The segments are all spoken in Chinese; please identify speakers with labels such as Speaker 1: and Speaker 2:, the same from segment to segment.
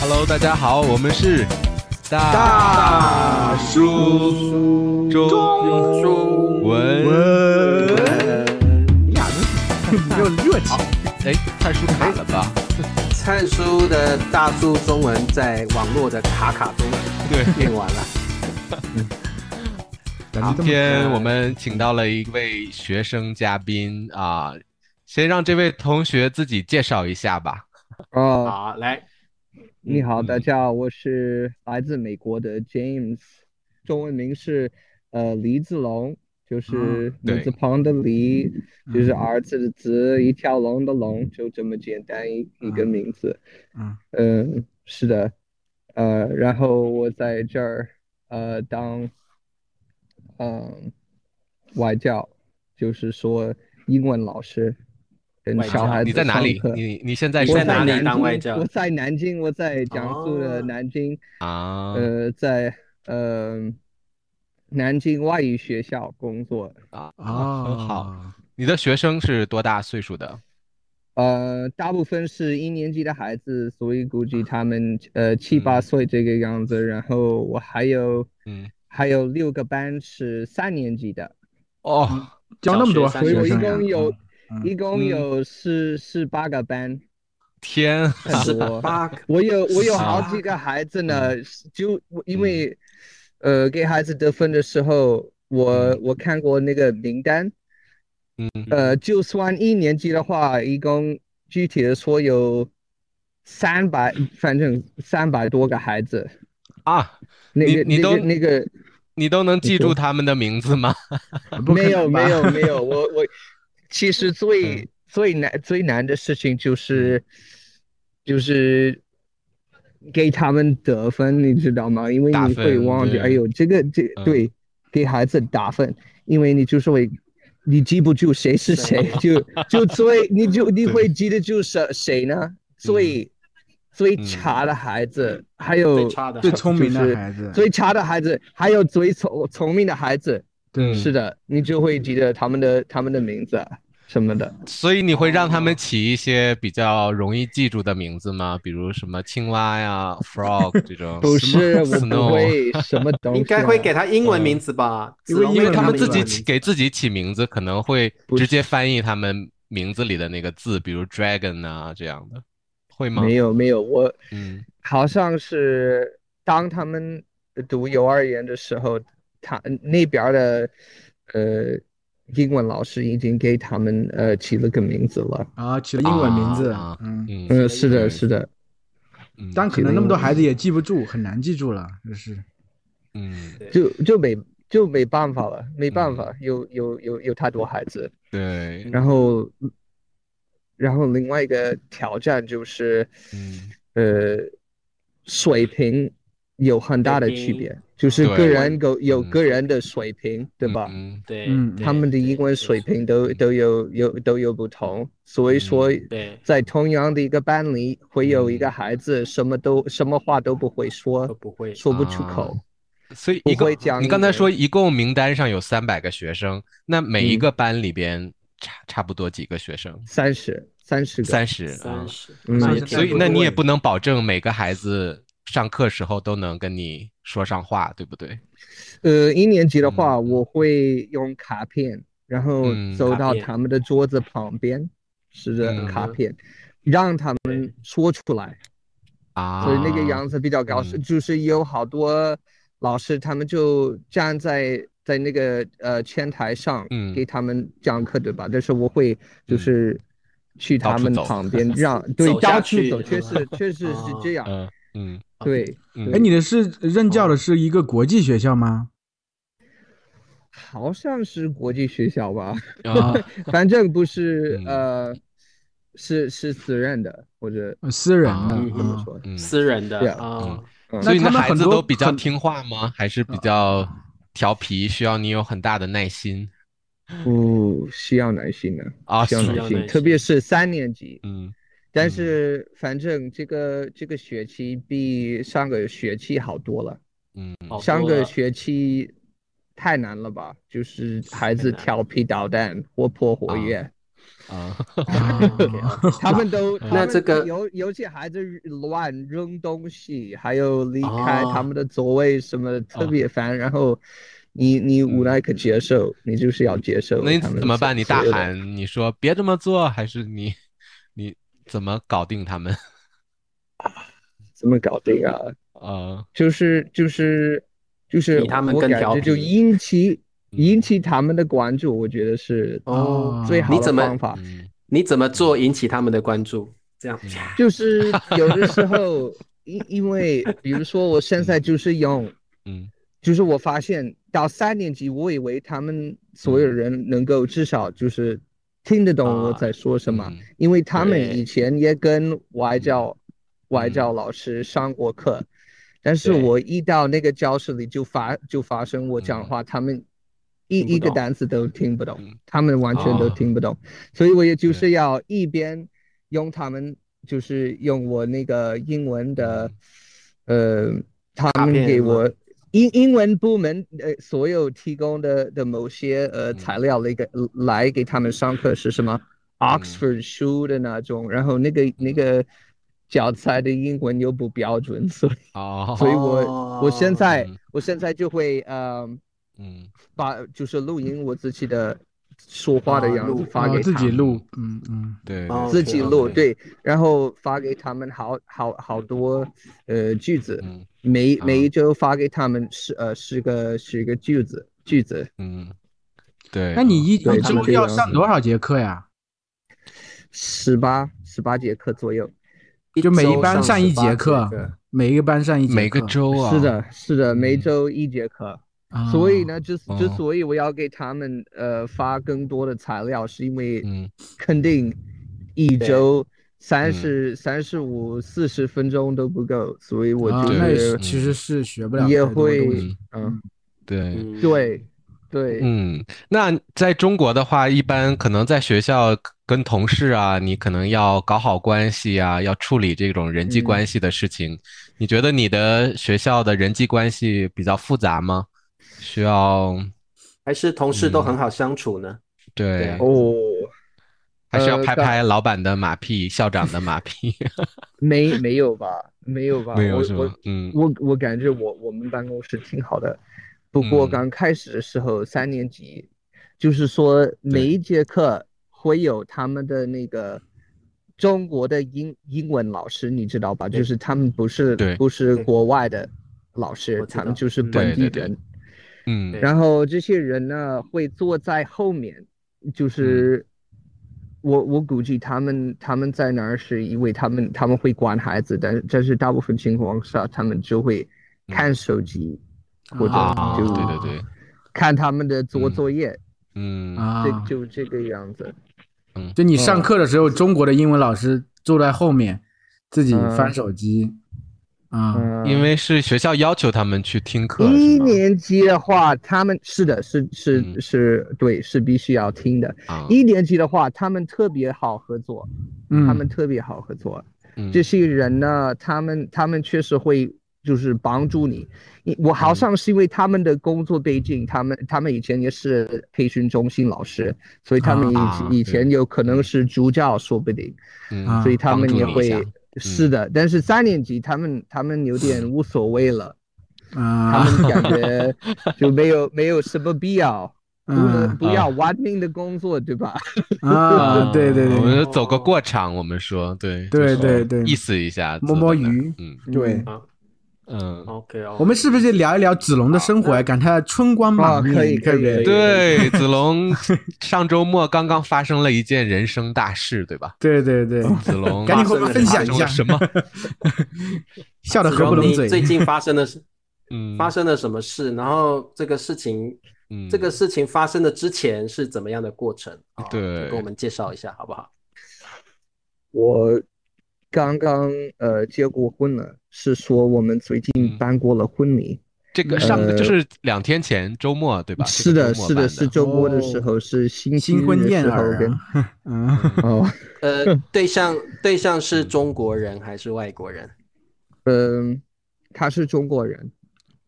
Speaker 1: Hello，大家好，我们是
Speaker 2: 大叔
Speaker 1: 中文。
Speaker 2: 文，哎你俩都是没有热情。
Speaker 1: 哎，太舒卡了吧？
Speaker 2: 灿叔的大叔中文在网络的卡卡中
Speaker 3: 哎
Speaker 1: 对，
Speaker 2: 念完了，
Speaker 4: 感觉
Speaker 1: 今
Speaker 4: 这么啊
Speaker 1: 天我们请到了一位学生嘉宾啊，先让这位同学自己介绍一下吧。
Speaker 3: 哦，
Speaker 2: 好来，
Speaker 3: 你好，
Speaker 1: 嗯
Speaker 3: 大家好，我是来自美国的 James，中文名是呃李子龙，就是
Speaker 1: 嗯对
Speaker 3: 女字旁的李，就是
Speaker 4: 嗯
Speaker 3: 儿子的子，一条龙的龙，就这么简单一一个
Speaker 4: 嗯
Speaker 3: 名字。
Speaker 4: 嗯
Speaker 3: 嗯，是的，呃，然后我在这儿呃当嗯外教，就是说英文老师，跟
Speaker 2: 外
Speaker 3: 小
Speaker 2: 教
Speaker 3: 孩
Speaker 1: 你
Speaker 3: 子
Speaker 1: 在哪
Speaker 3: 上
Speaker 1: 里？
Speaker 3: 课。
Speaker 1: 你你现在
Speaker 2: 你
Speaker 3: 我
Speaker 1: 是
Speaker 2: 在哪里
Speaker 3: 南
Speaker 2: 当外
Speaker 3: 京
Speaker 2: 教
Speaker 3: 我在南京，我在江苏的
Speaker 2: 哦
Speaker 3: 南京，
Speaker 1: 啊？
Speaker 3: 呃，在嗯、南京外语学校工作，
Speaker 1: 啊
Speaker 4: 啊，
Speaker 1: 很好。你的学生是多大岁数的？
Speaker 3: 呃，大部分是一年级的孩子，所以估计他们呃七八岁这个样子。然后我还有
Speaker 1: 嗯，
Speaker 3: 还有六个班是三年级的，嗯
Speaker 1: 哦，
Speaker 4: 教那么多，
Speaker 2: 小
Speaker 3: 所以我一
Speaker 2: 学
Speaker 4: 生呀
Speaker 3: 共有
Speaker 4: 嗯
Speaker 3: 一共
Speaker 1: 嗯
Speaker 3: 有十十八个班，
Speaker 1: 天，啊
Speaker 3: 很多。
Speaker 2: 八个
Speaker 3: 我有我有好
Speaker 2: 啊
Speaker 3: 几个孩子呢，
Speaker 1: 嗯
Speaker 3: 就我因为，呃，给孩子得分的时候，我我看过那个名单，
Speaker 1: 嗯，
Speaker 3: 呃，就算一年级的话，一共具体的说有三百，反正三百多个孩子，
Speaker 1: 啊，
Speaker 3: 那
Speaker 1: 你
Speaker 3: 个
Speaker 1: 你
Speaker 3: 那
Speaker 1: 都
Speaker 3: 个那个
Speaker 1: 你都能记
Speaker 3: 你说
Speaker 1: 住他们的名字吗？
Speaker 4: 不可
Speaker 3: 没有
Speaker 4: 能吧嗯
Speaker 3: 没有没有，我我其 实最最难最难的事情就是就是给他们得分，你知道吗？因为
Speaker 1: 打
Speaker 3: 你会
Speaker 1: 分
Speaker 3: 忘记，
Speaker 1: 对
Speaker 3: 哎呦，这个这
Speaker 1: 嗯
Speaker 3: 对给孩子打分，因为你就是会。你记不住谁是谁，就就最你就你会记得住谁谁呢？最最
Speaker 1: 嗯
Speaker 3: 差的孩子，还有
Speaker 2: 最差
Speaker 1: 啊
Speaker 2: 的
Speaker 4: 最聪明
Speaker 3: 就是
Speaker 4: 的孩子，
Speaker 3: 最差的孩子，还有最聪聪明的孩子，
Speaker 1: 对
Speaker 3: 是的，你就会记得他们的他们的名字啊什么的。
Speaker 1: 所以你会让
Speaker 3: 哦
Speaker 1: 他们起一些比较容易记住的名字吗？比如什么青蛙呀、frog 这种？
Speaker 3: 不是，我不
Speaker 1: 哦 Snow
Speaker 3: 会什 么东西啊。
Speaker 2: 应该会给他英文名字吧？
Speaker 4: 因为
Speaker 2: 子龙
Speaker 1: 因为
Speaker 2: 给
Speaker 1: 他们自己
Speaker 2: 英文名
Speaker 1: 起
Speaker 2: 字
Speaker 1: 给自己起名字，可能会
Speaker 3: 不
Speaker 1: 直
Speaker 3: 是
Speaker 1: 接翻译他们名字里的那个字，比如 dragon 啊这样的，会吗？
Speaker 3: 没有没有，我
Speaker 1: 嗯，
Speaker 3: 好像是当他们读幼儿园的时候，他那边儿的呃英文老师已经给他们呃起了个名字了。
Speaker 4: 啊，起了英文名字
Speaker 1: 啊，
Speaker 4: 嗯，
Speaker 1: 嗯
Speaker 3: 嗯，是的，
Speaker 1: 对
Speaker 3: 是的，
Speaker 1: 嗯
Speaker 4: 但可能那
Speaker 3: 起了英
Speaker 4: 么多
Speaker 3: 文
Speaker 4: 孩子也记不住，很难记住了，就是
Speaker 1: 嗯，
Speaker 3: 就就没就没办法了，没办法，有有有有太多孩子。
Speaker 1: 对，
Speaker 3: 然后，然后另外一个挑战就是，
Speaker 1: 嗯
Speaker 3: 呃，水平有很大的区
Speaker 2: 水平
Speaker 3: 别，就是
Speaker 1: 对
Speaker 3: 个人有有
Speaker 1: 嗯
Speaker 3: 个人的水平，对吧？
Speaker 1: 嗯
Speaker 2: 对，
Speaker 4: 嗯
Speaker 3: 他们的
Speaker 2: 对
Speaker 3: 英文水，平都都有有都有不同，所以说
Speaker 2: 对
Speaker 3: 在同样的一个班里，会有一个
Speaker 1: 嗯
Speaker 3: 孩子什么都什么话都不会
Speaker 2: 都
Speaker 3: 说，
Speaker 2: 不会
Speaker 3: 说不出口。
Speaker 1: 嗯所以
Speaker 3: 不
Speaker 1: 一个
Speaker 3: 会讲
Speaker 1: 你刚
Speaker 3: 英
Speaker 1: 才
Speaker 3: 文
Speaker 1: 说一共名单上有三百个学生，那每一
Speaker 3: 嗯
Speaker 1: 个班里边差差不多几个学生？
Speaker 3: 三十三十个，
Speaker 1: 三十啊
Speaker 2: 三。十，
Speaker 3: 嗯
Speaker 2: 那也
Speaker 1: 所以
Speaker 2: 挺，多
Speaker 1: 那你也
Speaker 4: 位
Speaker 1: 不能保证每个孩子上课时候都能跟你说上话，对不对？
Speaker 3: 呃，一年级的话，
Speaker 1: 嗯
Speaker 3: 我会用卡片，然后
Speaker 1: 嗯
Speaker 3: 走
Speaker 2: 卡
Speaker 3: 到
Speaker 2: 片
Speaker 3: 他们的桌子旁边，是
Speaker 1: 嗯
Speaker 3: 的，卡片，让他们说出来，
Speaker 1: 啊，
Speaker 3: 所以那个样子比较高
Speaker 1: 嗯
Speaker 3: 就是有好多老师他们就站在在那个呃前台上
Speaker 1: 嗯
Speaker 3: 给他们讲课，对吧？但是我会就
Speaker 1: 嗯
Speaker 3: 是去
Speaker 1: 到
Speaker 3: 他
Speaker 1: 处
Speaker 3: 们
Speaker 1: 走
Speaker 3: 旁边让，对，
Speaker 2: 走下
Speaker 3: 到处
Speaker 2: 去
Speaker 3: 走，确实确实是
Speaker 2: 哦
Speaker 3: 这样，
Speaker 1: 嗯嗯
Speaker 3: 对，
Speaker 1: 嗯，
Speaker 4: 哎，你的是任
Speaker 1: 哦
Speaker 4: 教的是一个国际学 校吗？
Speaker 3: 好像是国际学校吧。
Speaker 1: 啊，
Speaker 3: 反正不是
Speaker 1: 嗯
Speaker 3: 呃，是是私认的，或者
Speaker 4: 呃私人的
Speaker 1: 啊
Speaker 3: 嗯怎么
Speaker 4: 啊，
Speaker 3: 说？
Speaker 1: 嗯，
Speaker 2: 私人的
Speaker 3: 对啊
Speaker 2: 啊，
Speaker 3: 嗯
Speaker 1: 所以你的
Speaker 4: 那他们
Speaker 1: 孩
Speaker 4: 很
Speaker 1: 子
Speaker 4: 多
Speaker 1: 都比较
Speaker 4: 很
Speaker 1: 听话吗？还是比
Speaker 3: 呃
Speaker 1: 较调皮，需要你有很大的耐心
Speaker 3: 不需要耐心的，
Speaker 1: 啊？
Speaker 3: 需要
Speaker 1: 是
Speaker 2: 需要
Speaker 3: 耐心，
Speaker 2: 耐
Speaker 3: 特别
Speaker 2: 心
Speaker 3: 是三年级。
Speaker 1: 嗯
Speaker 3: 但
Speaker 1: 嗯
Speaker 3: 是反正这个这个学期比上个学期好多了，
Speaker 1: 嗯
Speaker 2: 好
Speaker 3: 上
Speaker 2: 多啊
Speaker 3: 个
Speaker 2: 了
Speaker 3: 学期太难了吧？就是孩
Speaker 2: 太
Speaker 3: 子
Speaker 2: 难
Speaker 3: 调皮捣蛋、活泼活
Speaker 1: 啊
Speaker 3: 跃，
Speaker 1: 啊，
Speaker 3: 他们都他
Speaker 2: 那
Speaker 3: 们
Speaker 2: 这个
Speaker 3: 尤尤其孩子乱扔东西，还有离开他
Speaker 1: 哦
Speaker 3: 们的座位什么的特别烦，然后你你无奈可接受，你就是要接
Speaker 1: 嗯
Speaker 3: 受。
Speaker 1: 那你怎么办？你大，喊你说别这么做，还是你你怎么搞定他们？
Speaker 3: 怎么搞定啊？
Speaker 1: 啊，
Speaker 3: 就是就是就是，
Speaker 2: 比他们
Speaker 3: 我
Speaker 2: 更
Speaker 3: 感
Speaker 2: 调
Speaker 3: 觉就
Speaker 2: 皮
Speaker 3: 引起
Speaker 1: 嗯
Speaker 3: 引起他们的关注，我觉得是
Speaker 2: 哦
Speaker 3: 最好
Speaker 2: 你
Speaker 3: 的
Speaker 2: 怎么
Speaker 3: 方法。
Speaker 1: 嗯
Speaker 2: 你怎么做引起他们的关注？这 样，啊
Speaker 3: 就是有的时候，因因为比如说我现在就是用。
Speaker 1: 嗯
Speaker 3: 就是我发现到三年级，我以为他们所有人能够至少就是听得懂我
Speaker 2: 啊
Speaker 3: 在说什么，
Speaker 1: 嗯
Speaker 3: 因为他们
Speaker 2: 对嗯
Speaker 3: 以前也跟外教、外教老师上过课，但是我一到那个教室里就发就发生我讲话，他们一
Speaker 2: 嗯听不懂啊
Speaker 3: 一个单词都听不懂
Speaker 1: 嗯，
Speaker 3: 他们完全都
Speaker 1: 哦
Speaker 3: 听不懂，所以我也就是要一边用他们，就是用我那个英文的，
Speaker 2: 嗯
Speaker 3: 呃，他
Speaker 2: 卡
Speaker 3: 们
Speaker 2: 片
Speaker 3: 给
Speaker 2: 吗
Speaker 3: 我英英文部门呃所有提供的的某些呃
Speaker 1: 嗯
Speaker 3: 材料的一个来给他们上课是什么 Oxford 书的那种，然后那个那个教材的英文又不标准，所以
Speaker 1: 哦
Speaker 3: 所以我我现在
Speaker 1: 嗯
Speaker 3: 我现在就会呃
Speaker 1: 嗯
Speaker 3: 把就是录音我自己的说话的
Speaker 2: 啊
Speaker 3: 样
Speaker 2: 录
Speaker 3: 子发
Speaker 4: 哦
Speaker 3: 给
Speaker 4: 自
Speaker 3: 他
Speaker 4: 己
Speaker 3: 们。
Speaker 4: 录，嗯嗯，
Speaker 1: 对
Speaker 2: 哦
Speaker 3: 自己录
Speaker 2: OK，OK
Speaker 3: 对，然后发给他们好好好多呃句子，
Speaker 1: 嗯
Speaker 3: 每
Speaker 1: 啊
Speaker 3: 每一周发给他们十呃十个十个句子句子，
Speaker 1: 嗯对，哦嗯
Speaker 4: 那你一
Speaker 3: 对
Speaker 4: 一
Speaker 3: 他们
Speaker 4: 周
Speaker 3: 这
Speaker 4: 要
Speaker 3: 样
Speaker 4: 上
Speaker 3: 子
Speaker 4: 多少节课呀？
Speaker 3: 十八十八节课左右。
Speaker 4: 就每一
Speaker 2: 周
Speaker 4: 班上一
Speaker 2: 18
Speaker 4: 节课，每一个班上一节课，
Speaker 1: 每个周啊，
Speaker 3: 是的，是的，每
Speaker 1: 嗯
Speaker 3: 周一节课。
Speaker 4: 啊，
Speaker 3: 所以呢，之之
Speaker 1: 哦
Speaker 3: 所以我要给他们呃发更多的材料，是因为
Speaker 1: 嗯
Speaker 3: 肯定一
Speaker 2: 对
Speaker 3: 周三十三十五四十分钟都不够，所以我
Speaker 4: 啊
Speaker 3: 就
Speaker 4: 那也
Speaker 3: 是
Speaker 4: 是其实是学不了
Speaker 3: 也
Speaker 4: 太多东
Speaker 3: 会
Speaker 4: 西
Speaker 1: 嗯
Speaker 3: 嗯，
Speaker 1: 对。
Speaker 2: 嗯
Speaker 3: 对对，
Speaker 1: 嗯，那在中国的话，一般可能在学校跟同事啊，你可能要搞好关系啊，要处理这种人际关系的事情。你觉得你的学校的人际关系比较复杂吗？需要，
Speaker 2: 还是同事都很好相处呢？
Speaker 1: 对，
Speaker 3: 哦，
Speaker 1: 还是要拍
Speaker 3: 呃
Speaker 1: 拍老板的马屁，校长的马屁，
Speaker 3: 没没有吧，没有吧，
Speaker 1: 没有
Speaker 3: 我
Speaker 1: 是吗
Speaker 3: 我？
Speaker 1: 嗯
Speaker 3: 我我感觉我我们办公室挺好的，不过
Speaker 1: 嗯
Speaker 3: 刚开始的时候三年级，就是说每一节课会有他们的那个中国的英英文老师，你知道吧？
Speaker 2: 对
Speaker 3: 就是他们不是
Speaker 1: 对
Speaker 3: 不是
Speaker 2: 对
Speaker 3: 国外的老师
Speaker 2: 我，知
Speaker 3: 他们
Speaker 2: 道
Speaker 3: 就是
Speaker 2: 嗯
Speaker 3: 本地
Speaker 1: 对对对
Speaker 3: 人。
Speaker 1: 嗯
Speaker 2: 对
Speaker 3: 然后这些人呢会坐在后面，
Speaker 1: 嗯
Speaker 3: 就是我我估计他们他们在那儿是因为他们他们会管孩子，但但是大部分情况下他们就会看手机、或者
Speaker 1: 嗯啊，
Speaker 3: 就
Speaker 1: 对对对，
Speaker 3: 看他们的做
Speaker 1: 嗯
Speaker 3: 作业，
Speaker 1: 嗯
Speaker 4: 啊
Speaker 3: 这，就这个样子。
Speaker 4: 就你上课的时候，中国的英文老师坐在后面，自己翻手机，啊，
Speaker 3: 嗯，
Speaker 1: 因为是学校要求他们去听课，
Speaker 3: 一
Speaker 1: 是吗？
Speaker 3: 年级的话，他们是的，是是
Speaker 1: 嗯
Speaker 3: 是，对，是必须要听的。
Speaker 1: 啊，
Speaker 3: 一年级的话，他们特别好合作，
Speaker 4: 嗯，
Speaker 3: 他们特别好合作。
Speaker 1: 嗯
Speaker 3: 这些人呢，他们他们确实会就是帮助你。你我好像是因为他们的工作背
Speaker 1: 嗯
Speaker 3: 景，他们他们以前也是培训中心老师，所以他们以、
Speaker 1: 啊
Speaker 3: 以前有可能是助教，说不定，
Speaker 1: 嗯
Speaker 4: 啊
Speaker 3: 所以他们也
Speaker 1: 帮助你一
Speaker 3: 会
Speaker 1: 下。嗯
Speaker 3: 是的，但是三年级他们他们有点无所谓了，他
Speaker 4: 啊，
Speaker 3: 们感觉就没有没有什么 必要，不能
Speaker 4: 嗯
Speaker 3: 不
Speaker 1: 啊
Speaker 3: 要玩命的工作，对吧？
Speaker 4: 啊， 对对
Speaker 1: 我
Speaker 4: 对，
Speaker 3: 嗯
Speaker 1: 们走个过场，我们说对
Speaker 4: 对
Speaker 1: 就是
Speaker 4: 对对
Speaker 1: 意思一下，
Speaker 4: 摸摸
Speaker 1: 坐在那儿
Speaker 4: 鱼
Speaker 1: 嗯
Speaker 4: 对，
Speaker 2: 啊
Speaker 1: 嗯，
Speaker 2: ，OK 哦，
Speaker 4: 我们是不是聊一聊子龙的生活呀？感叹春光满面，
Speaker 3: 啊哦可以
Speaker 4: 对不
Speaker 3: 可以
Speaker 4: 对？
Speaker 3: 可以
Speaker 1: 对，子龙上周末刚刚发生了一件人生大事，对 吧？
Speaker 4: 对对对，
Speaker 3: 哦
Speaker 1: 子龙
Speaker 4: 赶紧和我们分享
Speaker 1: 发
Speaker 4: 一
Speaker 1: 生
Speaker 4: 下
Speaker 1: 了什么？
Speaker 4: 笑得
Speaker 2: 子
Speaker 4: 合不
Speaker 2: 荣
Speaker 4: 拢
Speaker 2: 你
Speaker 4: 嘴。
Speaker 2: 最近发生的是
Speaker 1: 嗯，
Speaker 2: 发生了什么事？然后这个事情，
Speaker 1: 嗯
Speaker 2: 这个事情发生的之前是怎么样的过程？哦
Speaker 1: 对
Speaker 2: 就跟我们介绍一下好不好？
Speaker 3: 我刚刚呃结过婚了，是说我们最近
Speaker 1: 嗯
Speaker 3: 办过了婚礼。
Speaker 1: 这个上
Speaker 4: 呃
Speaker 1: 个就是两天前周末对吧？
Speaker 3: 是
Speaker 1: 这
Speaker 3: 的，
Speaker 1: 个周末
Speaker 3: 是的，
Speaker 1: 办
Speaker 3: 是周末的时
Speaker 4: 哦
Speaker 3: 候，是新
Speaker 4: 新
Speaker 3: 期
Speaker 4: 婚
Speaker 3: 的
Speaker 4: 燕
Speaker 3: 时候
Speaker 4: 尔
Speaker 3: 跟
Speaker 4: 啊， 嗯，
Speaker 3: 哦，
Speaker 2: 呃，对象对象是中国人还是外国人？
Speaker 3: 嗯，他是中国人，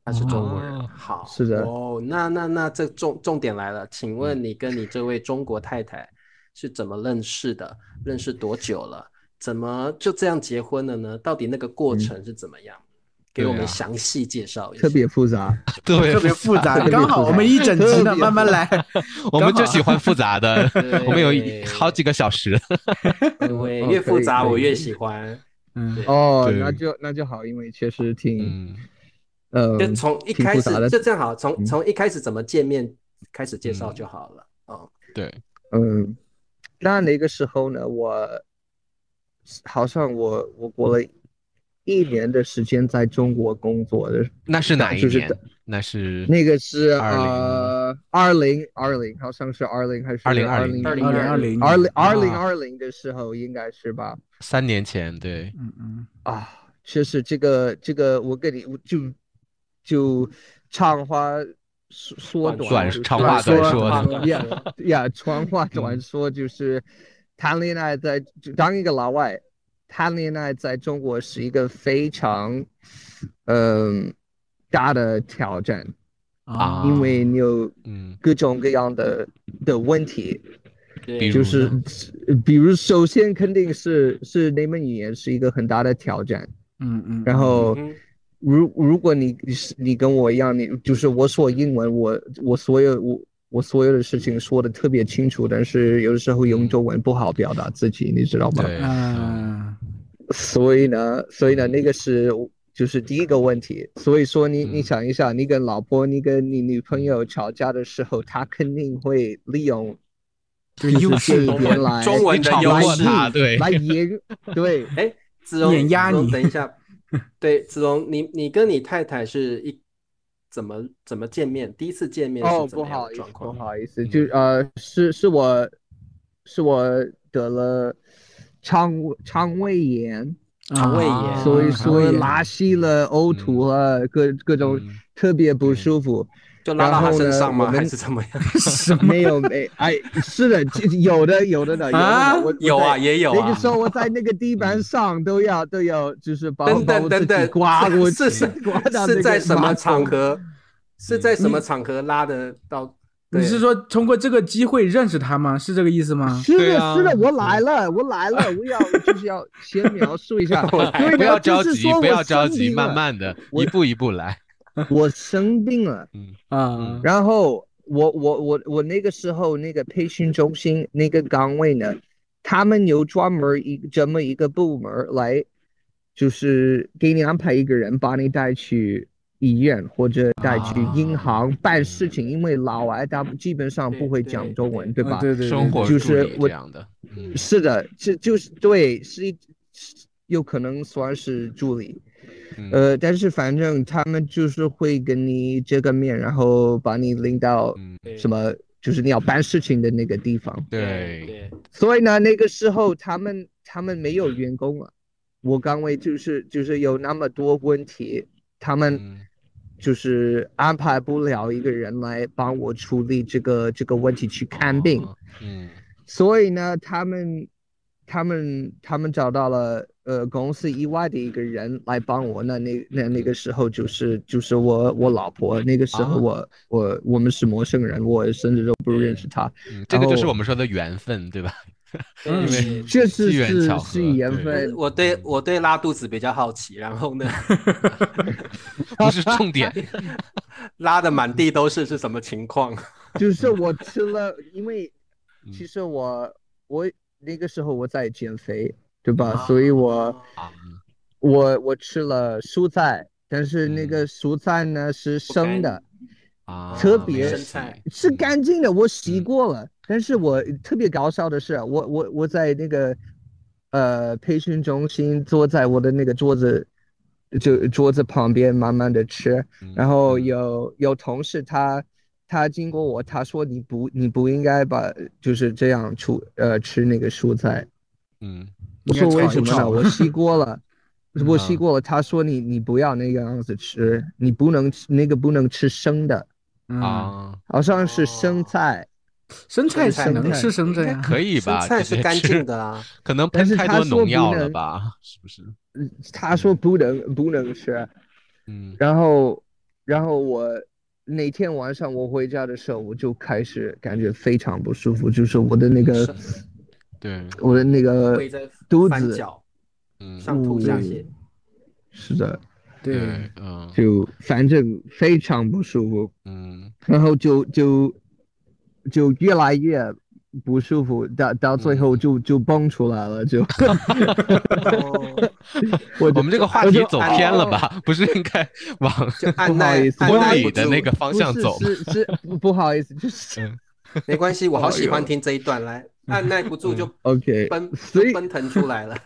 Speaker 2: 他是中国人
Speaker 1: 哦，
Speaker 2: 好，
Speaker 3: 是的
Speaker 1: 嗯
Speaker 2: 哦，那那那这重重点来了，请问你跟你这位中国太太是怎么认识的，认识多久了，怎么就这样结婚了呢？到底那个过程是怎么样？给我
Speaker 1: 对
Speaker 2: 们
Speaker 1: 啊
Speaker 2: 详细介绍一下。
Speaker 3: 嗯特别复杂。
Speaker 1: 特别
Speaker 4: 特别复杂
Speaker 3: 特别复杂，
Speaker 4: 刚好我们一整集
Speaker 3: 特别
Speaker 4: 呢，
Speaker 3: 复杂
Speaker 4: 慢慢来。
Speaker 1: 我们就喜欢复杂的，
Speaker 2: 对
Speaker 1: 我们有一好几个嗯小时。
Speaker 2: 对，
Speaker 3: 哦
Speaker 2: 越复杂
Speaker 3: 可以
Speaker 2: 我
Speaker 3: 可以
Speaker 2: 越喜欢。
Speaker 4: 嗯，
Speaker 3: 哦，
Speaker 1: 对
Speaker 3: 那就那就好，因为确实挺
Speaker 1: 嗯，
Speaker 3: 呃，
Speaker 2: 就从一
Speaker 3: 挺
Speaker 2: 开
Speaker 3: 复
Speaker 2: 始
Speaker 3: 杂的
Speaker 2: 就这样好，从
Speaker 3: 嗯
Speaker 2: 从一开始怎么见面开始介绍就好了。哦，
Speaker 1: 对，
Speaker 3: 嗯，那那个时候呢，我好像我我过了一年的时间在中国工作的，
Speaker 1: 那是哪一
Speaker 3: 就是
Speaker 1: 年？那是
Speaker 3: 那个是
Speaker 1: 20
Speaker 3: 呃二零二零，好像是二零还是
Speaker 1: 2020
Speaker 3: 二零
Speaker 4: 二零
Speaker 2: 2020
Speaker 3: 二
Speaker 4: 二零，
Speaker 3: 零二零
Speaker 4: 啊，
Speaker 3: 二零的时候应该是吧？
Speaker 1: 三年前，对，
Speaker 4: 嗯嗯，
Speaker 3: 啊，确实这个这个，我跟你我就就长话缩缩
Speaker 2: 短
Speaker 1: 短
Speaker 3: 就是
Speaker 1: 长话短
Speaker 4: 说
Speaker 1: 说
Speaker 2: 长
Speaker 1: 的，
Speaker 2: 话
Speaker 3: 呀呀，长话短说就是谈恋爱在就当一个老外，谈恋爱在中国是一个非常嗯、大的挑战，
Speaker 1: 啊
Speaker 3: 因为你有
Speaker 1: 嗯，
Speaker 3: 各种各样的的问题，
Speaker 1: 比
Speaker 2: 对
Speaker 1: 如，
Speaker 3: 就是比如首先肯定是是你们语言是一个很大的挑战，
Speaker 4: 嗯嗯，
Speaker 3: 然后。
Speaker 2: 嗯
Speaker 3: 如如果你你是你跟我一样，你就是我说英文，我我所有我我所有的事情说的特别清楚，但是有的时候用中文不好表达自己，你知道吗？
Speaker 1: 对，嗯
Speaker 4: 嗯
Speaker 3: 所以呢，所以呢，那个是就是第一个问题。所以说你
Speaker 1: 嗯
Speaker 3: 你想一下，你跟老婆、你跟你女朋友吵架的时候，她肯定会利用
Speaker 4: 这个优势
Speaker 3: 这一点来
Speaker 2: 中文的
Speaker 1: 你
Speaker 2: 优
Speaker 1: 掌握
Speaker 2: 势。
Speaker 1: 它对
Speaker 3: 来赢， 对，
Speaker 2: 哎，子荣，
Speaker 4: 碾压
Speaker 2: 子荣
Speaker 4: 你
Speaker 2: 等一 下。对，子荣，你你跟你太太是一怎么怎么见面？第一次见面
Speaker 3: 哦，
Speaker 2: 是怎
Speaker 3: 不
Speaker 2: 么样
Speaker 3: 好
Speaker 2: 的
Speaker 3: 意思
Speaker 2: 状，
Speaker 3: 不
Speaker 2: 况？
Speaker 3: 好意思，
Speaker 1: 嗯
Speaker 3: 就呃，是是我，是我得了肠肠胃炎，
Speaker 2: 肠胃炎嗯
Speaker 4: 啊
Speaker 3: 所以
Speaker 4: 肠
Speaker 3: 说
Speaker 4: 胃 炎
Speaker 3: 拉稀了、呕吐了，各各种
Speaker 1: 嗯
Speaker 3: 特别不舒服。
Speaker 2: 就拉
Speaker 3: 然
Speaker 2: 到他
Speaker 3: 后
Speaker 2: 身
Speaker 3: 呢
Speaker 2: 上
Speaker 3: 我
Speaker 2: 吗？
Speaker 3: 们
Speaker 2: 还是 怎么样？
Speaker 3: 没有没 哎，是的，这有的有的的有的
Speaker 4: 啊
Speaker 3: 的，我我
Speaker 2: 有啊，
Speaker 3: 在
Speaker 2: 也有
Speaker 3: 那
Speaker 2: 啊嗯
Speaker 3: 个。时候我在那个 地板上都要都要，就是把我
Speaker 2: 等
Speaker 3: 把我
Speaker 2: 等
Speaker 3: 自
Speaker 2: 等
Speaker 3: 己
Speaker 2: 等，
Speaker 3: 刮过去
Speaker 2: 是是，
Speaker 3: 刮到那
Speaker 2: 是
Speaker 3: 个
Speaker 2: 在什
Speaker 3: 马
Speaker 2: 么
Speaker 3: 桶
Speaker 2: 场合？是在什么场合拉的到？
Speaker 4: 你
Speaker 2: 对
Speaker 4: 是说通过这个机会认识他吗？是这个意思吗？
Speaker 3: 是
Speaker 1: 对
Speaker 3: 的，
Speaker 1: 啊
Speaker 3: 是的，我来了，我来了，我要就是要先描述 一下，对的
Speaker 1: 不要着
Speaker 3: 就是
Speaker 1: 急，
Speaker 3: 说
Speaker 1: 不
Speaker 3: 我
Speaker 1: 要着
Speaker 3: 生
Speaker 1: 急，
Speaker 3: 病了
Speaker 1: 慢慢的，
Speaker 3: 我
Speaker 1: 一步一步来。
Speaker 3: 我生病了，
Speaker 4: 啊，
Speaker 3: 然后我我我我那个时候那个培训中心那个岗位呢，他们有专门一这么一个部门来，就是给你安排一个人把你带去医院或者带去
Speaker 1: 啊
Speaker 3: 银行办事情，
Speaker 1: 嗯
Speaker 3: 因为老外他基本上不会讲中文，对
Speaker 4: 啊
Speaker 3: 吧？
Speaker 4: 对对，
Speaker 1: 生活
Speaker 3: 就是
Speaker 1: 助理
Speaker 3: 我
Speaker 1: 这样的，嗯
Speaker 3: 是的，这就是对，是一是有可能算是助理，
Speaker 1: 嗯
Speaker 3: 呃，但是反正他们就是会跟你见个面，然后把你领到
Speaker 1: 嗯，
Speaker 3: 什？么，就是你要办事情的那个地方。
Speaker 2: 对
Speaker 1: 对，
Speaker 2: 对
Speaker 3: 所以呢，那个时候他们他们没有员工了，我岗位就是就是有那么多问题，他们
Speaker 1: 嗯
Speaker 3: 就是安排不了一个人来帮我处理这个这个问题去看病。
Speaker 1: 哦嗯
Speaker 3: 所以呢，他们、他们、他们找到了呃公司以外的一个人来帮我。那那那那个时候就是就是我我老婆，那个时候
Speaker 1: 啊
Speaker 3: 我、我我们是陌生人，我甚至都不认识她，
Speaker 1: 嗯，这个就是
Speaker 3: 后
Speaker 1: 我们说的缘分， 对吧？因
Speaker 4: 嗯
Speaker 1: 为
Speaker 2: 对
Speaker 3: 确实
Speaker 1: 机缘
Speaker 3: 是
Speaker 1: 巧合
Speaker 3: 是缘
Speaker 1: 对
Speaker 3: 分。
Speaker 2: 我对我对拉肚子比较好奇，然后呢，
Speaker 1: 不是重点，
Speaker 2: 拉的满地都是是什么情况？
Speaker 3: 就是我吃了，因为
Speaker 1: 嗯
Speaker 3: 其实我我那个时候我在减肥，对吧？ 所以我。
Speaker 2: 哦
Speaker 1: 啊
Speaker 3: 我我吃了蔬菜，但是那
Speaker 1: 嗯
Speaker 3: 个蔬菜呢是
Speaker 2: 不干
Speaker 3: 生的，
Speaker 1: 啊，
Speaker 3: 特
Speaker 1: 没
Speaker 3: 别
Speaker 1: 事
Speaker 2: 生菜
Speaker 3: 是干净的，我洗
Speaker 1: 嗯
Speaker 3: 过了。但是我特别搞笑的是，我我我在那个呃培训中心坐在我的那个桌子，就桌子旁边慢慢的吃，
Speaker 1: 嗯
Speaker 3: 然后
Speaker 1: 嗯
Speaker 3: 有有同事他他经过我，他说你不你不应该把就是这样出呃吃那个蔬菜，
Speaker 1: 嗯
Speaker 3: 我
Speaker 4: 应该
Speaker 3: 说为
Speaker 4: 炒一
Speaker 3: 什么
Speaker 4: 炒
Speaker 3: 呢？我吸过了，我吸
Speaker 1: 嗯
Speaker 3: 过了。他说你你不要那个样子吃，你不能吃那个不能吃生的，
Speaker 4: 嗯，
Speaker 1: 啊，
Speaker 3: 好像是生
Speaker 2: 哦
Speaker 3: 菜。
Speaker 4: 生菜是
Speaker 3: 生
Speaker 4: 能
Speaker 3: 菜
Speaker 4: 吃生这样，
Speaker 1: 可以吧？
Speaker 2: 生菜
Speaker 1: 直
Speaker 2: 是
Speaker 1: 接
Speaker 2: 干
Speaker 1: 吃
Speaker 2: 净的啊，
Speaker 1: 可能
Speaker 3: 但
Speaker 1: 喷
Speaker 3: 是
Speaker 1: 太
Speaker 3: 他
Speaker 1: 多
Speaker 3: 说
Speaker 1: 农
Speaker 3: 不
Speaker 1: 药了
Speaker 3: 能
Speaker 1: 吧？是不是？
Speaker 3: 他说不能不能吃，
Speaker 1: 嗯
Speaker 3: 然后然后我哪天晚上我回家的时候，我就开始感觉非常不舒服，就是我的那个
Speaker 1: 对，
Speaker 3: 我的那个
Speaker 2: 跪在
Speaker 3: 肚
Speaker 2: 翻
Speaker 3: 子，
Speaker 2: 脚
Speaker 1: 嗯，
Speaker 2: 上吐下泻，
Speaker 3: 是的，
Speaker 4: 对，，
Speaker 1: 嗯
Speaker 3: 就反正非常不舒服，
Speaker 1: 嗯
Speaker 3: 然后就就就越来越不舒服，到到最
Speaker 1: 嗯
Speaker 3: 后就就蹦出来了， 就嗯
Speaker 2: 哦
Speaker 3: 我
Speaker 1: 我
Speaker 3: 就
Speaker 1: 们这个话
Speaker 3: 我
Speaker 1: 题
Speaker 3: 就
Speaker 1: 走
Speaker 3: 按哦
Speaker 1: 偏了吧？ 不是应该往
Speaker 2: 就按
Speaker 3: 不好
Speaker 2: 耐
Speaker 3: 意思
Speaker 2: 按
Speaker 1: 婚
Speaker 2: 耐
Speaker 1: 礼
Speaker 2: 不
Speaker 1: 的
Speaker 2: 住
Speaker 1: 那个方向走
Speaker 3: 不
Speaker 1: 嘛？
Speaker 3: 是是是不不好意思，就是
Speaker 1: 嗯
Speaker 2: 没关系，我好喜
Speaker 3: 哎
Speaker 2: 欢
Speaker 3: 呦
Speaker 2: 听这一 段，来，按耐不住就
Speaker 3: OK，
Speaker 2: 奔
Speaker 3: 嗯 所以
Speaker 2: 奔腾出来了。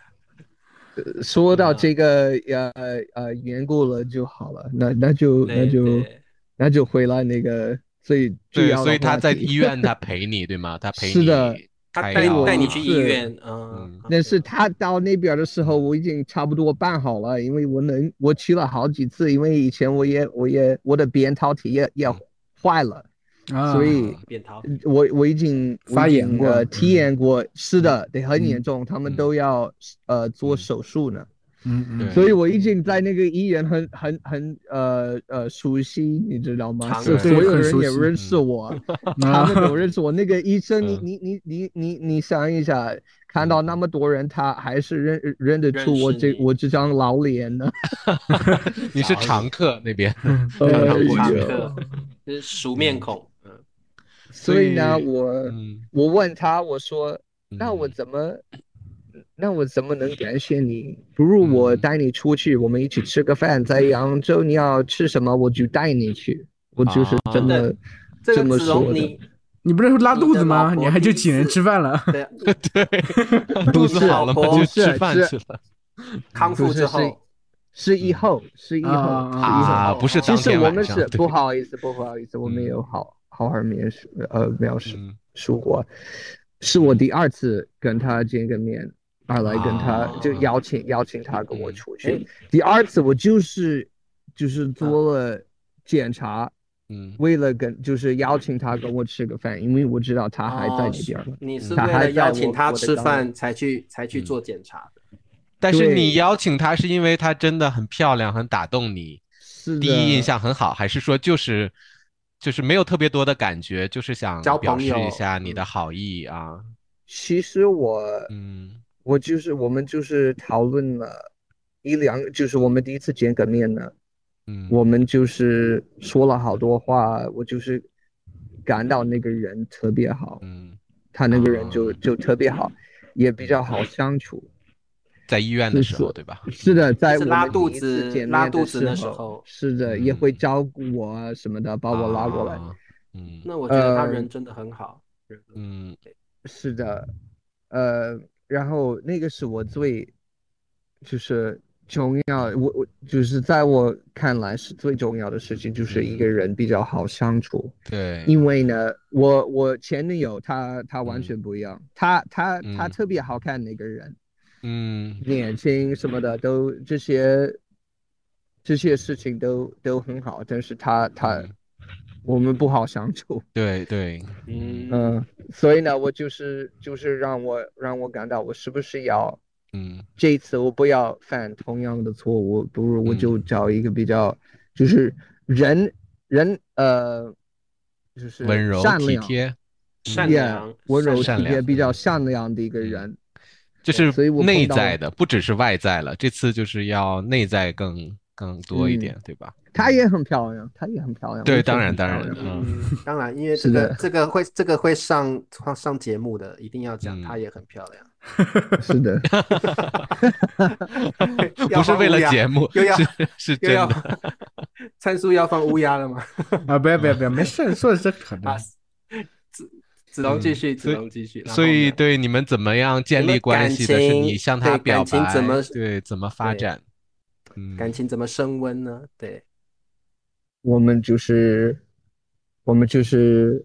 Speaker 3: 说到
Speaker 2: 嗯
Speaker 1: 啊
Speaker 3: 这个呃呃缘故了就好了，那那就 那
Speaker 2: 对
Speaker 3: 就
Speaker 2: 对
Speaker 3: 那就回来那个最主
Speaker 1: 对，
Speaker 3: 要的
Speaker 1: 所以他
Speaker 3: 话
Speaker 1: 在
Speaker 3: 题
Speaker 1: 医院，他陪你对吗？他陪
Speaker 3: 是
Speaker 1: 你
Speaker 3: 的
Speaker 2: 他
Speaker 1: 开
Speaker 2: 带
Speaker 1: 药
Speaker 2: 带你
Speaker 1: 啊
Speaker 2: 去医
Speaker 3: 是
Speaker 2: 院，嗯
Speaker 1: 嗯，
Speaker 3: 但是他到那边的时候，我已经差不多办好了，因为我能我去了好几次，因为以前我也我也我的扁桃体也也
Speaker 1: 嗯
Speaker 3: 坏了，
Speaker 4: 啊，
Speaker 3: 所以
Speaker 2: 扁桃
Speaker 3: 我我已经我已
Speaker 4: 发炎
Speaker 3: 经
Speaker 4: 过
Speaker 3: 呃
Speaker 4: 嗯
Speaker 3: 体验过，是的，得很严重，他
Speaker 1: 嗯
Speaker 3: 们都要呃做
Speaker 1: 嗯
Speaker 3: 手术呢。
Speaker 4: 嗯嗯，
Speaker 1: 对
Speaker 3: 所以我已经在那个医院很很很呃呃熟悉，你知道吗？
Speaker 2: 常
Speaker 3: 是所
Speaker 4: 对
Speaker 3: 有
Speaker 4: 很
Speaker 3: 人
Speaker 4: 熟
Speaker 3: 也
Speaker 4: 悉
Speaker 3: 认识我， 他
Speaker 4: 啊
Speaker 3: 们都认识我。那个医
Speaker 1: 嗯
Speaker 3: 生，你你你你你你想一下，看到那么多人，他还是认认得出我
Speaker 2: 认识
Speaker 3: 这
Speaker 2: 你
Speaker 3: 我这张老脸呢。
Speaker 1: 你是常客那边，
Speaker 3: 哎
Speaker 1: 常常过
Speaker 3: 呦
Speaker 2: 常
Speaker 1: 去，
Speaker 2: 客，就是熟面孔，嗯，
Speaker 3: 所以呢，
Speaker 1: 对
Speaker 3: 我
Speaker 1: 嗯，
Speaker 3: 我问他，我说，那我
Speaker 1: 嗯
Speaker 3: 怎么？那我怎么能感谢你？不如我
Speaker 1: 嗯
Speaker 3: 带你出去，我们一起吃个饭。在扬州你要吃什么，我就带你去。我就是
Speaker 1: 啊
Speaker 3: 真的
Speaker 2: 这
Speaker 3: 这么
Speaker 2: 个子龙
Speaker 3: 说的
Speaker 2: 你
Speaker 4: 你不是拉肚子吗？
Speaker 2: 你的老婆
Speaker 4: 你还就请人吃饭了？
Speaker 2: 对啊
Speaker 1: 对，肚子
Speaker 3: 是
Speaker 1: 好了吗？
Speaker 2: 不
Speaker 1: 就是吃饭
Speaker 3: 是
Speaker 1: 去了
Speaker 2: 康复
Speaker 3: 不是
Speaker 2: 之
Speaker 3: 是
Speaker 2: 后，
Speaker 3: 是以后，是以后，
Speaker 4: 嗯啊
Speaker 3: 是以
Speaker 4: 啊
Speaker 3: 后。
Speaker 1: 啊，不是
Speaker 3: 其
Speaker 1: 当
Speaker 3: 实
Speaker 1: 天
Speaker 3: 我
Speaker 1: 晚
Speaker 3: 们
Speaker 1: 上
Speaker 3: 是，
Speaker 1: 对
Speaker 3: 不，好意思，不好意思，我没有好好好描述，呃，描述
Speaker 1: 嗯
Speaker 3: 述过，是我第二次跟他见个面，啊，来跟他
Speaker 2: 啊
Speaker 3: 就邀请邀请他跟我出
Speaker 2: 嗯
Speaker 3: 去。
Speaker 4: 哎
Speaker 3: 第二次我就是就是做了检查，
Speaker 1: 嗯
Speaker 3: 为了跟就是邀请他跟我吃个饭，因为我知道他还在
Speaker 2: 哦
Speaker 3: 那边儿。
Speaker 2: 你是为
Speaker 3: 他还
Speaker 2: 了
Speaker 3: 在
Speaker 2: 邀请
Speaker 3: 我
Speaker 2: 他
Speaker 3: 我的
Speaker 2: 吃
Speaker 3: 当
Speaker 2: 饭才去才去做检查的，
Speaker 1: 但是你
Speaker 3: 对
Speaker 1: 邀请她是因为她真的很漂亮，很打动你，
Speaker 3: 是
Speaker 1: 第一
Speaker 3: 的
Speaker 1: 印象很好，还是说就是就是没有特别多的感觉，就是想
Speaker 2: 交
Speaker 1: 表
Speaker 2: 朋
Speaker 1: 示
Speaker 2: 友
Speaker 1: 一下你的
Speaker 2: 嗯
Speaker 1: 好意啊？
Speaker 3: 其实我
Speaker 1: 嗯
Speaker 3: 我就是我们就是讨论了一两，就是我们第一次见个面呢，
Speaker 1: 嗯，
Speaker 3: 我们就是说了好多话，我就是感到那个人特别好，
Speaker 1: 嗯，
Speaker 3: 他那个人就
Speaker 1: 啊
Speaker 3: 就特别好，也比较好相处。
Speaker 1: 在医院的
Speaker 3: 是
Speaker 1: 时候
Speaker 3: 说
Speaker 1: 对吧？
Speaker 3: 是的，在
Speaker 2: 是
Speaker 3: 我
Speaker 2: 拉
Speaker 3: 们第
Speaker 2: 肚
Speaker 3: 一次
Speaker 2: 子
Speaker 3: 见
Speaker 2: 拉
Speaker 3: 面
Speaker 2: 肚
Speaker 3: 的
Speaker 2: 子
Speaker 3: 时
Speaker 2: 那时
Speaker 3: 候
Speaker 2: 候
Speaker 3: 是的，
Speaker 1: 嗯
Speaker 3: 也会照顾我啊什么的，把我拉过来。
Speaker 1: 啊，嗯
Speaker 2: 那我觉得他
Speaker 3: 呃
Speaker 2: 人真的很好，
Speaker 1: 嗯
Speaker 3: 是的，呃，然后那个是我最，就是重要，我我就是在我看来是最重要的事情，就是一个人比较好相处。
Speaker 1: 对，
Speaker 3: 因为呢，我我前女友她她完
Speaker 1: 嗯
Speaker 3: 全不一样，她她她
Speaker 1: 嗯
Speaker 3: 特别好看那个人，
Speaker 1: 嗯
Speaker 3: 年轻什么的都这些，这些事情都都很好，但是她她
Speaker 1: 嗯
Speaker 3: 我们不好相处，
Speaker 1: 对对，
Speaker 2: 嗯，
Speaker 3: 嗯，所以呢，我就是就是让我让我感到我是不是要
Speaker 1: 嗯
Speaker 3: 这一次我不要犯同样的错误，不如我
Speaker 1: 嗯
Speaker 3: 就找一个比较就是人人呃就是
Speaker 1: 温柔
Speaker 3: 善
Speaker 1: 体
Speaker 3: 良。
Speaker 1: 贴，
Speaker 2: 善
Speaker 3: 也
Speaker 2: 良
Speaker 3: 温
Speaker 2: 善
Speaker 3: 柔
Speaker 1: 善
Speaker 3: 体
Speaker 1: 良
Speaker 3: 贴、比较
Speaker 1: 嗯
Speaker 3: 善良的一个
Speaker 1: 嗯
Speaker 3: 人。
Speaker 1: 就
Speaker 3: 对
Speaker 1: 是
Speaker 3: 所以我碰
Speaker 1: 内
Speaker 3: 到
Speaker 1: 在的，不只是外在了。这次就是要内在更更多一
Speaker 3: 嗯
Speaker 1: 点，对 吧？
Speaker 3: 她也很漂亮，她也很漂亮。
Speaker 1: 对
Speaker 3: 我觉得
Speaker 1: 当然
Speaker 3: 很
Speaker 1: 当
Speaker 3: 漂
Speaker 1: 然
Speaker 3: 亮
Speaker 1: 嗯
Speaker 2: 嗯，当然，因为这
Speaker 3: 是
Speaker 2: 个
Speaker 3: 的
Speaker 2: 这个会这个会上上上节目的，一定要讲，
Speaker 1: 嗯
Speaker 2: 她也很漂亮。
Speaker 3: 是 的，
Speaker 1: 不是为了节
Speaker 2: 目，
Speaker 1: 目，
Speaker 2: 又要
Speaker 1: 是是
Speaker 2: 又
Speaker 1: 真
Speaker 2: 要
Speaker 1: 的。
Speaker 2: 参数要放乌鸦了吗？
Speaker 4: 啊，不要不要不要，没事，说的是可能
Speaker 2: 啊。，子子龙继续，
Speaker 1: 所
Speaker 2: 子
Speaker 1: 以
Speaker 2: 龙继续。然后
Speaker 1: 所以
Speaker 2: 呢
Speaker 1: 对你们怎么样建
Speaker 2: 你们
Speaker 1: 立关系的，
Speaker 2: 感
Speaker 1: 是
Speaker 2: 情
Speaker 1: 你向他
Speaker 2: 对
Speaker 1: 表
Speaker 2: 感情
Speaker 1: 白，
Speaker 2: 怎么
Speaker 1: 对怎么发
Speaker 2: 对
Speaker 1: 展？嗯，
Speaker 2: 感情怎么升温呢？对，
Speaker 3: 我们就是我们就是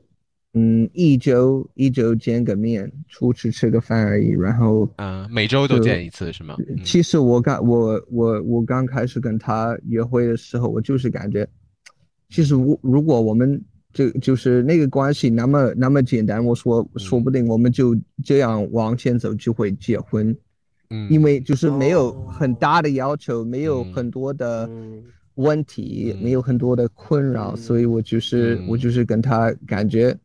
Speaker 3: 嗯，一周一周见个面，出去吃个饭而已。然后
Speaker 1: 嗯、每周都
Speaker 3: 就
Speaker 1: 见一次是吗？嗯
Speaker 3: 其实我刚我我我刚开始跟他约会的时候，我就是感觉，其实如如果我们就就是那个关系那么那么简单，我说说不定我们就这样往前走就会结婚，
Speaker 1: 嗯，
Speaker 3: 因为就是没有
Speaker 2: 哦
Speaker 3: 很大的要求，没有
Speaker 1: 嗯
Speaker 3: 很多的
Speaker 2: 嗯，
Speaker 3: 问题，
Speaker 1: 嗯
Speaker 3: 没有很多的困扰，
Speaker 2: 嗯
Speaker 3: 所以我就是、
Speaker 1: 嗯
Speaker 3: 我就是跟他感觉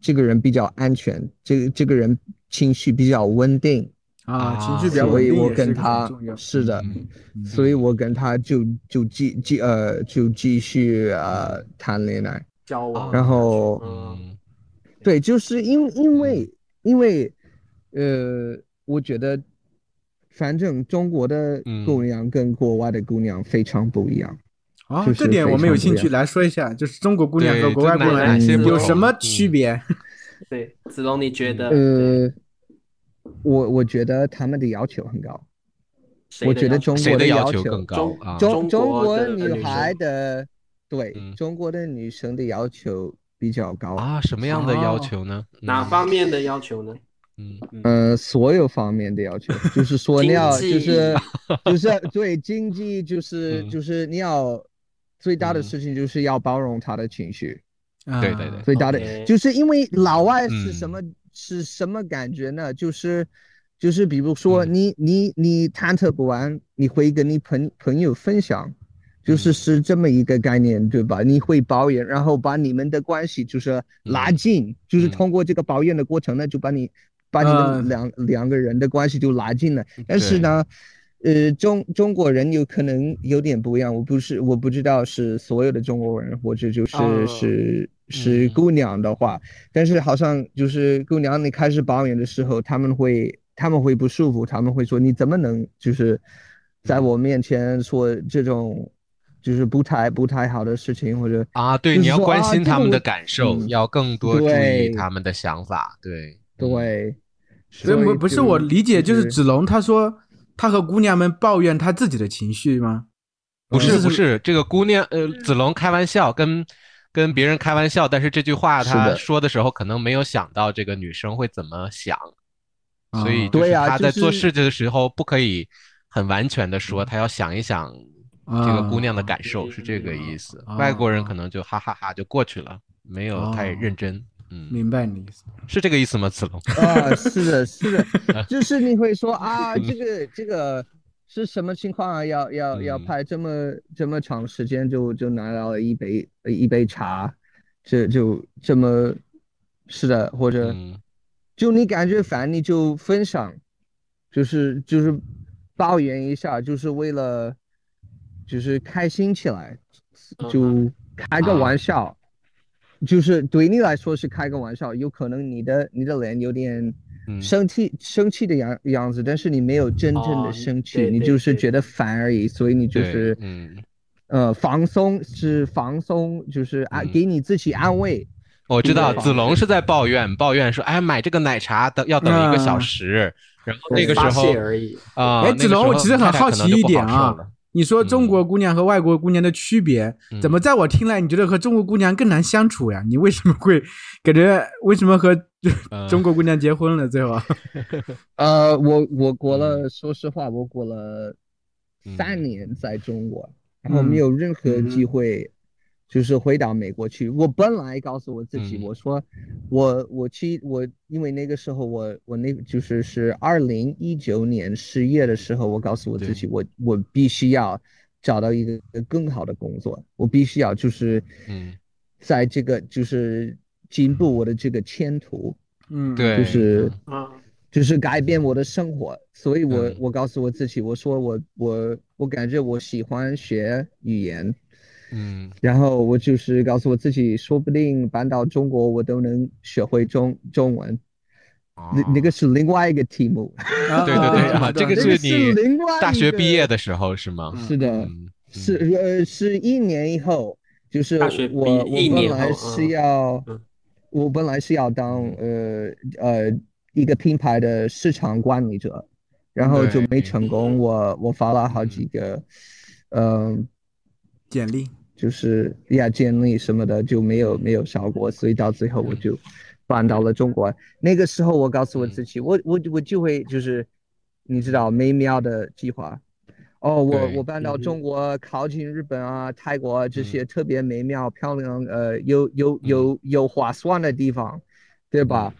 Speaker 3: 这个人比较安全，这个这个人情绪比较稳定，
Speaker 4: 啊，
Speaker 1: 啊
Speaker 4: 情绪比较
Speaker 3: 所
Speaker 4: 稳
Speaker 3: 以
Speaker 4: 定
Speaker 3: 我
Speaker 4: 也是
Speaker 3: 跟
Speaker 4: 很
Speaker 3: 他
Speaker 4: 重要。
Speaker 3: 是的，
Speaker 1: 嗯
Speaker 4: 嗯
Speaker 3: 所以我跟他就就继继呃就继续呃谈恋爱，
Speaker 2: 交往，啊
Speaker 3: 然后
Speaker 2: 嗯，
Speaker 1: 嗯
Speaker 3: 对，就是因因为因为，呃，我觉得，反正中国的
Speaker 1: 嗯
Speaker 3: 姑娘跟国外的姑娘非常不一样。
Speaker 4: 啊，
Speaker 3: 就是
Speaker 4: 这点我们有兴
Speaker 3: 非常
Speaker 4: 趣来说一下，就是中国姑娘和
Speaker 1: 对
Speaker 4: 国外姑
Speaker 1: 就
Speaker 2: 哪
Speaker 4: 娘
Speaker 2: 哪
Speaker 4: 嗯
Speaker 2: 些不
Speaker 4: 有
Speaker 2: 同
Speaker 4: 什么区别？
Speaker 2: 对，子龙你觉得？对
Speaker 3: 呃，我我觉得他们的要求很高，
Speaker 2: 谁的
Speaker 3: 我觉得
Speaker 2: 要求
Speaker 1: 嗯
Speaker 3: 中
Speaker 1: 谁
Speaker 3: 国
Speaker 1: 的
Speaker 3: 的
Speaker 1: 要
Speaker 3: 要
Speaker 1: 求
Speaker 3: 求
Speaker 1: 更高
Speaker 2: 中
Speaker 1: 啊？
Speaker 3: 中
Speaker 2: 中国
Speaker 3: 国
Speaker 2: 的
Speaker 3: 女
Speaker 2: 女
Speaker 3: 孩
Speaker 2: 生
Speaker 3: 的，对，
Speaker 1: 嗯
Speaker 3: 中国的女生的要求比较高，
Speaker 1: 啊，什么样的要求呢？
Speaker 2: 哪方面的要求呢？
Speaker 1: 嗯？嗯
Speaker 3: 呃，所有方面的要求，就是说你要，
Speaker 2: 经
Speaker 3: 就
Speaker 2: 济
Speaker 3: 是就是对经济，就是
Speaker 1: 嗯
Speaker 3: 就是你要最
Speaker 2: 嗯
Speaker 3: 大的事情就是要包容他的情绪，
Speaker 1: 嗯
Speaker 4: 啊
Speaker 1: 对对对
Speaker 3: 最大的
Speaker 2: OK
Speaker 3: 就是因为老外是什
Speaker 1: 嗯
Speaker 3: 么是什么感觉呢？就是就是比如说
Speaker 1: 嗯
Speaker 3: 你你你忐忑不安，你会跟你朋朋友分享。就是
Speaker 1: 嗯
Speaker 3: 是这么一个概念，对吧？你会抱怨，然后把你们的关系就是拉
Speaker 1: 嗯
Speaker 3: 近，就是
Speaker 1: 嗯
Speaker 3: 通过这个抱怨的过程呢，就把你把你
Speaker 4: 嗯
Speaker 3: 们两、两个人的关系就拉近了。
Speaker 1: 嗯
Speaker 3: 但是呢，呃，中中国人有可能有点不一样，我不是我不知道是所有的中国人，或者就是、
Speaker 2: 哦
Speaker 3: 是是
Speaker 1: 嗯
Speaker 3: 姑娘的话，但是好像就是姑娘你开始抱怨的时候，他们会他们会不舒服，他们会说你怎么能就是在
Speaker 4: 嗯
Speaker 3: 我面前说这种就是不太不太好的事情，或
Speaker 4: 嗯
Speaker 3: 者
Speaker 1: 啊，对，
Speaker 3: 就是
Speaker 1: 你要
Speaker 3: 说
Speaker 1: 关
Speaker 3: 啊
Speaker 1: 心
Speaker 3: 这
Speaker 1: 他
Speaker 3: 个
Speaker 1: 们的
Speaker 3: 我
Speaker 1: 感受，
Speaker 3: 嗯
Speaker 1: 要更多注意
Speaker 3: 对
Speaker 1: 他们的想法，对，嗯，
Speaker 3: 对，
Speaker 4: 所以不不是
Speaker 3: 就
Speaker 4: 我理解，就是
Speaker 3: 是
Speaker 4: 子龙他说他和姑娘们抱怨他自己的情绪吗？
Speaker 1: 不是
Speaker 4: 嗯
Speaker 1: 不是，这个姑娘呃，子龙开玩笑跟跟别人开玩笑，但是这句话
Speaker 3: 是
Speaker 1: 他
Speaker 3: 的
Speaker 1: 说的时候，可能没有想到这个女生会怎么想，所以就
Speaker 4: 啊
Speaker 1: 是
Speaker 3: 对啊
Speaker 1: 他
Speaker 3: 就
Speaker 1: 在做
Speaker 3: 是
Speaker 1: 事情的时候不可以很完全的说，他要想一想这个姑娘的
Speaker 4: 啊
Speaker 1: 感受，是这个意思。
Speaker 4: 啊
Speaker 1: 外国人可能就哈哈哈就过去了，没有太
Speaker 4: 哦
Speaker 1: 认真。嗯，
Speaker 4: 明白你的意思。
Speaker 1: 是这个意思吗，子龙？
Speaker 3: 啊，是的，是 的，就是你会说
Speaker 1: 嗯
Speaker 3: 啊，这个这个是什么情况啊？要要要
Speaker 1: 嗯
Speaker 3: 拍这么这么长时间就就拿到了一杯呃一杯茶，这就这么是的，或者
Speaker 1: 嗯
Speaker 3: 就你感觉烦你就分享，就是就是抱怨一下，就是为了就是开心起来，
Speaker 2: 嗯
Speaker 3: 就开个
Speaker 1: 啊
Speaker 3: 玩笑。就是对你来说是开个玩笑，有可能你的你的脸有点
Speaker 1: 嗯
Speaker 3: 生气、生气的样样子，但是你没有真正
Speaker 2: 哦
Speaker 3: 的生气，
Speaker 2: 对
Speaker 3: 你
Speaker 2: 对
Speaker 3: 就是
Speaker 2: 对
Speaker 3: 觉得烦而已，所以你就
Speaker 1: 对
Speaker 3: 是
Speaker 1: 嗯，
Speaker 3: 呃放松是放松，就是安、
Speaker 1: 嗯
Speaker 3: 给你自己安慰，
Speaker 1: 我知道
Speaker 3: 对
Speaker 1: 子龙是在抱怨，抱怨说：“哎，买这个奶茶等要等一个
Speaker 4: 嗯
Speaker 1: 小时。然后那个时
Speaker 2: 发
Speaker 1: 候
Speaker 2: 泄而已。
Speaker 1: 啊，
Speaker 4: 哎
Speaker 1: 那个
Speaker 4: 子龙
Speaker 1: 时候
Speaker 4: 我其实很
Speaker 1: 太太
Speaker 4: 好
Speaker 1: 可能
Speaker 4: 奇
Speaker 1: 就
Speaker 4: 一
Speaker 1: 不
Speaker 4: 点
Speaker 1: 好
Speaker 4: 啊
Speaker 1: 受了
Speaker 4: 你说中国姑娘和外国姑娘的区别，
Speaker 1: 嗯
Speaker 4: 怎么在我听来你觉得和中国姑娘更难相处呀？你为什么会感觉为什么和
Speaker 1: 嗯
Speaker 4: 中国姑娘结婚了？最后，啊
Speaker 3: 呃，我我过了，
Speaker 1: 嗯
Speaker 3: 说实话，我过了三
Speaker 1: 嗯
Speaker 3: 年在中国，然后
Speaker 4: 嗯
Speaker 3: 没有任何
Speaker 2: 嗯
Speaker 3: 机
Speaker 2: 哼
Speaker 3: 会，就是回到美国去。我本来告诉我自己，
Speaker 1: 嗯
Speaker 3: 我说我我去我，因为那个时候我我那就是是二零一九年失业的时候，我告诉我
Speaker 1: 对
Speaker 3: 自己，我我必须要找到一个更好的工作，我必须要就是
Speaker 1: 嗯，
Speaker 3: 在这个就是进步我的这个前途。
Speaker 4: 嗯，
Speaker 1: 对，
Speaker 3: 就是
Speaker 2: 啊，
Speaker 3: 就是改变我的生活，所以我
Speaker 1: 嗯
Speaker 3: 我告诉我自己，我说我我我感觉我喜欢学语言，
Speaker 1: 嗯
Speaker 3: 然后我就是告诉我自己，说不定搬到中国我都能学会中中文，那那个是另外一个题目，
Speaker 4: 啊
Speaker 1: 对对 对
Speaker 4: 啊
Speaker 1: 啊这个
Speaker 3: 那
Speaker 1: 是
Speaker 3: 个
Speaker 1: 你
Speaker 3: 是另外一
Speaker 1: 大学毕业
Speaker 3: 个，
Speaker 1: 的时候是吗？
Speaker 3: 是的，
Speaker 1: 嗯，
Speaker 3: 是
Speaker 1: 嗯
Speaker 3: 呃是一年以后，就是
Speaker 2: 大学毕
Speaker 3: 我我
Speaker 2: 一
Speaker 3: 本
Speaker 2: 年
Speaker 3: 来
Speaker 2: 后
Speaker 3: 是
Speaker 2: 嗯
Speaker 3: 要
Speaker 2: 嗯，
Speaker 3: 我本来是要当呃呃一个品牌的市场管理者，然后就
Speaker 1: 对
Speaker 3: 没成功，我我发了好几个，嗯，
Speaker 4: 简历，
Speaker 3: 就是亚建立什么的就没有没有效果，所以到最后我就搬到了中国。那个时候我告诉我自己，我我我就会就是，你知道美妙的计划。哦，我
Speaker 1: 对
Speaker 3: 我搬到
Speaker 2: 嗯哼
Speaker 3: 中国，靠近日本啊、泰国啊这
Speaker 1: 嗯
Speaker 3: 些特别美妙、漂亮、呃，有有有有划算的地方，对吧？
Speaker 1: 嗯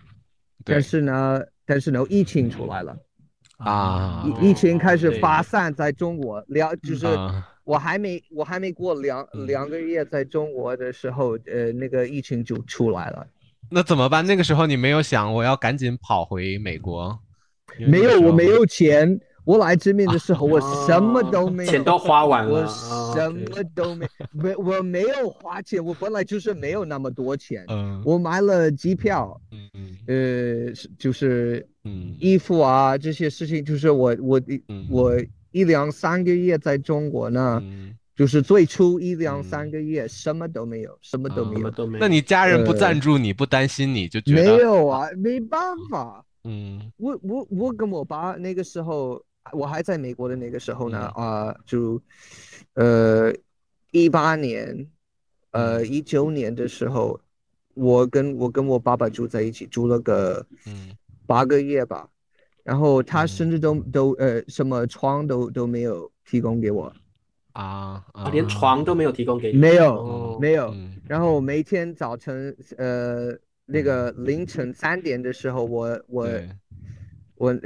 Speaker 1: 对
Speaker 3: 但是呢，但是呢，疫情出来了，
Speaker 1: 啊
Speaker 3: 疫疫情开始
Speaker 2: 对
Speaker 3: 发散在中国，了就是
Speaker 1: 啊，
Speaker 3: 我还没我还没过两
Speaker 1: 嗯
Speaker 3: 两个月在中国的时候，呃，那个疫情就出来了。
Speaker 1: 那怎么办？那个时候你没有想我要赶紧跑回美国？因为
Speaker 3: 没
Speaker 1: 那个
Speaker 3: 有，
Speaker 1: 时
Speaker 3: 我
Speaker 1: 候啊
Speaker 3: 没有钱。我来这边的时候，我什么都没有，
Speaker 2: 钱都花完
Speaker 3: 我
Speaker 2: 了，哦
Speaker 3: 什么
Speaker 2: ，OK
Speaker 3: 都没，没我没有花钱，我本来就是没有那么多钱。
Speaker 1: 嗯
Speaker 3: 我买了机票，
Speaker 1: 嗯嗯
Speaker 3: 呃，是就是
Speaker 1: 嗯
Speaker 3: 衣服啊这些事情，就是我我
Speaker 1: 嗯
Speaker 3: 我一两三个月在中国呢，
Speaker 1: 嗯
Speaker 3: 就是最初一两
Speaker 1: 嗯
Speaker 3: 三个月什么都没有，什么都
Speaker 1: 啊
Speaker 3: 没
Speaker 2: 什么
Speaker 3: 有，
Speaker 2: 都没有。
Speaker 1: 那你家人不
Speaker 3: 呃
Speaker 1: 赞助你，不担心你就觉
Speaker 3: 没
Speaker 1: 得
Speaker 3: 有啊，没办法。
Speaker 1: 嗯
Speaker 3: 我我我跟我爸那个时候，我还在美国的那个时候呢，
Speaker 1: 嗯
Speaker 3: 啊、就，呃，一八年，
Speaker 1: 嗯
Speaker 3: 呃，一九年的时候，我跟我跟我爸爸住在一起，住了个
Speaker 1: 嗯
Speaker 3: 八个月吧，然后他
Speaker 1: 嗯
Speaker 3: 甚至都都呃什么床都都没有提供给我，
Speaker 1: 啊
Speaker 2: 啊
Speaker 1: 啊
Speaker 2: 连床都没有提供给你，
Speaker 3: 没有
Speaker 2: 哦
Speaker 3: 没有，
Speaker 1: 嗯
Speaker 3: 然后每天早晨呃那个凌晨三点的时候，我我。
Speaker 1: 对
Speaker 3: 我呃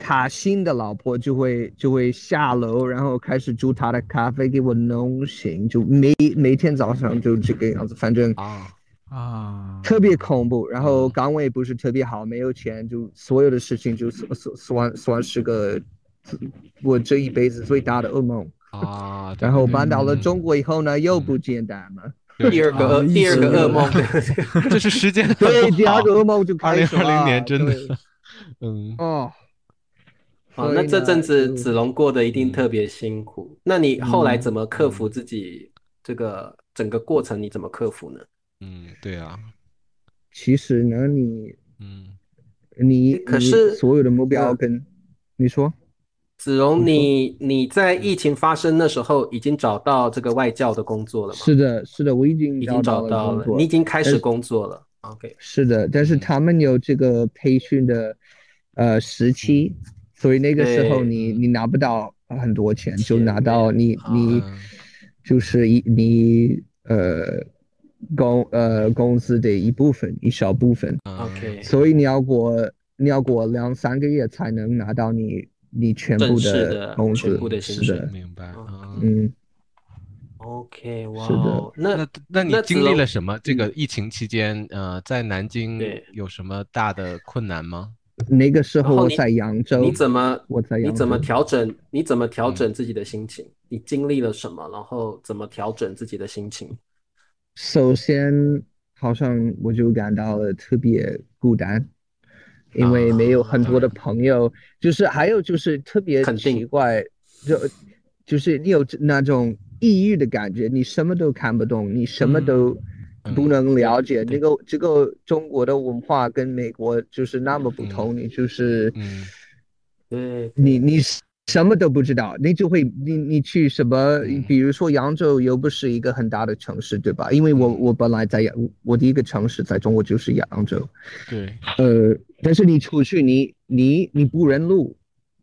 Speaker 3: 他新的老婆就会就会下楼，然后开始煮他的咖啡给我弄醒，就每每天早上就这个样子，反正
Speaker 1: 啊
Speaker 4: 啊，
Speaker 3: 特别恐怖。然后岗位不是特别好，没有钱，就所有的事情就算算算算是个我这一辈子最大的噩梦。
Speaker 1: 啊，对
Speaker 3: 然后
Speaker 1: 对
Speaker 3: 搬到了
Speaker 1: 嗯
Speaker 3: 中国以后呢，又
Speaker 1: 嗯
Speaker 3: 不简单了。
Speaker 1: 对
Speaker 2: 第二个
Speaker 4: 啊
Speaker 2: 噩，第二
Speaker 4: 疫
Speaker 2: 个
Speaker 4: 情
Speaker 2: 噩梦，
Speaker 1: 嗯这是时间啊很
Speaker 3: 对，
Speaker 1: 不
Speaker 3: 第二
Speaker 1: 好
Speaker 3: 个 噩梦就开始了。
Speaker 1: 2020年真的
Speaker 3: 对
Speaker 1: 嗯
Speaker 3: 哦，
Speaker 2: 哦，
Speaker 3: 所
Speaker 2: 那
Speaker 3: 以
Speaker 2: 这
Speaker 3: 呢嗯
Speaker 2: 阵子
Speaker 3: 就
Speaker 2: 子龙过得一定特别辛苦。那你后来怎么克服自
Speaker 3: 嗯
Speaker 2: 己这个整个过程？你怎么克服呢？
Speaker 1: 嗯对啊
Speaker 3: 其实呢，你
Speaker 1: 嗯
Speaker 3: 你
Speaker 2: 可
Speaker 3: 你
Speaker 2: 是
Speaker 3: 所有的目标
Speaker 2: 呃
Speaker 3: 跟你说，
Speaker 2: 子
Speaker 3: 嗯
Speaker 2: 荣，你你在疫情发生那时候已经找到这个外教的工作了吗？
Speaker 3: 是的，是的，我已经
Speaker 2: 已
Speaker 3: 找到
Speaker 2: 经找
Speaker 3: 了
Speaker 2: 到
Speaker 3: 工
Speaker 2: 了，
Speaker 3: 作哎
Speaker 2: 你已经开始
Speaker 3: 但是
Speaker 2: 工作了。OK，
Speaker 3: 是的，但是
Speaker 1: 嗯
Speaker 3: 他们有这个培训的呃时期，所以那个时候
Speaker 2: 嗯对嗯
Speaker 3: 你你拿不到很多钱，就
Speaker 2: 钱
Speaker 3: 拿到你
Speaker 2: 啊
Speaker 3: 你
Speaker 1: 嗯
Speaker 3: 就是一你呃工呃工资的一部分一小部分，
Speaker 1: 嗯
Speaker 2: OK
Speaker 3: 所以你要过你要过两三个月才能拿到你你全
Speaker 2: 正
Speaker 3: 部
Speaker 2: 式
Speaker 3: 的
Speaker 2: 的
Speaker 3: 工
Speaker 2: 全
Speaker 3: 资，
Speaker 2: 部的
Speaker 3: 是
Speaker 2: 薪水
Speaker 3: 的，
Speaker 1: 明白啊
Speaker 3: 嗯。
Speaker 2: OK，哇
Speaker 3: 的
Speaker 2: 哦，那
Speaker 1: 那那你
Speaker 2: 那子
Speaker 1: 经历
Speaker 2: 龙嗯
Speaker 1: 了什么？这个疫情期间，呃，在南京
Speaker 2: 对
Speaker 1: 有什么大的困难吗？
Speaker 3: 那个时候
Speaker 2: 然后
Speaker 3: 我
Speaker 2: 你
Speaker 3: 在扬州，
Speaker 2: 你怎么
Speaker 3: 我在
Speaker 2: 你
Speaker 3: 扬
Speaker 2: 怎么
Speaker 3: 州
Speaker 2: 调整？你怎么调整自己的心情？你经历了什么？然后怎么调整自己的心情？
Speaker 3: 首先，好像我就感到了特别孤单，因为没有很多的朋友，就是还有就是特别
Speaker 2: 啊肯定
Speaker 3: 奇怪，就就是你有那种抑郁的感觉，你什么都看不懂，你什么都不能了解。
Speaker 2: 嗯对
Speaker 3: 那个这个中国的文化跟美国就是那么不同，你就是
Speaker 1: 嗯
Speaker 2: 对，
Speaker 3: 你你什什么都不知道，你就会你你去什么
Speaker 1: 嗯？
Speaker 3: 比如说扬州又不是一个很大的城市，对吧？因为我
Speaker 1: 嗯
Speaker 3: 我本来在扬，我第一个城市在中国就是扬州，
Speaker 1: 对，
Speaker 3: 呃，但是你出去你你你不认路，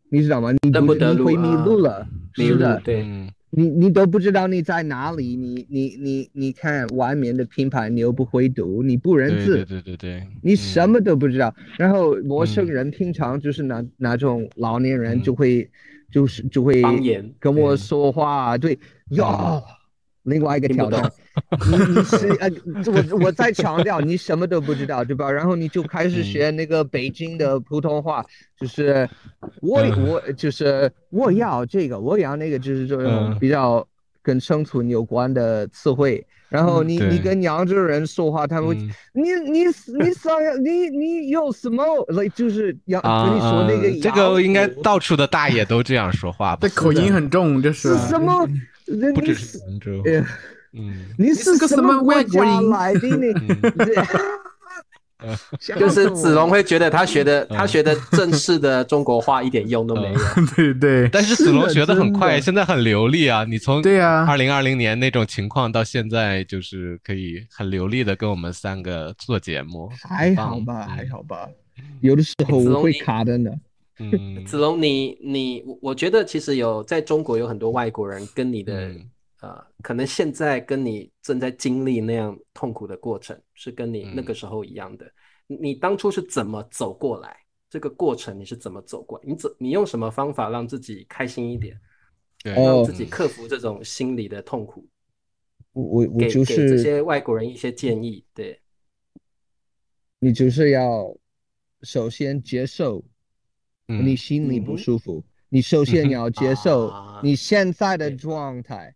Speaker 3: 你知道吗？你
Speaker 2: 认
Speaker 3: 不
Speaker 2: 不得
Speaker 3: 你
Speaker 2: 路
Speaker 3: 会迷
Speaker 2: 啊
Speaker 3: 路了，
Speaker 2: 迷
Speaker 3: 是
Speaker 2: 路
Speaker 3: 的，
Speaker 2: 对，
Speaker 1: 嗯
Speaker 3: 你你都不知道你在哪里，你你你你看外面的品牌你又不会读，你不认
Speaker 1: 对
Speaker 3: 字，
Speaker 1: 对对对对，
Speaker 3: 你什
Speaker 1: 嗯
Speaker 3: 么都不知道。然后陌生
Speaker 1: 嗯
Speaker 3: 人平常就是那那种老年人
Speaker 1: 嗯
Speaker 3: 就会，就是就会
Speaker 2: 方言
Speaker 3: 跟我
Speaker 1: 对嗯
Speaker 3: 说话，啊对，哟，另外一个
Speaker 2: 听
Speaker 3: 挑
Speaker 2: 不懂
Speaker 3: 战。你你是呃，我我再强调，你什么都不知道，对吧？然后你就开始
Speaker 1: 嗯
Speaker 3: 学那个北京的普通话，就是我
Speaker 1: 嗯
Speaker 3: 我就是我要这个，我要那个，就是这种
Speaker 1: 嗯
Speaker 3: 比较跟生存有关的词汇。然后
Speaker 1: 嗯
Speaker 3: 你
Speaker 1: 对
Speaker 3: 你跟扬州人说话，他们会
Speaker 1: 嗯
Speaker 3: 你你你想要你你有什么来就是要啊跟你说那个
Speaker 1: 啊呃这
Speaker 3: 羊
Speaker 1: 个应该
Speaker 3: 骨
Speaker 1: 到处的大爷都这样说话吧
Speaker 4: 这？口音很重，这是啊
Speaker 3: 是什么？人
Speaker 1: 不
Speaker 3: 你
Speaker 1: 只是
Speaker 3: 是
Speaker 1: 兰州，
Speaker 3: 哎呀
Speaker 1: 嗯
Speaker 3: 你是
Speaker 4: 是个
Speaker 3: 什
Speaker 4: 什么
Speaker 3: 国
Speaker 4: 外国
Speaker 3: 家
Speaker 4: 人
Speaker 3: 来 的呢？
Speaker 1: 嗯
Speaker 3: 这吓
Speaker 2: 就是
Speaker 3: 死
Speaker 2: 子
Speaker 3: 我
Speaker 2: 龙
Speaker 3: 了
Speaker 2: 会觉得他学的他学的正式的中国话一点用都没有。
Speaker 4: 对 对
Speaker 1: 但是
Speaker 3: 是
Speaker 1: 子龙
Speaker 3: 的
Speaker 1: 学得很
Speaker 3: 真
Speaker 1: 快，
Speaker 3: 的
Speaker 1: 现在很流利啊！你从
Speaker 4: 对啊
Speaker 1: 二零二零年那种情况到现在，就是可以很流利的跟我们三个做节目，
Speaker 3: 还好
Speaker 1: 棒
Speaker 3: 吧，
Speaker 1: 嗯
Speaker 3: 还好吧，有的时候
Speaker 2: 子
Speaker 3: 我
Speaker 2: 龙
Speaker 3: 会
Speaker 2: 你
Speaker 3: 卡的呢。
Speaker 1: 嗯，
Speaker 2: 子龙，你你，我我觉得其实有在中国有很多外国人跟你的、
Speaker 1: 嗯
Speaker 2: 呃，可能现在跟你正在经历那样痛苦的过程，是跟你那个时候一样的。你你当初是怎么走过来？这个过程你是怎么走过来？你怎你用什么方法让自己开心一点？
Speaker 1: 对，
Speaker 2: 让自己
Speaker 3: 哦
Speaker 2: 克服这种心理的痛苦，
Speaker 3: 我我我
Speaker 2: 给
Speaker 3: 就
Speaker 2: 给这
Speaker 3: 是
Speaker 2: 些外国人一些建议。对，
Speaker 3: 你就是要首先接受
Speaker 1: 嗯
Speaker 3: 你心里
Speaker 2: 嗯
Speaker 3: 不
Speaker 2: 哼
Speaker 3: 舒服，你首先要接受
Speaker 2: 啊
Speaker 3: 你现在的
Speaker 2: 对
Speaker 3: 状态，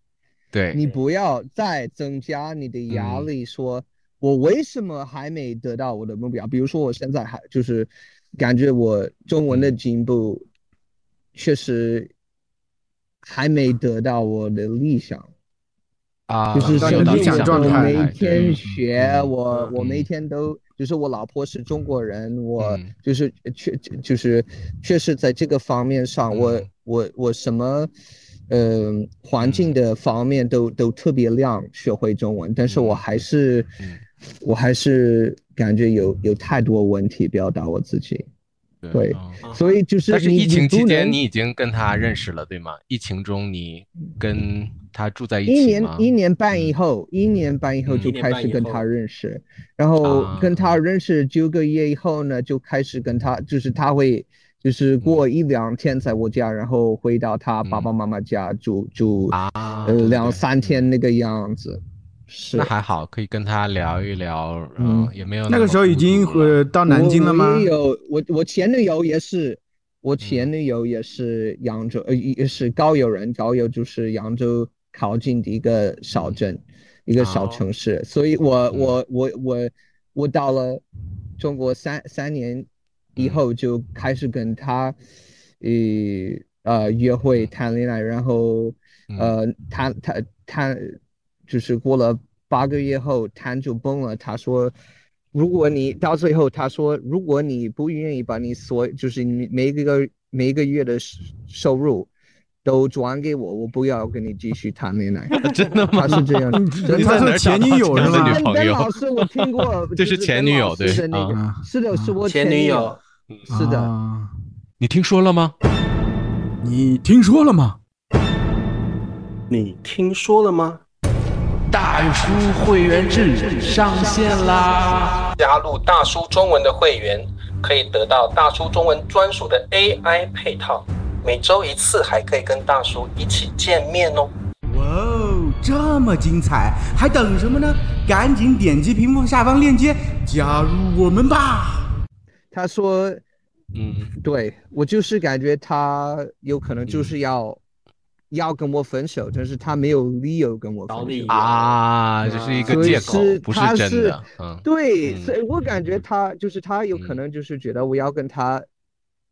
Speaker 1: 对
Speaker 3: 你不要再增加你的压
Speaker 1: 嗯
Speaker 3: 力，说我为什么还没得到我的目标？比如说我现在还就是感觉我中
Speaker 1: 嗯
Speaker 3: 文的进步确实还没得到我的理想。
Speaker 1: 啊，
Speaker 3: 就是
Speaker 4: 到
Speaker 3: 生
Speaker 1: 有
Speaker 4: 你的
Speaker 1: 道
Speaker 4: 理
Speaker 1: 理
Speaker 4: 想
Speaker 1: 想
Speaker 4: 状态
Speaker 3: 我每天
Speaker 1: 对
Speaker 3: 学，
Speaker 1: 嗯
Speaker 3: 我我
Speaker 1: 嗯
Speaker 3: 每天都，就是我老婆是中国人，我
Speaker 1: 嗯
Speaker 3: 就是确就是确实在这个方面上，我
Speaker 1: 嗯
Speaker 3: 我我什么，嗯，环境的方面都都特别亮，学会中文，但是
Speaker 1: 嗯
Speaker 3: 我还是
Speaker 1: 嗯，
Speaker 3: 我还是感觉有有太多问题表达我自己，对
Speaker 1: 嗯
Speaker 2: 啊
Speaker 3: 所以就是
Speaker 1: 但是
Speaker 3: 你
Speaker 1: 疫情
Speaker 3: 你不
Speaker 1: 期间
Speaker 3: 能
Speaker 1: 你已经跟他认识了，对吗？疫情中你跟他住在一
Speaker 3: 一
Speaker 1: 起
Speaker 3: 年
Speaker 1: 吗？
Speaker 3: 一年半以后，一年半以后
Speaker 1: 嗯
Speaker 3: 就
Speaker 1: 一
Speaker 2: 年
Speaker 3: 开
Speaker 2: 半
Speaker 3: 始
Speaker 2: 以
Speaker 3: 跟
Speaker 2: 后
Speaker 3: 他认识，然后
Speaker 1: 啊
Speaker 3: 跟他认识九个月以后呢，就开始跟他，就是他会，就是
Speaker 1: 嗯
Speaker 3: 过一两天在我家，然后回到他爸爸妈妈家住住，
Speaker 1: 啊，
Speaker 3: 呃
Speaker 1: 对对
Speaker 3: 两
Speaker 1: 对
Speaker 3: 三天那个样子，是
Speaker 1: 那还好，可以跟他聊一聊，
Speaker 3: 嗯
Speaker 1: 嗯，也没有
Speaker 4: 那
Speaker 1: 么
Speaker 4: 个时候已
Speaker 1: 孤
Speaker 4: 经
Speaker 1: 独了
Speaker 4: 呃到南京了吗。
Speaker 3: 我？也有我我前女友也是，我前女友也是扬州，呃，也是高邮人，高邮就是扬州靠近的一个小镇，一个小
Speaker 2: 哦
Speaker 3: 城市，所以我
Speaker 1: 嗯
Speaker 3: 我我我我到了中国三三年以后就开始跟他，呃呃约会谈恋爱，然后呃谈谈谈，就是过了八个月后，摊就崩了。他说，如果你到最后，他说，如果你不愿意把你所就是你每一个每一个月的收收入都转给我，我不要跟你继续谈 恋爱。
Speaker 1: 真的吗？
Speaker 3: 他是这样的
Speaker 1: 你
Speaker 4: 他
Speaker 1: 在哪
Speaker 4: 说
Speaker 1: 儿
Speaker 4: 前
Speaker 1: 找
Speaker 4: 女
Speaker 1: 到
Speaker 4: 友
Speaker 1: 这样
Speaker 4: 是
Speaker 1: 的
Speaker 4: 吗
Speaker 1: 女？
Speaker 3: 邓
Speaker 1: 朋
Speaker 3: 邓
Speaker 1: 友，
Speaker 3: 老师，我听 过
Speaker 1: 这
Speaker 3: 就是
Speaker 1: 前女友
Speaker 3: 邓老师
Speaker 1: 对
Speaker 3: 的那个，
Speaker 4: 啊
Speaker 3: 是的，是我
Speaker 2: 前女
Speaker 3: 友
Speaker 2: 友，
Speaker 3: 是的
Speaker 4: 啊
Speaker 1: 你听说了吗？
Speaker 4: 你听说了吗？
Speaker 2: 你听说了吗？
Speaker 1: 大叔会员制上线啦！
Speaker 5: 加入大叔中文的会员，可以得到大叔中文专属的 AI 哎配套，每周一次，还可以跟大叔一起见面哦。
Speaker 6: 哇哦，这么精彩，还等什么呢？赶紧点击屏幕下方链接加入我们吧！
Speaker 3: 他说，
Speaker 1: 嗯
Speaker 3: 对我就是感觉他有可能就是要、要跟我分手，但是他没有理由跟我分
Speaker 2: 找
Speaker 3: 手
Speaker 2: 理由
Speaker 1: 啊，这是一个
Speaker 3: 所以
Speaker 1: 借口
Speaker 3: 是，
Speaker 1: 不是
Speaker 3: 他
Speaker 1: 真
Speaker 3: 是
Speaker 1: 的。嗯，
Speaker 3: 对，
Speaker 1: 嗯
Speaker 3: 所以我感觉他就是他有可
Speaker 1: 嗯
Speaker 3: 能就是觉得我要跟他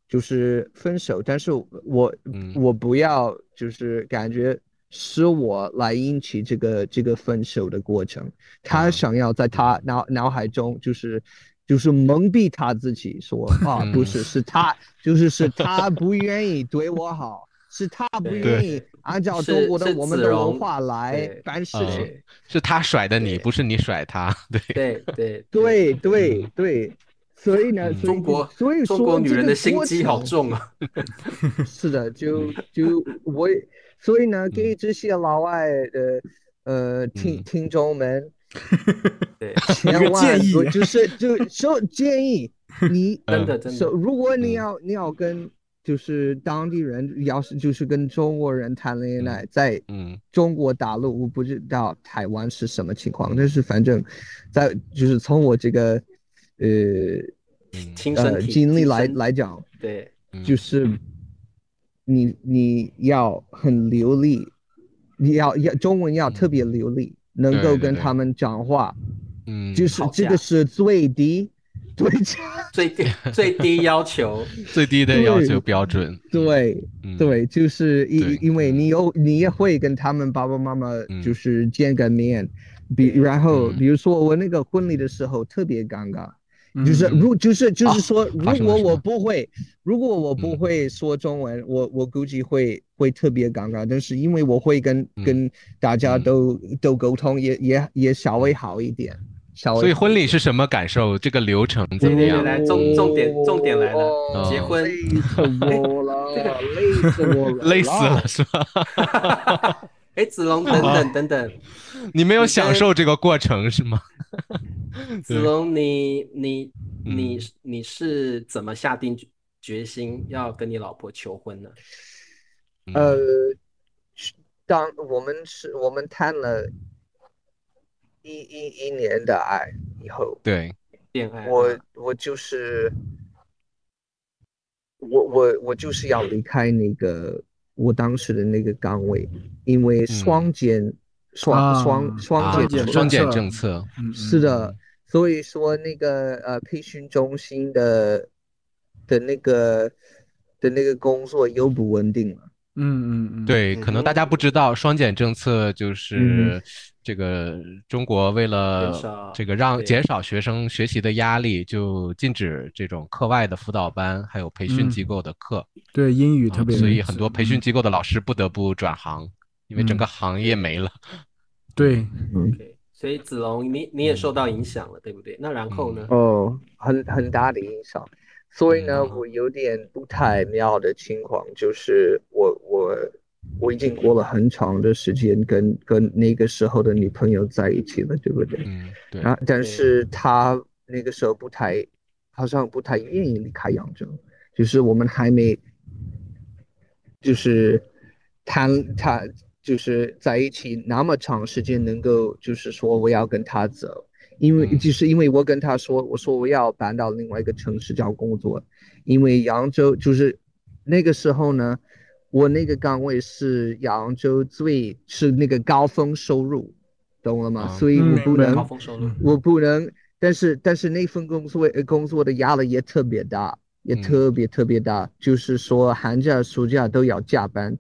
Speaker 3: 就是分手，但是我
Speaker 1: 嗯
Speaker 3: 我不要就是感觉是我来引起这个这个分手的过程，他
Speaker 1: 嗯
Speaker 3: 想要在他脑脑海中就是。就是蒙蔽他自己 说，啊，不是，是他，就是是
Speaker 1: 嗯
Speaker 3: 他不 愿意对我好，是他不
Speaker 2: 对
Speaker 3: 愿意按照中
Speaker 2: 是
Speaker 3: 国的
Speaker 2: 是
Speaker 3: 我们
Speaker 2: 子
Speaker 3: 的文
Speaker 2: 荣
Speaker 3: 化来
Speaker 2: 对
Speaker 3: 办事
Speaker 1: 嗯
Speaker 3: 情。
Speaker 1: 是他甩的你，
Speaker 2: 对
Speaker 1: 不是你甩他。对，
Speaker 2: 对对，
Speaker 3: 对对对，所以呢，
Speaker 1: 嗯
Speaker 3: 所以
Speaker 2: 嗯中国
Speaker 3: 所以
Speaker 2: 中
Speaker 3: 说
Speaker 2: 国女
Speaker 3: 这
Speaker 2: 人
Speaker 3: 个
Speaker 2: 的心
Speaker 3: 过
Speaker 2: 机好
Speaker 3: 程
Speaker 2: 重嗯啊！
Speaker 3: 是的，就就我也，所以
Speaker 2: 嗯
Speaker 3: 呢，给这些老外的呃听
Speaker 1: 嗯
Speaker 3: 听众们，
Speaker 2: 对，
Speaker 3: 千
Speaker 4: 个
Speaker 3: 万
Speaker 4: 建
Speaker 3: 不
Speaker 4: 议
Speaker 3: 就是就就建 议你
Speaker 2: 真的真
Speaker 3: 手，
Speaker 2: 的，
Speaker 3: 如果
Speaker 1: 嗯
Speaker 3: 你要你要跟就是当地人，要是就是跟中国人谈恋爱，在
Speaker 1: 嗯
Speaker 3: 中国大陆，我不知道台湾是什么情况，但是反正在就是从我这个呃
Speaker 1: 嗯
Speaker 2: 亲身
Speaker 3: 呃
Speaker 2: 体
Speaker 3: 经历来
Speaker 2: 亲身
Speaker 3: 来讲，
Speaker 2: 对
Speaker 1: 嗯，
Speaker 3: 就是你你要很流利，你要要中文要特别流利，能够
Speaker 1: 对对
Speaker 3: 跟
Speaker 1: 对
Speaker 3: 他们讲话，
Speaker 1: 嗯，
Speaker 3: 就是
Speaker 2: 吵
Speaker 3: 这
Speaker 2: 架
Speaker 3: 个是最低最 佳，
Speaker 2: 最 低最低要 求，
Speaker 1: 最低的要
Speaker 3: 对
Speaker 1: 求标准。
Speaker 3: 对
Speaker 1: 嗯，
Speaker 3: 对，就是因
Speaker 1: 对嗯
Speaker 3: 因为你有你也会跟他们爸爸妈妈就是见个面，比然后
Speaker 1: 嗯
Speaker 3: 比如说我那个婚礼的时候特别尴尬，
Speaker 4: 嗯
Speaker 3: 就是如就是就
Speaker 1: 啊
Speaker 3: 是说，
Speaker 1: 发
Speaker 3: 如
Speaker 1: 生了
Speaker 3: 果
Speaker 1: 什么
Speaker 3: 我不会，如果我不
Speaker 1: 嗯
Speaker 3: 会说中文，我我估计会会特别尴尬。但是因为我会跟
Speaker 1: 嗯
Speaker 3: 跟大家
Speaker 1: 嗯
Speaker 3: 都都沟通，也也也稍微好一点，稍微
Speaker 1: 所以
Speaker 3: 好
Speaker 1: 婚礼是什么感受？这个流程怎么
Speaker 2: 对
Speaker 1: 样
Speaker 2: 对？来重重点重点来了
Speaker 3: 哦
Speaker 1: 结
Speaker 2: 婚哦
Speaker 3: 累死我 了，累死我了，
Speaker 1: 累死了是 吧？
Speaker 2: 哎，子龙等等等等，
Speaker 1: 你没有
Speaker 2: 你
Speaker 1: 享
Speaker 2: 跟
Speaker 1: 受这个过程是吗？
Speaker 2: 子龙你你
Speaker 3: 嗯
Speaker 2: 你你是怎么下定决决心要跟你老婆求婚呢？
Speaker 1: 嗯
Speaker 3: 呃，当我们是我们谈了一一一年的爱以后，
Speaker 1: 对，
Speaker 2: 恋爱，啊
Speaker 3: 我我就是我我我就是要离开那个我当时的那个岗位，因为双减双
Speaker 4: 啊
Speaker 3: 双双
Speaker 1: 啊
Speaker 3: 减
Speaker 4: 减
Speaker 3: 措
Speaker 1: 双
Speaker 4: 政
Speaker 1: 减
Speaker 4: 策
Speaker 1: 政策，
Speaker 4: 嗯
Speaker 3: 是的，，所以说那个呃培训中心的的那个的那个工作又不稳定了。
Speaker 4: 嗯嗯嗯，，嗯
Speaker 1: 对，可能大家不知道，双减政策就是这个中国为
Speaker 2: 减
Speaker 1: 了
Speaker 2: 少
Speaker 1: 这个让
Speaker 2: 对
Speaker 1: 减少学生学习的压力，就禁止这种课外的辅导班还有培训
Speaker 4: 嗯
Speaker 1: 机构的课，啊
Speaker 4: 对英语特别
Speaker 1: 所以
Speaker 4: 明
Speaker 1: 很
Speaker 4: 显
Speaker 1: 多培训机构的老师不得不转行，因为整
Speaker 4: 嗯
Speaker 1: 个行业没了。
Speaker 4: 对，
Speaker 1: 嗯
Speaker 2: OK，所以子龙，你你也受到影响了，对不对？那然后呢？
Speaker 3: 哦，很很大的影响。所以呢，
Speaker 2: 嗯
Speaker 3: 我有点不太妙的情况就是我，我我已经过了很长的时间跟跟那个时候的女朋友在一起了，对不对？
Speaker 1: 嗯，对，
Speaker 3: 啊，但是她那个时候不太，好像不太愿意离开扬州，就是我们还没，就是谈谈，就是在一起那么长时间，能够就是说我要跟她走，因为
Speaker 1: 嗯
Speaker 3: 就是因为我跟她说，我说我要搬到另外一个城市找工作，因为扬州就是那个时候呢，我那个岗位是扬州最是那个高峰收入，懂了吗？
Speaker 1: 啊
Speaker 3: 所以
Speaker 4: 嗯
Speaker 3: 我
Speaker 4: 明
Speaker 3: 不
Speaker 4: 白
Speaker 3: 能
Speaker 2: 高峰收入，
Speaker 3: 我不能，但是但是那份工作呃工作的压力也特别大，也
Speaker 1: 嗯
Speaker 3: 特别特别大，就是说寒假暑假都要加班，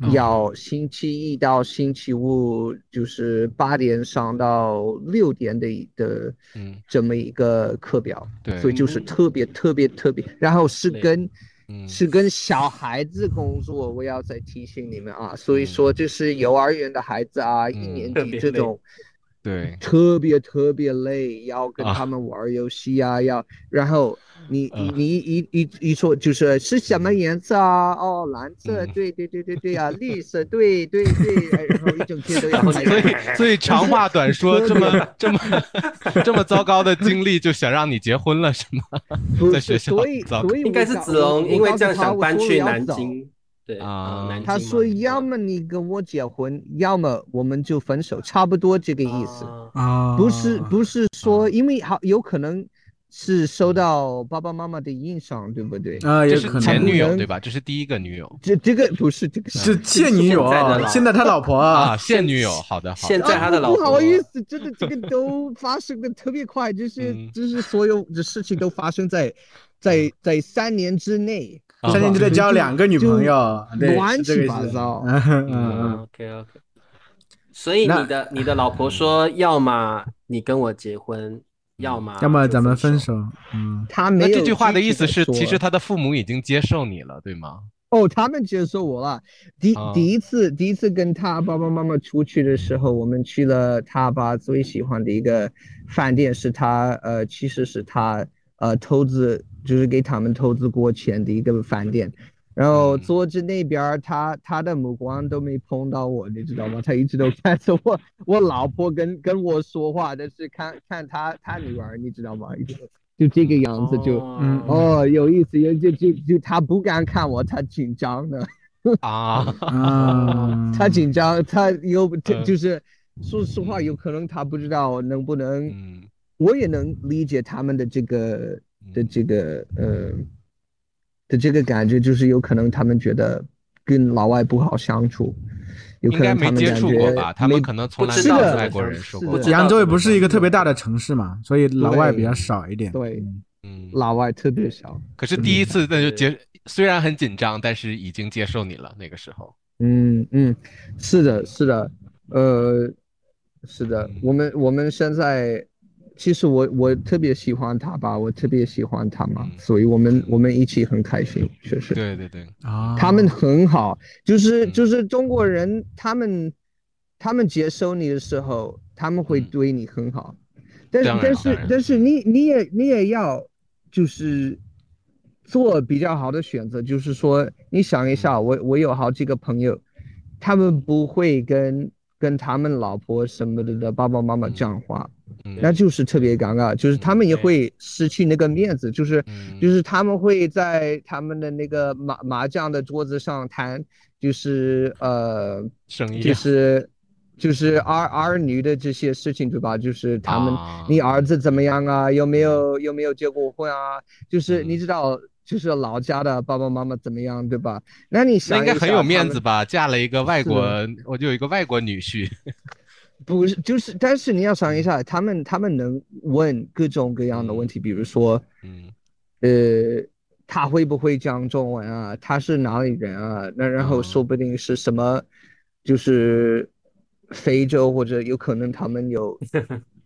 Speaker 4: 哦
Speaker 3: 要星期一到星期五就是八点上到六点的的
Speaker 1: 嗯，
Speaker 3: 这么一个课表，
Speaker 1: 对
Speaker 3: 所以就是
Speaker 2: 嗯
Speaker 3: 特别特别特别，然后是
Speaker 2: 累
Speaker 3: 跟
Speaker 1: 嗯
Speaker 3: 是跟小孩子工作，我要再提醒你们啊，所以
Speaker 1: 嗯
Speaker 3: 说就是幼儿园的孩子啊，一
Speaker 1: 嗯
Speaker 3: 年
Speaker 2: 特
Speaker 3: 级
Speaker 2: 别
Speaker 3: 这
Speaker 2: 累
Speaker 3: 种。
Speaker 1: 对，
Speaker 3: 特别特别累，要跟
Speaker 1: 啊
Speaker 3: 他们玩儿游戏啊，要然后
Speaker 2: 嗯
Speaker 3: 你你
Speaker 1: 啊
Speaker 3: 你一一一说就是是什么颜色啊？哦，蓝色，
Speaker 1: 嗯
Speaker 3: 对对对对对啊，绿色，对对对，哎然后一整天都
Speaker 2: 啊
Speaker 3: 要拍
Speaker 1: 所
Speaker 3: 照。
Speaker 1: 以 所以长话短说，这么这么这么 糟糕的经历，就想让你结婚了是吗？
Speaker 3: 不
Speaker 1: 在学
Speaker 3: 是
Speaker 1: 校
Speaker 3: 所以
Speaker 1: 糟
Speaker 3: 所以
Speaker 2: 应该
Speaker 3: 我
Speaker 2: 是
Speaker 3: 告
Speaker 2: 子龙，
Speaker 3: 我
Speaker 2: 因为
Speaker 3: 告
Speaker 2: 这样
Speaker 3: 诉他
Speaker 2: 想
Speaker 3: 我
Speaker 2: 搬
Speaker 3: 说
Speaker 2: 去
Speaker 3: 我要
Speaker 2: 南
Speaker 3: 走
Speaker 2: 京，对
Speaker 1: 啊
Speaker 2: 南京嘛。
Speaker 3: 他说要么你跟我结婚，要么我们就分手，差不多这个意思。
Speaker 2: 啊
Speaker 4: 啊，
Speaker 3: 不是不是说，因为好有可能是
Speaker 1: 嗯
Speaker 3: 受到爸爸妈妈的影响，对不对？
Speaker 4: 啊，
Speaker 1: 这
Speaker 4: 也
Speaker 1: 是
Speaker 4: 可
Speaker 1: 前
Speaker 4: 能
Speaker 1: 女
Speaker 3: 不
Speaker 1: 友
Speaker 3: 哎能
Speaker 1: 对吧？这是第一个女友
Speaker 3: 这这个不是这个是
Speaker 4: 是现女友
Speaker 2: 现在的
Speaker 4: 啊，
Speaker 2: 老
Speaker 4: 现在他老婆
Speaker 1: 啊，
Speaker 4: 啊，
Speaker 1: 现女友，好的好的
Speaker 2: 现在他的老
Speaker 3: 啊、
Speaker 2: 婆
Speaker 3: 不好意思，真的这个都发生的特别快，就是、
Speaker 1: 嗯
Speaker 3: 就是所有的事情都发生在在在三年之内，
Speaker 1: 啊
Speaker 4: 三年之内交两个女朋友，对，
Speaker 3: 乱
Speaker 4: 是这个
Speaker 3: 七
Speaker 4: 意
Speaker 3: 八
Speaker 4: 思。
Speaker 3: 糟。
Speaker 4: 嗯嗯嗯，
Speaker 2: ，OK OK。所以
Speaker 4: 那
Speaker 2: 你的你的老婆说，
Speaker 3: 嗯
Speaker 2: 要么你跟我结婚，要么
Speaker 4: 要么
Speaker 2: 就
Speaker 4: 咱们分
Speaker 2: 分。
Speaker 4: 手，嗯，
Speaker 3: 他
Speaker 1: 那
Speaker 3: 没有
Speaker 1: 这句话的
Speaker 3: 具
Speaker 1: 意
Speaker 3: 体地
Speaker 1: 思是，其
Speaker 3: 说
Speaker 1: 实他的父母已经接受你了，对 吗？
Speaker 3: 哦，他们接受我了。第
Speaker 1: 啊
Speaker 3: 第一次，第一次跟他爸爸妈妈出去的时候，我们去了他爸最喜欢的一个饭店，是他呃，其实是他呃投资，就是给他们投资过钱的一个饭店。然后
Speaker 1: 嗯
Speaker 3: 坐在那边儿，他他的目光都没碰到我，你知道吗？他一直都看着我，我老婆跟跟我说话，但是看看他他女儿，你知道吗？就这个样子就。
Speaker 4: 嗯
Speaker 3: 哦，有意思，有就就就他不敢看我，他紧张的，
Speaker 1: 啊，
Speaker 4: 啊，
Speaker 3: 他紧张，他又他
Speaker 1: 嗯
Speaker 3: 就是说实话，有可能他不知道能不能，
Speaker 1: 嗯
Speaker 3: 我也能理解他们的这个的这个呃的这个感觉，就是有可能他们觉得跟老外不好相处，有
Speaker 1: 应
Speaker 3: 可
Speaker 1: 该
Speaker 3: 能
Speaker 1: 没
Speaker 3: 他们
Speaker 1: 接
Speaker 3: 感
Speaker 1: 触过吧？
Speaker 3: 觉
Speaker 1: 他
Speaker 3: 没
Speaker 1: 们可能从来
Speaker 2: 不
Speaker 1: 没
Speaker 2: 知
Speaker 1: 有
Speaker 2: 道
Speaker 1: 跟
Speaker 2: 怎
Speaker 1: 外
Speaker 2: 么
Speaker 1: 国
Speaker 2: 相
Speaker 1: 人说
Speaker 2: 处
Speaker 1: 过
Speaker 2: 不。知道
Speaker 4: 扬州也
Speaker 2: 怎么
Speaker 4: 不是一个
Speaker 2: 办
Speaker 4: 特别大的城市嘛，所以老外比较少一点。
Speaker 3: 对
Speaker 1: 嗯，
Speaker 3: 老嗯外特别少，
Speaker 1: 可是第一次那就接，虽然很紧张，但是已经接受你了。那个时候，
Speaker 3: 嗯嗯，是的，是的，呃，是的
Speaker 1: 嗯，
Speaker 3: 我们我们现在，其实我我特别喜欢他吧，我特别喜欢他嘛，
Speaker 1: 嗯
Speaker 3: 所以我们我们一起很开心，确实，
Speaker 1: 对对对，
Speaker 4: 啊，
Speaker 3: 他们很好，就是
Speaker 1: 嗯
Speaker 3: 就是中国人，他们他们接受你的时候，他们会
Speaker 1: 嗯
Speaker 3: 对你很好，但是
Speaker 1: 当然
Speaker 3: 但
Speaker 1: 当
Speaker 3: 是
Speaker 1: 然
Speaker 3: 但是你你也你也要就是做比较好的选择，就是说你想一下，我我有好几个朋友，他们不会跟跟他们老婆什么的的爸爸妈妈
Speaker 1: 嗯
Speaker 3: 讲话，
Speaker 1: 嗯
Speaker 3: 那就是特别尴尬，就是他们也
Speaker 1: 对
Speaker 3: 会失去那个面子，就是
Speaker 1: 嗯
Speaker 3: 就是他们会在他们的那个麻麻将的桌子上谈，就是呃，
Speaker 1: 生意
Speaker 3: 就
Speaker 1: 啊
Speaker 3: 是就是儿儿女的这些事情，对吧？就是他们
Speaker 1: 啊
Speaker 3: 你儿子怎么样啊？有没有有没有结过婚啊？就是
Speaker 1: 嗯
Speaker 3: 你知道，就是老家的爸爸妈妈怎么样，对吧？那你
Speaker 1: 那
Speaker 3: 想
Speaker 1: 应该
Speaker 3: 一
Speaker 1: 很
Speaker 3: 下
Speaker 1: 有
Speaker 3: 他
Speaker 1: 面
Speaker 3: 们
Speaker 1: 子吧？嫁了一个外国，我就有一个外国女婿，
Speaker 3: 不是，就是，但是你要想一下，他们他们能问各种各样的问题，比如说，
Speaker 1: 嗯
Speaker 3: 呃，他会不会讲中文啊？他是哪里人啊？那然后
Speaker 1: 嗯
Speaker 3: 说不定是什么，就是非洲或者有可能他 们有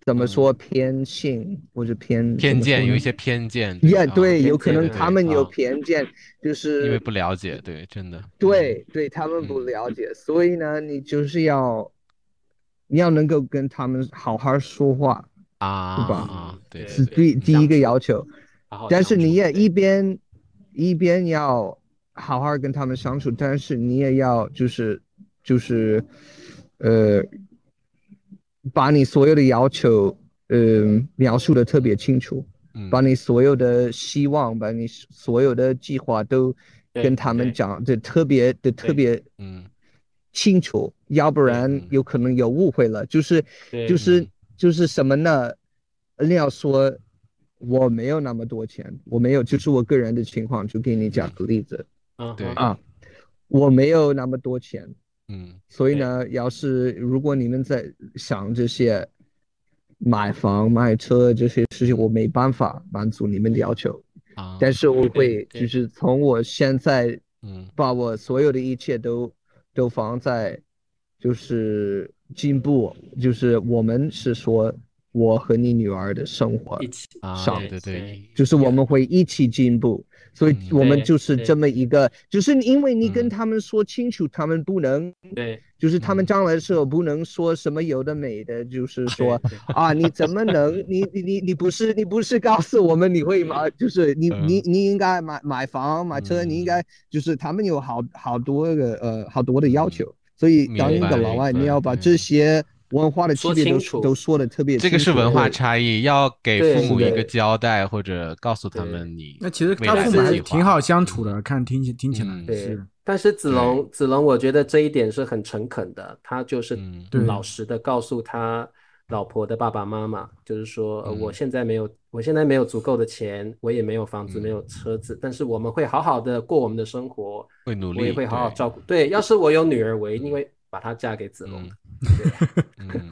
Speaker 3: 怎么说偏性或者偏怎
Speaker 1: 嗯偏
Speaker 3: 么
Speaker 1: 见
Speaker 3: 说
Speaker 1: 有一
Speaker 3: 呢
Speaker 1: 些啊偏见，
Speaker 3: 也
Speaker 1: 吧
Speaker 3: 对，
Speaker 2: 偏
Speaker 3: 有可
Speaker 2: 见
Speaker 3: 能
Speaker 2: 对
Speaker 3: 他们有
Speaker 1: 啊
Speaker 3: 偏见，就
Speaker 1: 因为
Speaker 3: 是
Speaker 1: 不了解，对，真的，
Speaker 3: 对对，他们不
Speaker 1: 嗯
Speaker 3: 了解，所以呢，你就是要你要能够跟他们好好说话。
Speaker 1: 啊
Speaker 3: 吧
Speaker 1: 啊，对，
Speaker 3: 是
Speaker 1: 对
Speaker 3: 第第一个要求，
Speaker 2: 好好
Speaker 3: 哦但是
Speaker 2: 相处
Speaker 3: 你也
Speaker 2: 对
Speaker 3: 一边一边要好好跟他们相处，但是你也要就是就是呃，把你所有的要求嗯、呃、描述的特别清楚，
Speaker 1: 嗯
Speaker 3: 把你所有的希望，把你所有的计划都
Speaker 2: 对
Speaker 3: 跟他
Speaker 2: 对
Speaker 3: 们讲的特别的特
Speaker 2: 对
Speaker 3: 别
Speaker 1: 嗯
Speaker 3: 清楚，要不然
Speaker 1: 嗯
Speaker 3: 有可能有误会了。就是
Speaker 2: 对
Speaker 3: 就是
Speaker 1: 嗯
Speaker 3: 就是什么呢？你要说我没有那么多钱，我没有，就是我个人的情况，就给你讲个例子
Speaker 2: 嗯
Speaker 1: 对
Speaker 2: 哼
Speaker 3: 啊，我没有那么多钱，
Speaker 1: 嗯
Speaker 3: 所以呢，要是如果你们在想这些买房、买车这些事情，我没办法满足你们的要求，
Speaker 1: 啊，
Speaker 3: 但是我
Speaker 2: 哦对
Speaker 3: 会
Speaker 2: 对
Speaker 3: 就是从我现在
Speaker 1: 嗯
Speaker 3: 把我所有的一切都都放在就是进步，就是我们是说我和你女儿的生活
Speaker 2: 一，起
Speaker 1: 啊，
Speaker 3: 少
Speaker 1: 对对对，
Speaker 3: 就是我们会一起进步，所以
Speaker 1: 嗯
Speaker 3: 我们
Speaker 2: 对
Speaker 3: 就是
Speaker 2: 对
Speaker 3: 这么一个，就是因为你
Speaker 1: 嗯
Speaker 3: 跟他们说清楚，他们不能，
Speaker 2: 对
Speaker 3: 就是他们
Speaker 1: 嗯
Speaker 3: 将来是有不能说什么有的没的，就是说
Speaker 2: 对对
Speaker 3: 啊，你怎么能？你你你你不是你不是告诉我们你会买，就是你
Speaker 1: 嗯
Speaker 3: 你你应该买买房买车，你应该就是他们有好好多个呃好多的要求，所以当一
Speaker 1: 嗯明白
Speaker 3: 个老外，
Speaker 1: 明白
Speaker 3: 你要把
Speaker 1: 嗯
Speaker 3: 这些文化的区
Speaker 2: 说
Speaker 3: 别
Speaker 2: 清
Speaker 3: 都
Speaker 2: 楚
Speaker 3: 都说的特别清楚。
Speaker 1: 这个是文化
Speaker 3: 对
Speaker 1: 差异，要给
Speaker 2: 对
Speaker 1: 父母
Speaker 3: 是
Speaker 1: 一
Speaker 3: 的
Speaker 1: 个交代，或者告诉他们你
Speaker 4: 那其实
Speaker 1: 未
Speaker 4: 他
Speaker 1: 来
Speaker 4: 父母
Speaker 1: 的
Speaker 4: 还
Speaker 1: 计
Speaker 4: 是
Speaker 1: 划
Speaker 4: 挺好相处的，看听起听起来
Speaker 1: 嗯
Speaker 2: 对
Speaker 4: 是，
Speaker 2: 但是子龙，子龙，我觉得这一点是很诚恳的，他就是
Speaker 1: 嗯
Speaker 4: 对
Speaker 2: 老实的告诉他老婆的爸爸妈妈，就是说，呃
Speaker 1: 嗯
Speaker 2: 我现在没有，我现在没有足够的钱，我也没有房子，
Speaker 1: 嗯
Speaker 2: 没有车子，但是我们会好好的过我们的生活，
Speaker 1: 会努
Speaker 2: 我也
Speaker 1: 力，
Speaker 2: 会好好
Speaker 1: 对
Speaker 2: 照顾。对，要是我有女儿，我一定会把她嫁给子龙。
Speaker 1: 嗯
Speaker 2: 对 啊
Speaker 1: 嗯
Speaker 2: 对啊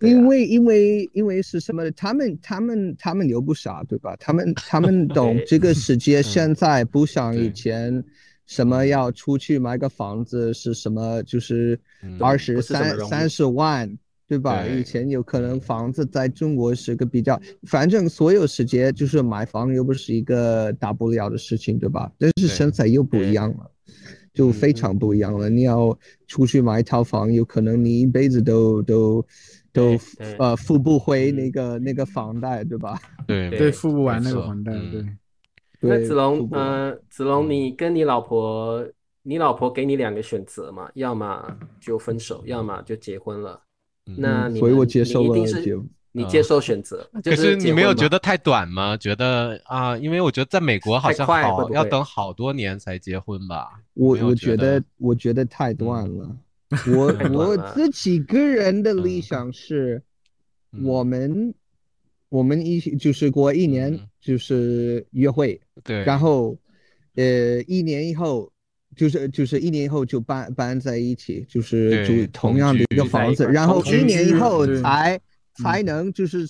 Speaker 3: 因为因为因为是什么呢？他们他们他们又不傻，对吧？他们他们懂
Speaker 2: 对嗯
Speaker 3: 这个世界，现在不像
Speaker 1: 对
Speaker 3: 以前，什么要出去买个房子是什么，就是
Speaker 1: 嗯
Speaker 3: 二十
Speaker 2: 不是什么
Speaker 3: 三
Speaker 2: 容易嗯
Speaker 3: 三十万，对吧？
Speaker 1: 对
Speaker 3: 以前有可能房子在中国是个比较，反正所有世界就是买房又不是一个大不了的事情，对吧？但是
Speaker 1: 对
Speaker 3: 现在又不一样了。
Speaker 2: 嗯
Speaker 3: 就非常不一样了。你要出去买一套房，有可能你一辈子都都都
Speaker 2: 对对
Speaker 3: 呃付不回
Speaker 2: 嗯
Speaker 3: 那个那个房贷，对吧？
Speaker 1: 对
Speaker 2: 对
Speaker 4: 对，付不完
Speaker 1: 没
Speaker 4: 那个
Speaker 1: 错
Speaker 4: 房贷，
Speaker 1: 嗯
Speaker 4: 对，
Speaker 2: 那
Speaker 3: 对
Speaker 2: 子
Speaker 3: 付
Speaker 2: 龙，
Speaker 3: 不完
Speaker 2: 呃，子龙，
Speaker 1: 嗯
Speaker 2: 你跟你老婆，你老婆给你两个选择嘛，要么就分手，要么就结婚了。
Speaker 1: 嗯
Speaker 2: 那你
Speaker 3: 所以
Speaker 2: 们
Speaker 3: 我接
Speaker 2: 你
Speaker 3: 受
Speaker 2: 一定
Speaker 3: 了
Speaker 2: 是
Speaker 3: 结婚
Speaker 2: 你
Speaker 1: 啊
Speaker 2: 接受选择，就
Speaker 1: 可是
Speaker 2: 结
Speaker 1: 你没有
Speaker 2: 婚
Speaker 1: 觉
Speaker 2: 嘛
Speaker 1: 得太短吗？觉得啊，因为我觉得在美国好
Speaker 2: 太
Speaker 1: 像
Speaker 2: 快会
Speaker 1: 好
Speaker 2: 不
Speaker 1: 要
Speaker 2: 会
Speaker 1: 等好多年才结婚吧？
Speaker 3: 我
Speaker 1: 没有
Speaker 3: 我
Speaker 1: 觉
Speaker 3: 觉
Speaker 1: 得嗯
Speaker 3: 得我觉得太短 了。我
Speaker 1: 太短
Speaker 3: 我
Speaker 2: 了
Speaker 3: 自己个人的理
Speaker 1: 嗯
Speaker 3: 想是，
Speaker 1: 嗯
Speaker 3: 我们我们一起就是过一年
Speaker 1: 嗯
Speaker 3: 就是约会，
Speaker 1: 对，
Speaker 3: 然后，呃，一年以后，就是就是一年以后就搬搬在一起，就是
Speaker 1: 对
Speaker 3: 住同样的一个
Speaker 1: 同居
Speaker 3: 房子，
Speaker 2: 在一块儿
Speaker 3: 然后
Speaker 2: 同嗯
Speaker 3: 一年以
Speaker 4: 居
Speaker 3: 后
Speaker 4: 对
Speaker 3: 才才能就是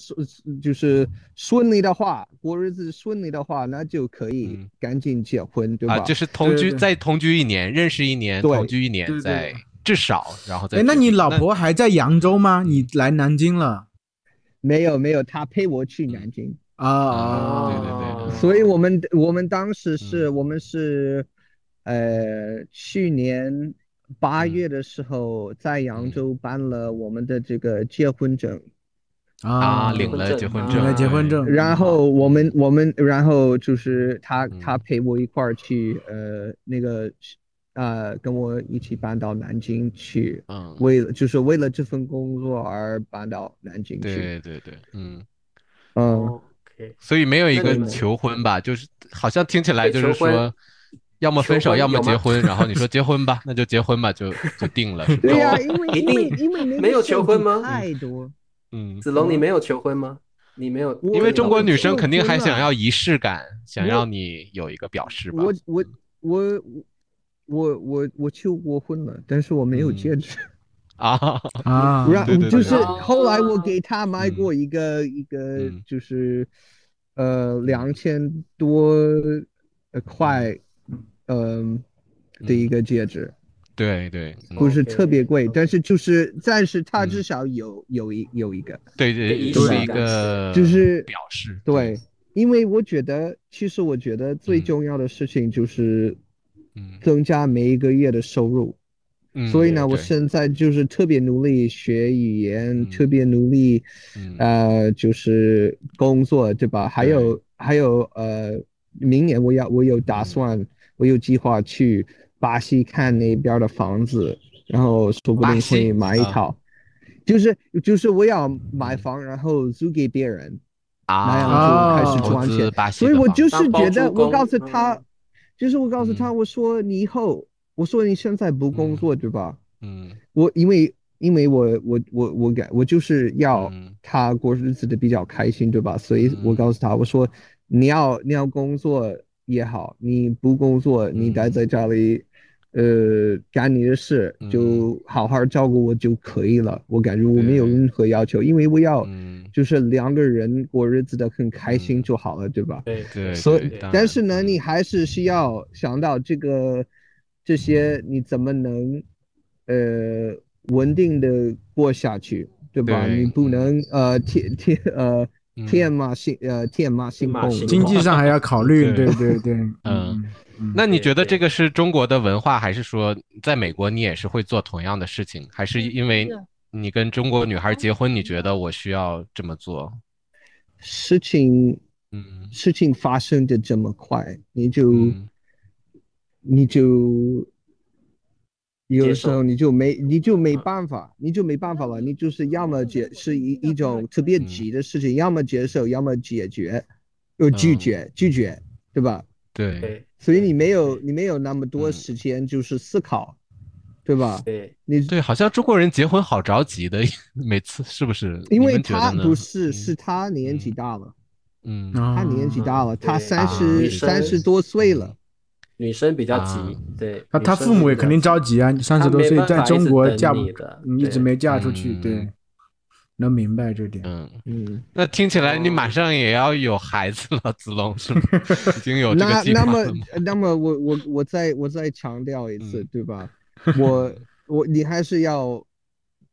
Speaker 3: 就是顺利的话，过日子顺利的话，那就可以
Speaker 1: 嗯
Speaker 3: 赶紧结婚，对
Speaker 1: 啊，
Speaker 3: 吧？
Speaker 1: 就是同
Speaker 4: 对
Speaker 1: 居
Speaker 4: 对
Speaker 1: 再同居一年，认识一年，
Speaker 3: 对
Speaker 1: 同居一年
Speaker 4: 对对
Speaker 1: 再至少，然后再
Speaker 4: 哎，那
Speaker 1: 决
Speaker 4: 你
Speaker 1: 定
Speaker 4: 老
Speaker 1: 那
Speaker 4: 婆还在扬州吗？你来南京了
Speaker 3: 没有没有，他陪我去南京，
Speaker 4: 啊
Speaker 1: 啊对
Speaker 4: 啊！
Speaker 1: 对对
Speaker 2: 哦
Speaker 3: 所以我们我们当时
Speaker 1: 嗯
Speaker 3: 是我们是，呃，去年八
Speaker 1: 嗯
Speaker 3: 月的时候在扬
Speaker 1: 嗯
Speaker 3: 州办了我们的这个结婚证。
Speaker 1: 啊
Speaker 4: 啊，
Speaker 1: 领了结
Speaker 2: 结
Speaker 1: 婚证，
Speaker 2: 婚证
Speaker 4: 领了结婚
Speaker 1: 对，
Speaker 4: 证，
Speaker 3: 然后我们我们然后就是他
Speaker 1: 嗯
Speaker 3: 他陪我一块儿去呃那个呃跟我一起搬到南京去，
Speaker 1: 嗯，
Speaker 3: 为了就是为了这份工作而搬到南京去。
Speaker 1: 对对对，嗯，
Speaker 3: 嗯，
Speaker 2: OK，
Speaker 1: 所以没有一
Speaker 2: 那
Speaker 1: 个
Speaker 2: 你们
Speaker 1: 求婚吧，就是好像听起来就是
Speaker 2: 求婚
Speaker 1: 说，要么分手，
Speaker 2: 求婚
Speaker 1: 要么
Speaker 2: 有吗
Speaker 1: 结婚，然后你说结婚吧，那就结婚吧，就就定了，是吧
Speaker 3: 对呀、
Speaker 2: 有
Speaker 3: 因为
Speaker 2: 哦一
Speaker 3: 因为
Speaker 2: 定
Speaker 3: 因为那个
Speaker 2: 没有求
Speaker 3: 限
Speaker 2: 婚
Speaker 3: 制
Speaker 2: 吗
Speaker 3: 太多，
Speaker 1: 嗯，
Speaker 2: 子龙，你没有求婚吗？你没有，
Speaker 3: 我
Speaker 1: 因为中国女
Speaker 3: 我
Speaker 1: 生
Speaker 3: 我
Speaker 1: 肯定
Speaker 3: 觉
Speaker 1: 还
Speaker 3: 得
Speaker 1: 想
Speaker 3: 啊
Speaker 1: 要仪式感，想
Speaker 3: 我
Speaker 1: 让你有一个表示吧。
Speaker 3: 我我我我我我求过婚了，但是我没有
Speaker 1: 嗯
Speaker 3: 戒指。
Speaker 1: 啊，
Speaker 4: 啊，
Speaker 3: 然
Speaker 1: 对对
Speaker 3: 就
Speaker 1: 对
Speaker 3: 是
Speaker 2: 哦
Speaker 3: 后来我给他买
Speaker 1: 嗯
Speaker 3: 过一个一个
Speaker 1: 嗯
Speaker 3: 就是呃两千多呃块嗯的一个戒指，
Speaker 1: 对对，嗯
Speaker 3: 不是特别
Speaker 2: OK，
Speaker 3: 贵，但是就是暂时他
Speaker 1: 嗯
Speaker 3: 至少有有一有一个
Speaker 1: 对对，
Speaker 2: 仪
Speaker 1: 就
Speaker 4: 式
Speaker 1: 是
Speaker 4: 感
Speaker 1: 一
Speaker 2: 是
Speaker 1: 个
Speaker 3: 就是
Speaker 1: 表示，
Speaker 3: 对，因为我觉得其实我觉得最
Speaker 1: 嗯
Speaker 3: 重要的事情就是
Speaker 1: 嗯
Speaker 3: 增加每一个月的收入。
Speaker 1: 嗯，
Speaker 3: 所以呢，我
Speaker 1: 对
Speaker 3: 现在就是特别努力学语言，
Speaker 1: 嗯
Speaker 3: 特别努力，
Speaker 1: 嗯
Speaker 3: 呃，就是工作，对吧？还有还有呃，明年我要我有
Speaker 1: 嗯
Speaker 3: 打算，我有计划去巴西看那边的房子，然后说不
Speaker 1: 巴
Speaker 3: 定
Speaker 1: 西
Speaker 3: 会买一
Speaker 1: 啊
Speaker 3: 套。就是就是我要买房，然后租给别人，那
Speaker 1: 啊，
Speaker 3: 样
Speaker 4: 就开始
Speaker 1: 投
Speaker 3: 赚
Speaker 1: 资
Speaker 3: 钱
Speaker 1: 巴西
Speaker 3: 所以
Speaker 1: 的
Speaker 3: 我
Speaker 1: 房
Speaker 3: 就
Speaker 1: 子
Speaker 3: 是
Speaker 2: 当包
Speaker 3: 觉得，
Speaker 2: 租
Speaker 3: 我
Speaker 2: 公
Speaker 3: 告诉他
Speaker 2: 嗯，
Speaker 3: 就是我告诉
Speaker 1: 嗯
Speaker 3: 他，我说你以后，我说你现在不工作，对吧？
Speaker 1: 嗯
Speaker 3: 我因为因为我我我我感我就是要
Speaker 1: 嗯
Speaker 3: 他过日子的比较开心，对吧？所以我
Speaker 1: 嗯
Speaker 3: 告诉他，我说你要你要工作也好，你不工作，你待
Speaker 1: 嗯
Speaker 3: 在家里，呃，干你的事，就好好照顾我就可以了。我感觉我没有
Speaker 1: 对
Speaker 3: 任何要求，因为我要
Speaker 1: 嗯，
Speaker 3: 就是两个人过日子的很开心
Speaker 1: 嗯
Speaker 3: 就好了，对吧？
Speaker 2: 对
Speaker 1: 对，
Speaker 3: 所以
Speaker 1: 对当
Speaker 3: 但
Speaker 1: 然
Speaker 3: 是呢，
Speaker 1: 嗯
Speaker 3: 你还是需要想到这个这些，你怎么能呃稳定的过下去，对吧？
Speaker 1: 对
Speaker 3: 你不能呃天天呃
Speaker 1: 嗯
Speaker 3: 天马行呃天马行
Speaker 2: 马
Speaker 3: 空
Speaker 2: 行
Speaker 4: 经济上还要考虑，
Speaker 1: 对
Speaker 4: 对对对，嗯嗯，
Speaker 1: 那你觉得
Speaker 2: 对
Speaker 1: 这个是中国的文化，还是说在美国你也是会做同样的事情？还是因为你跟中国女孩结婚，你觉得我需要这么做？
Speaker 3: 事情
Speaker 1: 嗯
Speaker 3: 事情发生的这么快，你就、
Speaker 1: 嗯
Speaker 3: 你就有
Speaker 2: 接
Speaker 3: 的时
Speaker 2: 受
Speaker 3: 候你就没你就没
Speaker 2: 嗯
Speaker 3: 办法，你就没办法了，你就是要么解是一一种特别
Speaker 1: 嗯
Speaker 3: 急的事情，要么接受，要么解决，又拒
Speaker 1: 嗯
Speaker 3: 绝拒绝，对吧？
Speaker 1: 对，
Speaker 2: 对
Speaker 3: 所以你没有你没有那么多
Speaker 1: 嗯
Speaker 3: 时间就是思考，对吧？
Speaker 2: 对，
Speaker 3: 你
Speaker 1: 对，好像中国人结婚好着急的， 每次是不是？
Speaker 3: 因
Speaker 1: 你
Speaker 3: 为
Speaker 1: 们觉
Speaker 3: 他
Speaker 1: 得呢
Speaker 3: 不是
Speaker 1: 嗯
Speaker 3: 是他年纪大了，
Speaker 1: 嗯
Speaker 4: 哦
Speaker 3: 他年纪大了，他
Speaker 2: 对
Speaker 3: 三
Speaker 1: 女
Speaker 3: 十
Speaker 2: 生
Speaker 3: 三十多岁了，
Speaker 2: 女生比较
Speaker 1: 啊
Speaker 2: 急，对，
Speaker 4: 他
Speaker 2: 女
Speaker 4: 他
Speaker 2: 生
Speaker 4: 父母
Speaker 2: 比
Speaker 4: 也
Speaker 2: 较
Speaker 4: 肯定
Speaker 2: 急
Speaker 4: 着急啊，三十
Speaker 2: 他
Speaker 4: 多
Speaker 2: 没
Speaker 4: 岁
Speaker 2: 办
Speaker 4: 在
Speaker 2: 法一
Speaker 4: 中
Speaker 2: 直
Speaker 4: 国
Speaker 2: 等
Speaker 4: 嫁不
Speaker 2: 你的，
Speaker 4: 你一直
Speaker 2: 对
Speaker 4: 没嫁出去，
Speaker 1: 嗯
Speaker 4: 对，能明白这点。
Speaker 1: 嗯，
Speaker 3: 嗯。
Speaker 1: 那听起来你马上也要有孩子了，子龙是 吗？已经有这个
Speaker 3: 那
Speaker 1: 计
Speaker 3: 那
Speaker 1: 划
Speaker 3: 么
Speaker 1: 了吗？
Speaker 3: 呃那么我我我再我再强调一次，
Speaker 1: 嗯
Speaker 3: 对 吧？我我你还是要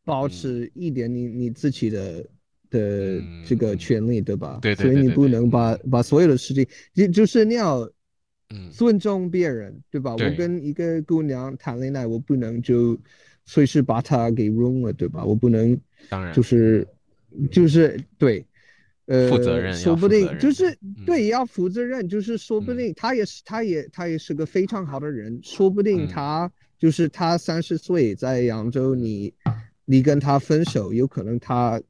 Speaker 3: 保持一点你你自己的的
Speaker 1: 嗯
Speaker 3: 这个
Speaker 1: 嗯
Speaker 3: 权利，对吧？
Speaker 1: 对对
Speaker 3: 所以
Speaker 1: 对
Speaker 3: 你
Speaker 1: 对
Speaker 3: 不
Speaker 1: 对
Speaker 3: 能把把所有的事情，就就是你要
Speaker 1: 嗯
Speaker 3: 尊重别人，对吧？
Speaker 1: 对
Speaker 3: 我跟一个姑娘谈恋爱，我不能就随时把她给扔了，对吧？我不能
Speaker 1: 当然
Speaker 3: 就是就是对，呃，
Speaker 1: 负责任要
Speaker 3: 说
Speaker 1: 负
Speaker 3: 不
Speaker 1: 责
Speaker 3: 定
Speaker 1: 任
Speaker 3: 就是
Speaker 1: 嗯
Speaker 3: 对要负责任，就是说不
Speaker 1: 嗯
Speaker 3: 定他也是他也他也是个非常好的人，说不定
Speaker 1: 嗯
Speaker 3: 他就是他三十岁在扬州，你你跟他分手，有可能他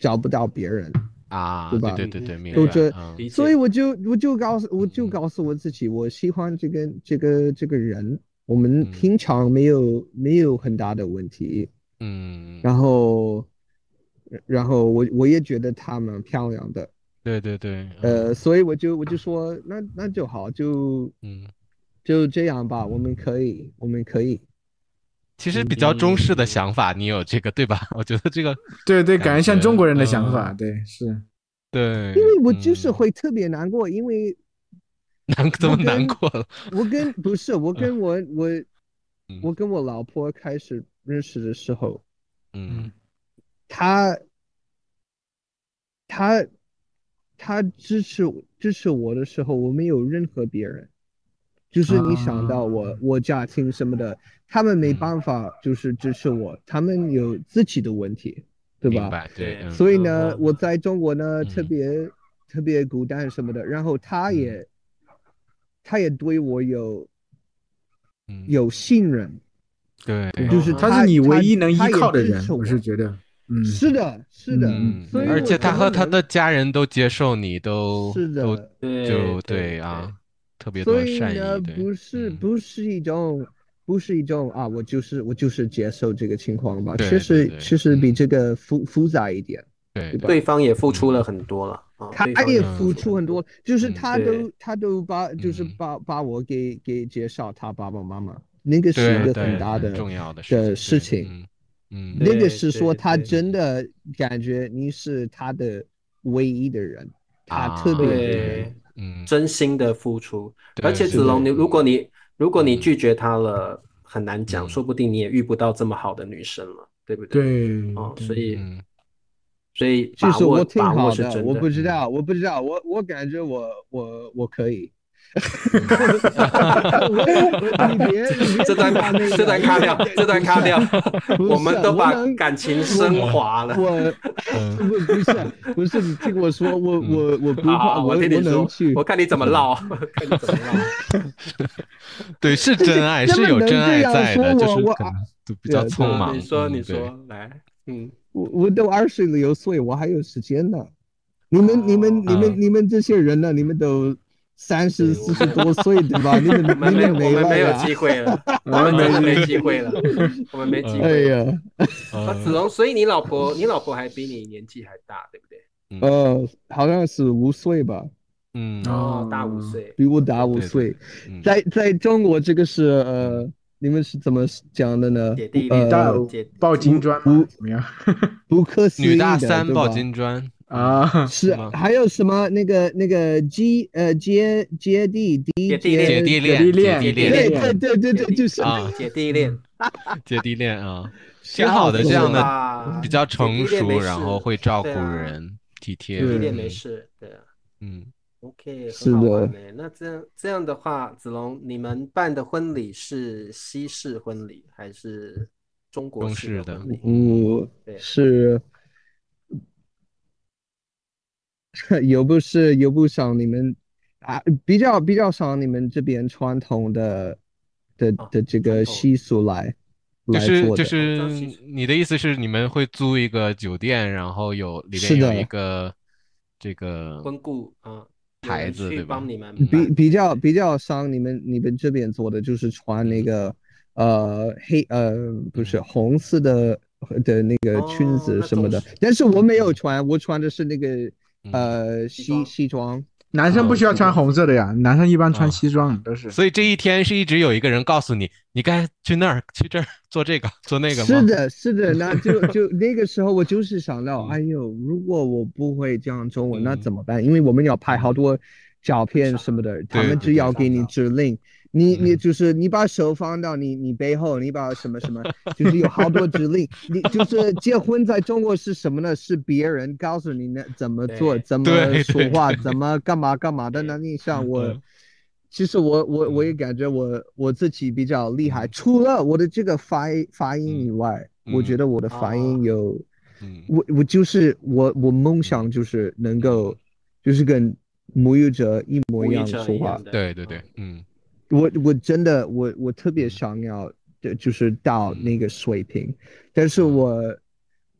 Speaker 3: 找不到别人，
Speaker 1: 啊，
Speaker 3: 对
Speaker 1: 对
Speaker 3: 吧
Speaker 1: 对对对，明
Speaker 3: 都
Speaker 1: 白
Speaker 3: 这
Speaker 1: 嗯
Speaker 2: 理解
Speaker 3: 所以我就我就告诉我就告诉我自己，我喜欢这个这个这个人。我们
Speaker 1: 嗯
Speaker 3: 平常没有没有很大的问题，
Speaker 1: 嗯，
Speaker 3: 然后，然后我我也觉得她蛮漂亮的，
Speaker 1: 对对对，嗯
Speaker 3: 呃，所以我就我就说，那那就好，就
Speaker 1: 嗯，
Speaker 3: 就这样吧，我们可以，我们可以。
Speaker 1: 其实比较中式的想法，你有这个对吧？ 我觉得这个
Speaker 4: 对对，感觉像
Speaker 1: 感觉
Speaker 4: 中国人的想法，
Speaker 1: 嗯
Speaker 4: 对，是
Speaker 1: 对，
Speaker 3: 因为我就是
Speaker 1: 嗯
Speaker 3: 会特别难过，因为
Speaker 1: 难怎么
Speaker 3: 跟
Speaker 1: 难过了？
Speaker 3: 我跟不是我跟我我
Speaker 1: 嗯
Speaker 3: 我跟我老婆开始认识的时候，
Speaker 1: 嗯
Speaker 3: 她她她支持支持我的时候，我没有任何别人，就是你想到我我家庭什么的，他们没
Speaker 1: 啊嗯
Speaker 3: 办法就是支持我，他们有自己的问题，对吧？
Speaker 1: 明白，对，嗯
Speaker 3: 所以呢，
Speaker 2: 嗯
Speaker 3: 我在中国呢
Speaker 1: 嗯
Speaker 3: 特别特别孤单什么的，然后他也他也对我有
Speaker 1: 嗯，
Speaker 3: 有信任，
Speaker 1: 对，啊
Speaker 3: 就是
Speaker 2: 他
Speaker 4: 是你唯一
Speaker 3: 他
Speaker 4: 能依
Speaker 3: 他也
Speaker 4: 靠的
Speaker 3: 支
Speaker 4: 人
Speaker 3: 持，
Speaker 4: 我是觉得，嗯，
Speaker 3: 是的，是的，
Speaker 1: 嗯
Speaker 3: 所以
Speaker 1: 而
Speaker 3: 我
Speaker 1: 且他
Speaker 3: 才
Speaker 1: 和
Speaker 3: 能
Speaker 1: 他的家人都接受你，都
Speaker 3: 是的，
Speaker 1: 都
Speaker 2: 对
Speaker 1: 就
Speaker 2: 对
Speaker 1: 啊，，特别
Speaker 3: 所
Speaker 1: 多
Speaker 3: 以
Speaker 1: 善意
Speaker 3: 呢，，
Speaker 1: 对
Speaker 3: 不是
Speaker 1: 嗯
Speaker 3: 不是一种，不是一种啊，我就是我就是接受这个情况吧。
Speaker 1: 对
Speaker 3: 其
Speaker 1: 对
Speaker 3: 实
Speaker 1: 对嗯
Speaker 3: 其实比这个复复杂一点，
Speaker 1: 对
Speaker 3: 对吧？
Speaker 2: 对方也付出了很多了，啊，
Speaker 3: 他
Speaker 2: 对方
Speaker 3: 也
Speaker 1: 嗯
Speaker 3: 付出很多，就是
Speaker 1: 嗯
Speaker 3: 他
Speaker 2: 对
Speaker 3: 都他都把就是
Speaker 1: 嗯
Speaker 3: 把把我给给介绍他爸爸妈妈，那个是一
Speaker 1: 对
Speaker 3: 个
Speaker 1: 对
Speaker 3: 很大的
Speaker 1: 重要的
Speaker 3: 的
Speaker 1: 事
Speaker 3: 事情，
Speaker 1: 嗯嗯
Speaker 3: 那个
Speaker 2: 对
Speaker 3: 是
Speaker 2: 对
Speaker 3: 说他
Speaker 2: 对
Speaker 3: 真的感觉你是他的唯一的人，他
Speaker 1: 啊
Speaker 3: 特别的人。
Speaker 2: 对，
Speaker 1: 嗯，
Speaker 2: 真心的付出，
Speaker 1: 对
Speaker 2: 而且
Speaker 1: 是
Speaker 2: 子
Speaker 1: 的
Speaker 2: 龙，你如果你如果你
Speaker 1: 嗯
Speaker 2: 拒绝他了，很难讲，
Speaker 1: 嗯
Speaker 2: 说不定你也遇不到这么好的女生了，对不对？
Speaker 4: 对，
Speaker 2: 哦，
Speaker 4: 对
Speaker 2: 所以
Speaker 1: 嗯
Speaker 2: 所以
Speaker 3: 就
Speaker 2: 把
Speaker 3: 是
Speaker 2: 握
Speaker 3: 我挺
Speaker 2: 把握
Speaker 3: 好
Speaker 2: 是真
Speaker 3: 我
Speaker 2: 的嗯
Speaker 3: 不知道，我不知道，我我感觉我我我可以。 你别，你别
Speaker 2: 这段
Speaker 3: 把那个
Speaker 2: 这段卡 掉，这段卡掉，
Speaker 3: 不是啊
Speaker 2: 我们都把
Speaker 3: 我能
Speaker 2: 感情升华了。
Speaker 3: 我不不是不是，你听我说，我
Speaker 1: 嗯
Speaker 3: 我我 不
Speaker 2: 好好
Speaker 3: 怕，
Speaker 2: 好
Speaker 3: 我
Speaker 2: 我听你
Speaker 3: 能
Speaker 2: 说
Speaker 3: 去，，
Speaker 2: 我看你怎么唠，我看你怎么唠。
Speaker 1: 对，是真爱，
Speaker 3: 根
Speaker 1: 是
Speaker 3: 本
Speaker 1: 有
Speaker 3: 能
Speaker 1: 真爱
Speaker 3: 这样
Speaker 1: 在
Speaker 3: 说
Speaker 1: 的，就
Speaker 3: 我
Speaker 1: 是
Speaker 3: 我
Speaker 1: 可能都比
Speaker 3: 对
Speaker 1: 较
Speaker 3: 对
Speaker 1: 匆
Speaker 2: 啊
Speaker 1: 忙。
Speaker 2: 你说，
Speaker 1: 嗯
Speaker 2: 你
Speaker 1: 对
Speaker 2: 说，来，嗯，
Speaker 3: 我我都二十六岁，我还有时间呢。你们你们你
Speaker 1: 嗯
Speaker 3: 们你们这些人呢？你们都三十
Speaker 2: 哦对
Speaker 3: 四
Speaker 2: 我
Speaker 3: 十多岁对吧？你们 啊
Speaker 2: 我们
Speaker 3: 你
Speaker 2: 没
Speaker 3: 们
Speaker 2: 我们
Speaker 3: 了
Speaker 2: 没有
Speaker 3: 呀
Speaker 2: 机会 了，我
Speaker 4: 我
Speaker 2: 们真的
Speaker 4: 们
Speaker 2: 没机会了，我们没机
Speaker 3: 哎
Speaker 2: 会了。
Speaker 3: 呀，
Speaker 2: 啊，
Speaker 1: 呃
Speaker 2: 子龙，所以你老婆，你老婆还比你年纪还大，对不对？
Speaker 3: 呃，好像是五岁吧，
Speaker 1: 嗯
Speaker 2: 哦，大五
Speaker 4: 哦
Speaker 2: 岁，
Speaker 3: 比我大五
Speaker 1: 对对
Speaker 3: 岁。
Speaker 1: 嗯
Speaker 3: 在在中国，这个是呃，你们是怎么讲的呢？
Speaker 2: 姐弟
Speaker 3: 呃
Speaker 2: 恋，
Speaker 4: 大
Speaker 2: 姐弟
Speaker 4: 抱金砖吗
Speaker 3: 我
Speaker 4: 怎么样
Speaker 3: 不可思议的，
Speaker 1: 女大三
Speaker 3: 对
Speaker 1: 抱
Speaker 3: 吧
Speaker 1: 金砖，
Speaker 4: 啊？
Speaker 3: 是
Speaker 1: 吗
Speaker 3: 还有什么那个那个基呃接接地第
Speaker 2: 姐
Speaker 3: 一
Speaker 2: 弟
Speaker 3: 阶
Speaker 1: 姐
Speaker 2: 恋
Speaker 1: 弟恋，
Speaker 4: 姐弟恋
Speaker 1: 姐弟
Speaker 3: 对
Speaker 4: 姐弟
Speaker 1: 恋，
Speaker 4: 恋
Speaker 3: 对对对对，就是
Speaker 1: 啊
Speaker 2: 姐弟恋，
Speaker 1: 姐弟恋啊，挺
Speaker 3: 挺
Speaker 1: 好的，这样的
Speaker 2: 吧
Speaker 1: 比较
Speaker 2: 姐弟
Speaker 1: 成
Speaker 2: 恋没
Speaker 1: 熟，然后
Speaker 2: 事
Speaker 1: 会照顾
Speaker 2: 对啊
Speaker 1: 人，体贴。
Speaker 2: 姐
Speaker 4: 对
Speaker 2: 弟恋没事，对啊。
Speaker 1: 嗯，
Speaker 2: OK，
Speaker 3: 是
Speaker 2: 很好玩
Speaker 3: 的
Speaker 2: 欸那这样这样的话，子龙，你们办的婚礼是西式婚礼还是中国
Speaker 1: 中
Speaker 2: 式
Speaker 1: 式的
Speaker 2: 婚礼？
Speaker 3: 嗯
Speaker 2: 对，
Speaker 3: 是。 又不是又不像你们啊，比较比较像你们这边传统的的
Speaker 2: 啊
Speaker 3: 的这
Speaker 2: 传
Speaker 3: 个
Speaker 2: 统
Speaker 3: 习俗来
Speaker 1: 就
Speaker 3: 来
Speaker 1: 是
Speaker 3: 做
Speaker 1: 就
Speaker 3: 的。嗯
Speaker 1: 是
Speaker 2: 张西
Speaker 1: 你的意思是你们会租一个酒店，然后有里
Speaker 3: 是
Speaker 1: 面有
Speaker 3: 的
Speaker 1: 一个这个
Speaker 2: 婚顾啊，有
Speaker 1: 孩
Speaker 2: 人
Speaker 1: 子
Speaker 2: 去
Speaker 1: 对吧
Speaker 2: 帮你们
Speaker 3: 比
Speaker 2: 办
Speaker 3: 比较比较像你们你们这边做的，就是穿那个呃黑呃不是
Speaker 1: 嗯
Speaker 3: 红色的的那个裙
Speaker 2: 哦
Speaker 3: 子
Speaker 2: 那
Speaker 3: 什么
Speaker 2: 中
Speaker 3: 的
Speaker 2: 式，
Speaker 3: 但是我没有穿，我穿的是那个
Speaker 1: 嗯
Speaker 3: 呃
Speaker 2: 西
Speaker 3: 西
Speaker 2: 装
Speaker 3: 西装，
Speaker 4: 男生不需要穿红色的呀，男生一般
Speaker 1: 啊
Speaker 4: 穿西装都是。
Speaker 1: 所以这一天是一直有一个人告诉你，你该去那儿，去这儿，做这个，做那个吗？
Speaker 3: 是，的，是的，那就 就那个时候我就是想到，
Speaker 1: 嗯
Speaker 3: 哎呦，如果我不会讲中文，那
Speaker 1: 嗯啊
Speaker 3: 怎么办？因为我们要拍好多照片什么的，他们
Speaker 1: 对
Speaker 3: 只要给你
Speaker 2: 对
Speaker 3: 指令，你你
Speaker 1: 嗯
Speaker 3: 就是你把手放到你你背后，你把什么什么，就是有好多指令。你就是结婚在中国是什么呢？是别人告诉你那怎么做，
Speaker 2: 对
Speaker 3: 怎
Speaker 1: 对
Speaker 3: 么说
Speaker 1: 对
Speaker 3: 话，
Speaker 1: 对
Speaker 3: 怎么干嘛干嘛的。
Speaker 2: 对
Speaker 3: 那你像我
Speaker 1: 嗯。
Speaker 3: 其实我我我也
Speaker 1: 嗯
Speaker 3: 感觉我我自己比较厉害，
Speaker 1: 嗯
Speaker 3: 除了我的这个发音发音
Speaker 1: 嗯
Speaker 3: 以外，
Speaker 1: 嗯哦
Speaker 3: 我觉得我的发音有，
Speaker 1: 嗯，
Speaker 3: 我我就是我我梦想就是能够，
Speaker 1: 嗯
Speaker 3: 就是跟母语者一模
Speaker 2: 母
Speaker 3: 一
Speaker 2: 语
Speaker 3: 样
Speaker 2: 者
Speaker 3: 说
Speaker 2: 一
Speaker 3: 话
Speaker 2: 样。的，
Speaker 1: 对对对
Speaker 2: 嗯，
Speaker 1: 嗯
Speaker 3: 我我真的我我特别
Speaker 1: 嗯
Speaker 3: 想要的就是到
Speaker 1: 嗯
Speaker 3: 那个水平，但是
Speaker 1: 嗯
Speaker 3: 我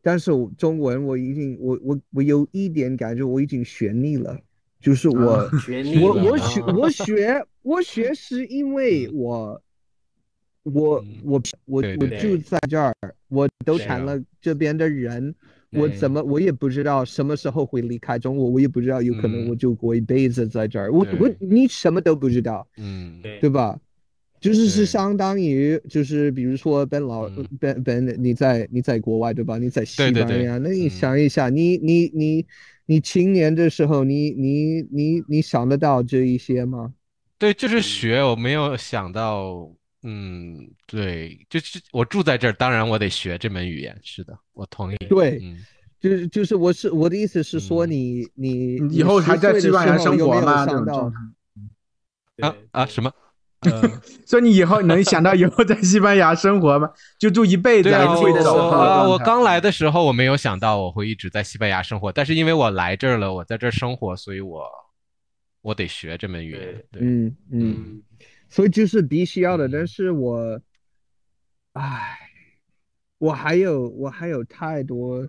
Speaker 3: 但是我中文我已经我我我有一点感觉我已经学腻了，就是我。
Speaker 4: 啊
Speaker 2: 学腻
Speaker 3: 我
Speaker 2: 了
Speaker 3: 我
Speaker 2: 啊
Speaker 3: 学我学我学是因为我我
Speaker 1: 嗯
Speaker 3: 我我
Speaker 1: 对
Speaker 3: 我
Speaker 1: 对
Speaker 3: 住
Speaker 2: 对
Speaker 3: 在这儿，我都
Speaker 2: 是啊
Speaker 3: 成了这边的人，我
Speaker 1: 对
Speaker 3: 怎么我也不知道什么时候会离开中国，我也不知道有可能
Speaker 1: 嗯
Speaker 3: 我就过一辈子在这儿，我
Speaker 1: 对
Speaker 3: 我你什么都不知道，
Speaker 1: 嗯，
Speaker 2: 对
Speaker 3: 对吧？就是
Speaker 1: 对
Speaker 3: 是相当于就是比如说本老
Speaker 1: 嗯
Speaker 3: 本本你在你在国外对吧？你在西
Speaker 1: 对对
Speaker 3: 班
Speaker 1: 对
Speaker 3: 牙，那你
Speaker 1: 嗯
Speaker 3: 想一下，你你你你青年的时候，你你你你想得到这一些吗？
Speaker 1: 对，就是学，我没有想到，嗯，对，就是我住在这儿，当然我得学这门语言，是的，我同意，
Speaker 3: 对，
Speaker 1: 嗯，
Speaker 3: 就是就是我是我的意思是说
Speaker 1: 嗯
Speaker 3: 你，你
Speaker 4: 以后还在西班牙生活
Speaker 3: 你十岁的时候有没
Speaker 4: 吗？这
Speaker 3: 有想
Speaker 4: 种
Speaker 3: 到
Speaker 4: 状态。
Speaker 1: 啊
Speaker 2: 对
Speaker 1: 啊
Speaker 2: 对
Speaker 1: 什么？
Speaker 4: 所以你以后能想到以后在西班牙生活吗？就住一辈子，
Speaker 1: 对啊，
Speaker 4: 还
Speaker 1: 我
Speaker 4: 是会
Speaker 2: 的
Speaker 4: 找
Speaker 2: 时候
Speaker 4: 不到
Speaker 1: 啊，
Speaker 4: 的
Speaker 1: 我
Speaker 4: 状态
Speaker 1: 刚来的时候我没有想到我会一直在西班牙生活，但是因为我来这儿了，我在这儿生活，所以我我得学这门语言
Speaker 2: 对，
Speaker 1: 对，
Speaker 3: 嗯嗯，
Speaker 2: 嗯，
Speaker 3: 所以就是必须要的。但是
Speaker 1: 嗯
Speaker 3: 我，唉，我还有我还有太多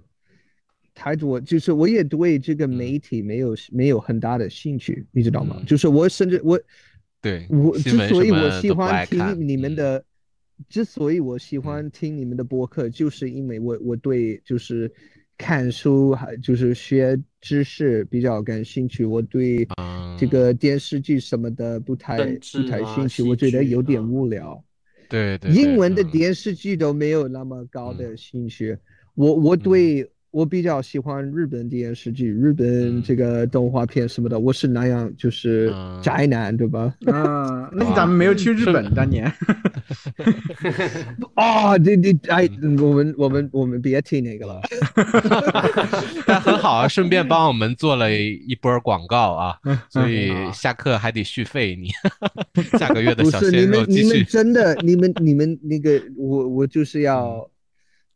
Speaker 3: 太多，就是我也对这个媒体没有没有很大的兴趣，你知道吗？
Speaker 1: 嗯
Speaker 3: 就是我甚至我
Speaker 1: 对，
Speaker 3: 我
Speaker 1: 新
Speaker 3: 之
Speaker 1: 闻
Speaker 3: 所以
Speaker 1: 什么
Speaker 3: 我
Speaker 1: 都
Speaker 3: 喜
Speaker 1: 不
Speaker 3: 欢
Speaker 1: 爱看
Speaker 3: 听你们
Speaker 1: 嗯
Speaker 3: 的，之所以我喜欢听你们的播客，就是因为我我对就是看书还就是学知识比较感兴趣，我对
Speaker 1: 嗯，
Speaker 3: 这个电视剧什么的不太
Speaker 2: 政
Speaker 3: 不
Speaker 2: 治
Speaker 3: 太
Speaker 2: 啊
Speaker 3: 兴趣，
Speaker 2: 戏
Speaker 3: 我觉得
Speaker 2: 剧
Speaker 3: 有点
Speaker 2: 啊
Speaker 3: 无聊。
Speaker 1: 对对，
Speaker 3: 英
Speaker 1: 对
Speaker 3: 文的
Speaker 1: 嗯
Speaker 3: 电视剧都没有那么高的兴趣。我
Speaker 1: 嗯
Speaker 3: 我对我比较喜欢日本电视剧、日本
Speaker 1: 嗯
Speaker 3: 这个动画片什么的。我是那样，就是
Speaker 1: 嗯
Speaker 3: 宅男，对吧？
Speaker 4: 嗯，那咱们没有去日本当年，
Speaker 3: 啊，这
Speaker 1: 嗯
Speaker 3: 这哎，我们我们我们别提那个了。
Speaker 1: 但很好啊，顺便帮我们做了一波广告啊，所 以
Speaker 4: 嗯
Speaker 1: 下课还得续费你， 下个月的
Speaker 3: 不
Speaker 1: 小
Speaker 3: 是你
Speaker 1: 鲜肉
Speaker 3: 们你
Speaker 1: 继
Speaker 3: 们
Speaker 1: 续
Speaker 3: 真的你们你们那个我我就是
Speaker 1: 嗯
Speaker 3: 要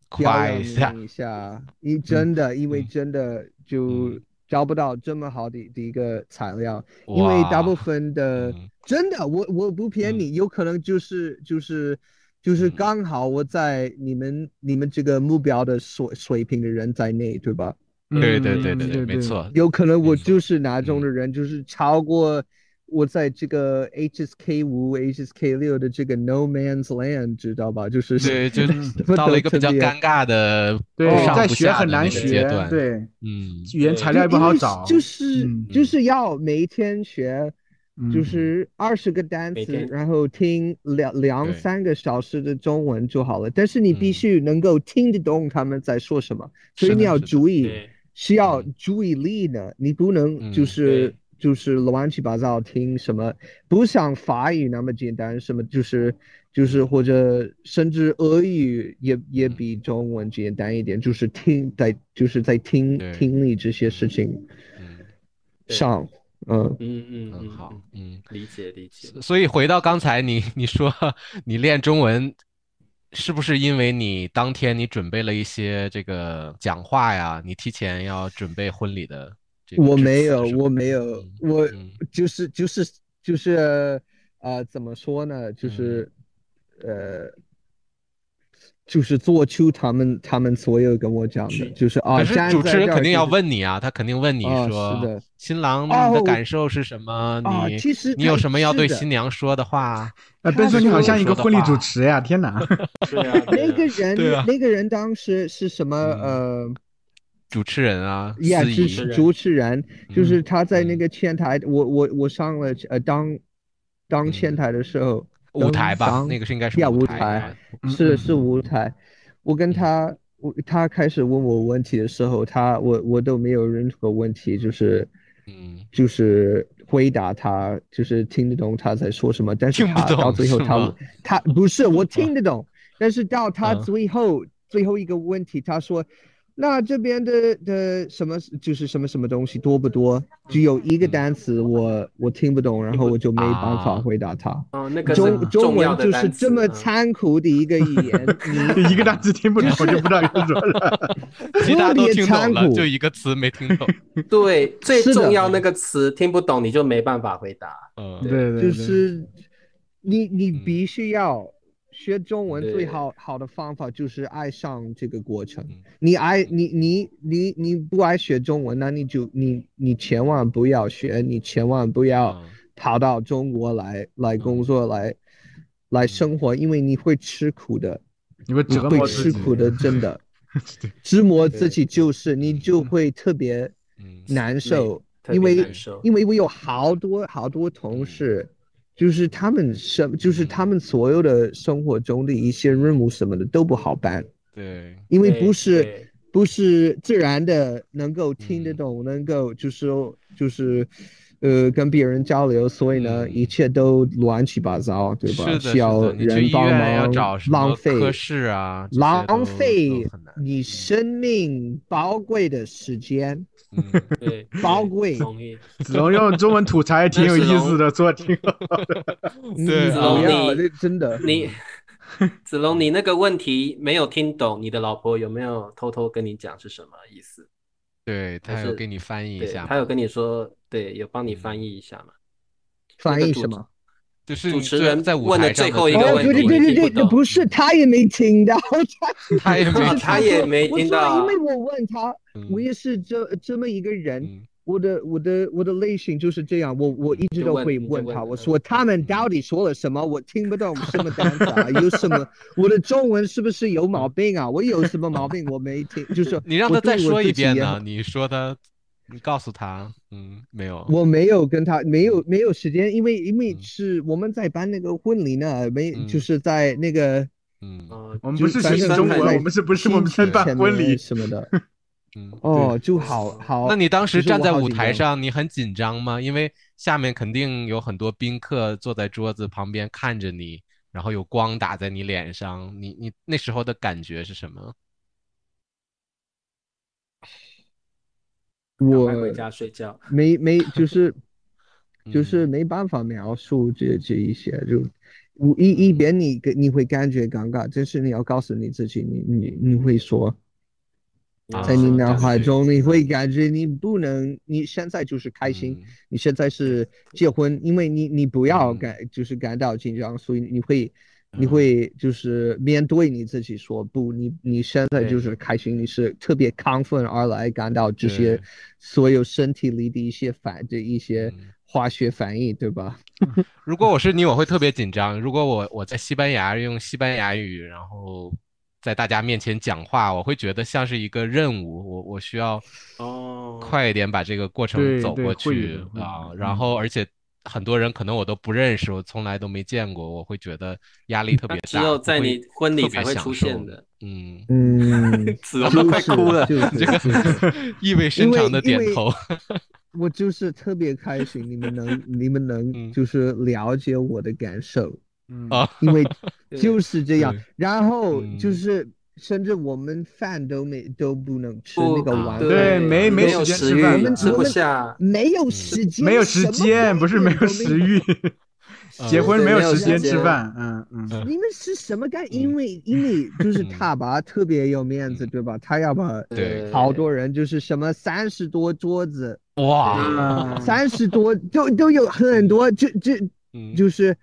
Speaker 1: 夸
Speaker 3: 表
Speaker 1: 一
Speaker 3: 扬你
Speaker 1: 下，
Speaker 3: 们一下，你真的因为
Speaker 1: 嗯
Speaker 3: 真的就
Speaker 1: 嗯
Speaker 3: 找不到这么好的的一个材料，
Speaker 1: 哇
Speaker 3: 因为大部分的
Speaker 1: 嗯
Speaker 3: 真的我我不骗你，有可能就是就是。就是
Speaker 1: 嗯
Speaker 3: 刚好我在你们你们这个目标的水水平的人在内，对吧？
Speaker 1: 对
Speaker 4: 嗯
Speaker 1: 对对
Speaker 4: 对
Speaker 1: 对，没，错，
Speaker 3: 有可能我就是哪
Speaker 1: 嗯
Speaker 3: 种的人，就是超过我在这个 HSK 五、HSK 六的这个 No Man's Land，知道吧？就是
Speaker 1: 对，就
Speaker 4: 嗯
Speaker 1: 到了一个比较尴尬的
Speaker 4: 对
Speaker 1: 不，上
Speaker 4: 在
Speaker 1: 不
Speaker 4: 学
Speaker 1: 下
Speaker 4: 很
Speaker 1: 的那
Speaker 4: 难
Speaker 1: 个阶
Speaker 4: 学，
Speaker 1: 段，，
Speaker 4: 对，
Speaker 1: 嗯，
Speaker 4: 原材料也不好找，
Speaker 3: 就是
Speaker 4: 嗯
Speaker 3: 就是要每天学，
Speaker 4: 嗯
Speaker 3: 就是二十个单
Speaker 2: 每
Speaker 3: 词，
Speaker 2: 天
Speaker 3: 然后听两两
Speaker 1: 对
Speaker 3: 三个小时的中文就好了。但是你必
Speaker 1: 嗯
Speaker 3: 须能够听得懂他们在说什么，所
Speaker 1: 是
Speaker 3: 以你
Speaker 1: 的
Speaker 3: 要
Speaker 1: 是的
Speaker 3: 注意。
Speaker 2: 对，
Speaker 3: 需要
Speaker 1: 嗯
Speaker 3: 注意力的，你不能
Speaker 1: 嗯
Speaker 3: 就是、
Speaker 2: 对
Speaker 3: 就是乱七八糟听什么，不像法语那么简单，什么就是就是或者甚至俄语也也
Speaker 1: 嗯
Speaker 3: 比中文简单一点，就是听在就是在听
Speaker 1: 对
Speaker 3: 听力这些事情
Speaker 1: 嗯
Speaker 2: 对
Speaker 3: 上，嗯，
Speaker 2: 嗯嗯
Speaker 1: 很
Speaker 2: 嗯，
Speaker 1: 好
Speaker 2: 嗯，
Speaker 1: 嗯，
Speaker 2: 理解理解。
Speaker 1: 所以回到刚才你你说你练中文，是不是因为你当天你准备了一些这个讲话呀？你提前要准备婚礼的这个
Speaker 3: 我
Speaker 1: 致
Speaker 3: 没
Speaker 1: 辞
Speaker 3: 有
Speaker 1: 是吧
Speaker 3: 我没有
Speaker 1: 嗯
Speaker 3: 我
Speaker 1: 嗯
Speaker 3: 就是就是就是呃怎么说呢，
Speaker 1: 嗯
Speaker 3: 就是呃。就是做出他们他们所有跟我讲的，就是啊，
Speaker 1: 可是
Speaker 3: 站
Speaker 1: 主
Speaker 3: 在
Speaker 1: 持人
Speaker 3: 这儿
Speaker 1: 肯定
Speaker 3: 就
Speaker 1: 要
Speaker 3: 是
Speaker 1: 问你啊，他肯定问你
Speaker 3: 啊
Speaker 1: 说，
Speaker 3: 是的
Speaker 1: 新郎你的
Speaker 3: 哦
Speaker 1: 感受是什么？
Speaker 3: 啊
Speaker 1: 你
Speaker 3: 其实
Speaker 1: 你有
Speaker 3: 他
Speaker 1: 什么要
Speaker 3: 是
Speaker 1: 对
Speaker 3: 的
Speaker 1: 新娘说的话？
Speaker 4: 啊，
Speaker 3: 他
Speaker 4: 贝说你好像一个
Speaker 1: 说的
Speaker 4: 婚礼
Speaker 1: 话
Speaker 4: 主持呀，天 哪，
Speaker 2: 对啊，对
Speaker 3: 那
Speaker 2: 啊
Speaker 3: 个人，
Speaker 1: 对啊
Speaker 3: 那个人当时是什么？
Speaker 1: 嗯
Speaker 3: 呃，
Speaker 1: 主持人啊，
Speaker 3: 呀，
Speaker 1: 司
Speaker 3: 主
Speaker 1: 仪
Speaker 3: 持
Speaker 2: 持人
Speaker 3: 主持人，就是他在那
Speaker 1: 嗯
Speaker 3: 个前台，我我我上了呃当当
Speaker 1: 嗯
Speaker 3: 前台的时候，
Speaker 1: 舞台吧，
Speaker 3: 当
Speaker 1: 那个是应该是
Speaker 3: 呀
Speaker 1: 舞
Speaker 3: 舞
Speaker 1: 台
Speaker 3: 台
Speaker 1: 啊，
Speaker 3: 是
Speaker 4: 嗯
Speaker 3: 是舞台，我
Speaker 1: 嗯
Speaker 3: 跟他我他开始问我问题的时候，他我我都没有任何问题，就是
Speaker 1: 嗯，
Speaker 3: 就是回答他，就是听得懂他在说什么，但是
Speaker 1: 听不
Speaker 3: 他到
Speaker 1: 懂
Speaker 3: 最后
Speaker 1: 是
Speaker 3: 他
Speaker 1: 吗
Speaker 3: 他不是我听 得懂，但是到他
Speaker 1: 嗯
Speaker 3: 最后、最后一个问题，他说，那这边的的什么就是什么什么东西多不多？只有一个
Speaker 1: 嗯
Speaker 3: 单词我我听不懂，然后我就没办法
Speaker 1: 啊
Speaker 3: 回答他。
Speaker 2: 哦，那个是
Speaker 3: 中中
Speaker 2: 重要
Speaker 3: 文
Speaker 2: 的
Speaker 3: 就是
Speaker 2: 单词
Speaker 3: 这么
Speaker 2: 嗯
Speaker 3: 残酷的一个语言， 你
Speaker 4: 啊一个单词听不懂，我就不知道该说 了。
Speaker 1: 其他都听懂
Speaker 3: 残
Speaker 1: 了，
Speaker 3: 酷
Speaker 1: 就一个词没听懂，
Speaker 2: 对，最
Speaker 3: 是的
Speaker 2: 重要那个词听不懂，你就没办法回答。
Speaker 1: 嗯，
Speaker 4: 对对，
Speaker 3: 就
Speaker 4: 对
Speaker 3: 是你你
Speaker 1: 嗯
Speaker 3: 必须要学中文
Speaker 2: 对
Speaker 3: 最好好的方法就是爱上这个过程
Speaker 1: 嗯。
Speaker 3: 你爱你你你你不爱学中文，那你就你你千万不要学，你千万不要
Speaker 4: 啊
Speaker 1: 嗯
Speaker 3: 跑到中国来来工作来来生活，因为你会吃苦的，
Speaker 4: 你会
Speaker 3: 你
Speaker 4: 折
Speaker 3: 会
Speaker 4: 磨自
Speaker 3: 吃
Speaker 4: 己
Speaker 3: 苦的，真的
Speaker 4: 对
Speaker 3: 折磨自己就是你就会特别
Speaker 1: 嗯
Speaker 3: 难受。
Speaker 2: 特别
Speaker 3: 因为
Speaker 2: 难受
Speaker 3: 因为我有好多好多同事，
Speaker 1: 嗯
Speaker 3: 就是他们生就是他们所有的生活中的一些任务什么的都不好办，
Speaker 1: 对，
Speaker 3: 因为
Speaker 2: 对
Speaker 3: 不是
Speaker 2: 对
Speaker 3: 不是自然的能够听得
Speaker 1: 嗯
Speaker 3: 懂，能够就是就是。呃，跟别人交流，所以呢，
Speaker 1: 嗯
Speaker 3: 一切都乱七八糟，对吧？
Speaker 1: 是的是的
Speaker 3: 需要
Speaker 1: 你去
Speaker 3: 人
Speaker 1: 医
Speaker 3: 帮
Speaker 1: 院要
Speaker 3: 忙，
Speaker 1: 找什么
Speaker 3: 浪费
Speaker 1: 科室啊这些都
Speaker 3: 浪
Speaker 1: 都
Speaker 3: 费
Speaker 1: 很难
Speaker 3: 你
Speaker 1: 嗯
Speaker 3: 生命宝贵的时间，
Speaker 1: 嗯，
Speaker 2: 对，
Speaker 3: 包 贵
Speaker 2: 同意。
Speaker 4: 子龙用中文吐槽 也挺有意思的，做挺好的。
Speaker 1: 对
Speaker 3: 你
Speaker 1: 子
Speaker 2: 龙
Speaker 3: 不要，
Speaker 2: 你
Speaker 3: 这真的，
Speaker 2: 你子龙，你那个问题没有听懂，你的老婆有没有偷偷跟你讲是什么意思？
Speaker 1: 对他
Speaker 2: 还
Speaker 1: 有
Speaker 2: 是
Speaker 1: 给你翻译一
Speaker 2: 对，
Speaker 1: 下嗯
Speaker 2: 他
Speaker 1: 吗，
Speaker 2: 有跟你说，对，有帮你翻译一下嘛？
Speaker 3: 翻
Speaker 2: 那个
Speaker 3: 译
Speaker 2: 主
Speaker 3: 什么？
Speaker 1: 就是
Speaker 2: 主
Speaker 1: 你
Speaker 2: 持
Speaker 1: 最
Speaker 2: 人
Speaker 1: 在舞
Speaker 2: 问
Speaker 1: 台
Speaker 2: 了
Speaker 1: 上
Speaker 2: 最
Speaker 1: 的
Speaker 2: 后一
Speaker 1: 这
Speaker 2: 个
Speaker 1: 个
Speaker 2: 问
Speaker 3: 对对
Speaker 2: 题
Speaker 3: 对对对，
Speaker 2: 我听不懂
Speaker 3: 这不是他也没听到，
Speaker 1: 他也没
Speaker 2: 啊他也没
Speaker 3: 我
Speaker 2: 听
Speaker 3: 说了
Speaker 2: 到
Speaker 3: 因为我问他，
Speaker 1: 嗯
Speaker 3: 我也是这这么一个人，
Speaker 1: 嗯
Speaker 3: 我的我的我的类型就是这样，我我一直
Speaker 2: 就
Speaker 3: 都
Speaker 2: 问
Speaker 3: 会
Speaker 2: 你就
Speaker 3: 问
Speaker 2: 问
Speaker 3: 他，
Speaker 2: 他
Speaker 3: 我说他们到底说了什么，我听不懂什么单词啊，有什么，我的中文是不是有毛病啊？我有什么毛病？我没听，就是
Speaker 1: 你让
Speaker 3: 我
Speaker 1: 他再
Speaker 3: 对我
Speaker 1: 说一
Speaker 3: 自己
Speaker 1: 遍
Speaker 3: 也
Speaker 1: 呢
Speaker 3: 很？
Speaker 1: 你说他，你告诉他，嗯，没有，
Speaker 3: 我没有跟他没有没有时间，因为因为
Speaker 1: 嗯
Speaker 3: 是我们在办那个婚礼呢，没
Speaker 1: 嗯
Speaker 3: 就是在那个
Speaker 1: 嗯
Speaker 2: 呃
Speaker 6: 我们
Speaker 3: 就
Speaker 6: 不是学习
Speaker 3: 反正
Speaker 6: 中文，
Speaker 3: 在
Speaker 6: 我们是不是我们在办
Speaker 3: 前
Speaker 6: 婚
Speaker 3: 面
Speaker 6: 礼？
Speaker 3: 什 么的？
Speaker 1: 嗯，
Speaker 3: 哦，就好
Speaker 1: 对。
Speaker 3: 好。
Speaker 1: 那你当时
Speaker 3: 就是
Speaker 1: 站
Speaker 3: 我
Speaker 1: 在
Speaker 3: 好
Speaker 1: 舞
Speaker 3: 紧
Speaker 1: 台
Speaker 3: 张
Speaker 1: 上，你很紧张吗？因为下面肯定有很多宾客坐在桌子旁边看着你，然后有光打在你脸上，你你那时候的感觉是什么？
Speaker 2: 赶
Speaker 3: 我
Speaker 2: 快回家睡觉。
Speaker 3: 没没，就是 就
Speaker 1: 嗯
Speaker 3: 是没办法描述这这一些，就我
Speaker 1: 嗯
Speaker 3: 一一边你跟你会感觉尴尬，但是你要告诉你自己，你你你会说，
Speaker 1: 啊
Speaker 3: 在你
Speaker 1: 是
Speaker 3: 脑
Speaker 1: 对
Speaker 3: 海
Speaker 1: 对
Speaker 3: 中你会感觉你不能，你现在就是开心，
Speaker 1: 嗯
Speaker 3: 你现在是结婚，因为你你不要
Speaker 1: 嗯
Speaker 3: 感就是感到紧张，所以你会你会就是面对你自己说不，你你现在就是开心，你是特别亢奋而来感到这些
Speaker 1: 对
Speaker 3: 所有身体里的一些反的一些
Speaker 1: 嗯
Speaker 3: 化学反应，对吧？
Speaker 1: 如果我是你，我会特别紧张。如果我我在西班牙用西班牙语，然后在大家面前讲话，我会觉得像是一个任务，我我需要
Speaker 2: 哦
Speaker 1: 快一点把这个过程
Speaker 6: 对
Speaker 1: 走
Speaker 6: 对会
Speaker 1: 过
Speaker 6: 有
Speaker 1: 去
Speaker 6: 的会有
Speaker 1: 啊。
Speaker 6: 的
Speaker 1: 然
Speaker 6: 嗯
Speaker 1: 后，而且很多人可能我都不认识，我从来都没见过，我会觉得压力特别
Speaker 2: 只
Speaker 1: 大。
Speaker 2: 有
Speaker 1: 我
Speaker 2: 在
Speaker 1: 会
Speaker 2: 你婚礼
Speaker 1: 特
Speaker 2: 才
Speaker 1: 别
Speaker 2: 会
Speaker 1: 享
Speaker 2: 出
Speaker 1: 受
Speaker 2: 现的。
Speaker 1: 嗯，
Speaker 3: 嗯，
Speaker 2: 子龙都快哭了，
Speaker 3: 就是
Speaker 1: 这个
Speaker 3: 就是
Speaker 1: 意味深
Speaker 3: 因为
Speaker 1: 长的
Speaker 3: 因
Speaker 1: 点
Speaker 3: 为
Speaker 1: 头。
Speaker 3: 我就是特别开心，你们能你们
Speaker 1: 嗯
Speaker 3: 能就是了解我的感 受，
Speaker 6: 嗯
Speaker 1: 啊
Speaker 3: 因为
Speaker 2: 对
Speaker 3: 就是这样
Speaker 1: 对。
Speaker 3: 然后
Speaker 1: 嗯
Speaker 3: 就是甚至我们饭都没都不能吃
Speaker 2: 不
Speaker 3: 那个
Speaker 1: 啊
Speaker 3: 丸子，
Speaker 6: 对没没
Speaker 2: 没
Speaker 6: 时
Speaker 2: 有
Speaker 6: 间
Speaker 2: 食
Speaker 6: 吃饭
Speaker 2: 欲，
Speaker 6: 的
Speaker 2: 吃
Speaker 3: 我
Speaker 2: 不
Speaker 3: 们
Speaker 2: 下。嗯
Speaker 3: 没有时间，
Speaker 6: 没有时间，不是没有时
Speaker 3: 欲。
Speaker 6: 欲，结婚没有
Speaker 2: 对
Speaker 6: 时间
Speaker 2: 没有时间
Speaker 6: 吃饭，嗯嗯，
Speaker 3: 你们是什么概？
Speaker 1: 嗯
Speaker 3: 因为因为就是他吧，特别有面子，
Speaker 1: 嗯
Speaker 3: 对吧？他要把
Speaker 1: 对
Speaker 3: 好多人就是什么三十多桌子，
Speaker 1: 哇，
Speaker 6: 啊
Speaker 3: 嗯三十多都都有很多，就就
Speaker 1: 嗯
Speaker 3: 就是，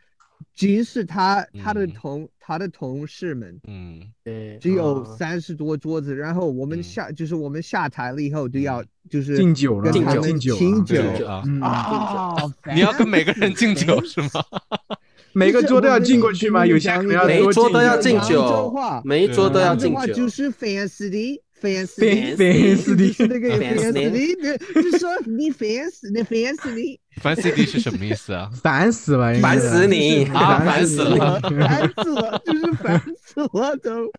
Speaker 3: 即使他他的
Speaker 1: 嗯
Speaker 3: 同他的同事们
Speaker 1: 嗯
Speaker 2: 对，
Speaker 3: 只有
Speaker 2: 啊
Speaker 3: 三十多桌子，然后我们
Speaker 1: 嗯
Speaker 3: 下就是我们下台了以后就要就是
Speaker 6: 嗯敬酒了，
Speaker 3: 跟他
Speaker 6: 敬
Speaker 3: 们
Speaker 6: 酒了，
Speaker 3: 敬
Speaker 1: 对
Speaker 3: 酒
Speaker 1: 啊，
Speaker 6: 嗯
Speaker 3: 啊，
Speaker 1: 你要跟每个人敬 酒是吗？
Speaker 6: 每个桌都要敬过去吗？
Speaker 3: 就是我
Speaker 6: 有些
Speaker 3: 们
Speaker 6: 可能要
Speaker 2: 每一
Speaker 6: 多
Speaker 2: 桌都要哦
Speaker 6: 敬一
Speaker 2: 敬
Speaker 6: 点
Speaker 3: 扬州
Speaker 2: 酒
Speaker 3: 话，
Speaker 2: 每一桌都要
Speaker 3: 扬州
Speaker 2: 敬
Speaker 3: 话
Speaker 2: 酒，
Speaker 3: 就是 fancy 的 fancy
Speaker 6: 非非
Speaker 3: 的。就是
Speaker 6: 斯蒂，
Speaker 3: 那个
Speaker 2: Fancy
Speaker 3: fancy 的，就说你 fancy，你 fancy
Speaker 1: 凡 CD 是什么意思啊？
Speaker 6: 烦死
Speaker 3: 哎
Speaker 6: 了，应该
Speaker 2: 烦
Speaker 6: 是
Speaker 2: 死你啊，烦死
Speaker 3: 的，
Speaker 2: 了！
Speaker 3: 烦死了，就是烦死了都。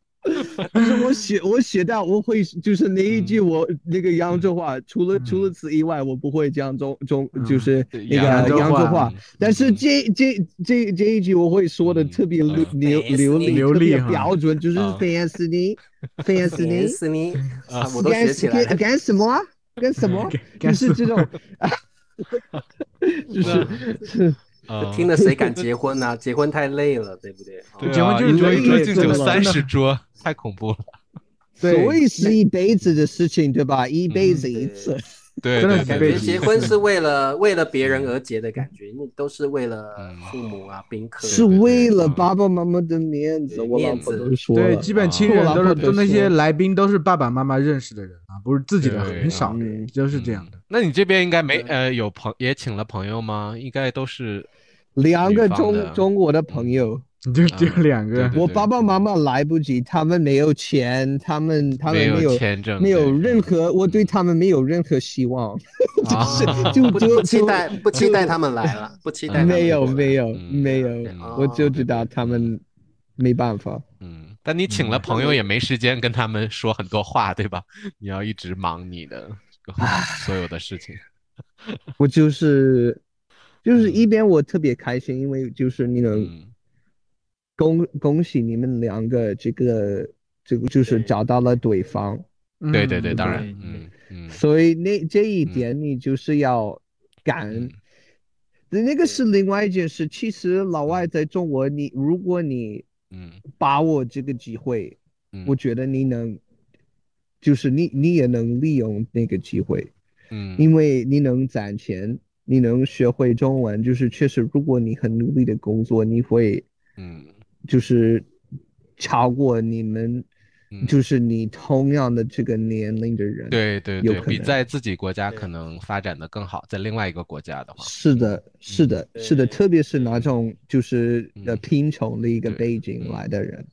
Speaker 3: 就是我写我写到我会就是那一句我那个扬州话，除了
Speaker 6: 嗯
Speaker 3: 除了此以外，我不会讲中中
Speaker 6: 嗯
Speaker 3: 就是
Speaker 1: 对
Speaker 3: 那
Speaker 1: 扬
Speaker 3: 个
Speaker 6: 州
Speaker 3: 扬州
Speaker 6: 话嗯
Speaker 3: 话，但是这这这这一句我会说的
Speaker 1: 嗯
Speaker 3: 特别流
Speaker 1: 嗯
Speaker 3: 流流利，
Speaker 6: 流
Speaker 3: 特
Speaker 6: 利
Speaker 3: 别
Speaker 6: 哈
Speaker 3: 标准，就是
Speaker 1: 啊
Speaker 3: fancy fancy
Speaker 2: 烦死你！啊我都
Speaker 3: 干
Speaker 2: 学起来
Speaker 3: 干
Speaker 2: 了。
Speaker 3: 干什么啊？干什
Speaker 4: 嗯
Speaker 3: 么？
Speaker 6: 干
Speaker 3: 就是这种， 就是
Speaker 6: 呃
Speaker 1: 啊，
Speaker 2: 听了谁敢结婚呢？结婚太累了，对不对？哦
Speaker 1: 对啊
Speaker 6: 结婚就是
Speaker 1: 一桌
Speaker 6: 这
Speaker 1: 一
Speaker 6: 一
Speaker 1: 桌
Speaker 6: 类
Speaker 1: 敬
Speaker 6: 真
Speaker 1: 酒
Speaker 6: 的
Speaker 1: 三
Speaker 6: 真的
Speaker 1: 十桌，太恐怖了。
Speaker 6: 对
Speaker 3: 所谓是一辈子的事情，对吧？一辈子一次，
Speaker 1: 嗯对，
Speaker 6: 真的
Speaker 1: 对
Speaker 6: 是
Speaker 1: 对
Speaker 2: 感
Speaker 6: 被
Speaker 2: 觉
Speaker 1: 对
Speaker 6: 挤
Speaker 2: 结婚是为了为了别人而结的感觉，你都是为了父母啊、宾客
Speaker 1: 对嗯
Speaker 3: 是为了爸爸妈妈的面子。
Speaker 2: 对
Speaker 3: 我老婆都说
Speaker 6: 对，
Speaker 3: 了，
Speaker 6: 基本亲人都
Speaker 3: 啊
Speaker 6: 是都那些来宾都是爸爸妈妈认识的人啊，不是自己的，
Speaker 1: 对
Speaker 6: 很少
Speaker 3: 嗯，
Speaker 6: 就是这样的。
Speaker 1: 那你这边应该没呃有朋也请了朋友吗？应该都是
Speaker 3: 两个
Speaker 1: 女方的
Speaker 3: 中中国的朋友，
Speaker 6: 你就只有
Speaker 1: 啊
Speaker 6: 两个
Speaker 1: 对，对
Speaker 3: 我爸爸妈妈来不及，他们没有钱，他们他们
Speaker 1: 没
Speaker 3: 没
Speaker 1: 有
Speaker 3: 有
Speaker 1: 签证，
Speaker 3: 没有
Speaker 1: 对
Speaker 3: 任何，我对他们没有任何希望，
Speaker 1: 啊，
Speaker 3: 就
Speaker 2: 不
Speaker 3: 就
Speaker 2: 不期
Speaker 3: 就
Speaker 2: 待不期待他们来了，不期待他们
Speaker 3: 没有
Speaker 2: 过来
Speaker 3: 没有
Speaker 1: 嗯
Speaker 3: 没有
Speaker 1: 嗯，
Speaker 3: 我就
Speaker 2: 哦
Speaker 3: 知道他们没办法。
Speaker 1: 嗯，但你请了朋友也没时间跟他们说很多话，对吧？你要一直忙你 的这个所有的事情。
Speaker 3: 我
Speaker 1: 嗯
Speaker 3: 就是，就是一边我特别开心，因为就是你能
Speaker 1: 嗯
Speaker 3: 恭恭喜你们两个这个这个就是
Speaker 2: 对
Speaker 3: 找到了对方，
Speaker 6: 嗯
Speaker 1: 对对对，当然
Speaker 2: 对，
Speaker 1: 嗯嗯
Speaker 3: 所以那这一点你就是要感恩。那个是另外一件事。其实老外在中国，你如果你
Speaker 1: 嗯
Speaker 3: 把握这个机会，
Speaker 1: 嗯，
Speaker 3: 我觉得你能，就是你你也能利用那个机会，
Speaker 1: 嗯
Speaker 3: 因为你能攒钱，你能学会中文，就是确实，如果你很努力的工作，你会
Speaker 1: 嗯
Speaker 3: 就是超过你们，
Speaker 1: 嗯，
Speaker 3: 就是你同样的这个年龄的人。，
Speaker 1: 对对
Speaker 3: 有
Speaker 1: 对，
Speaker 3: 可
Speaker 1: 比
Speaker 3: 能
Speaker 1: 在自己国家可能发展的更好，在另外一个国家的话，
Speaker 3: 是的，是的，是的，
Speaker 2: 对
Speaker 3: 特别是那种就是呃
Speaker 1: 嗯
Speaker 3: 贫穷的一个
Speaker 1: 对
Speaker 3: 背景
Speaker 1: 嗯
Speaker 3: 来的人，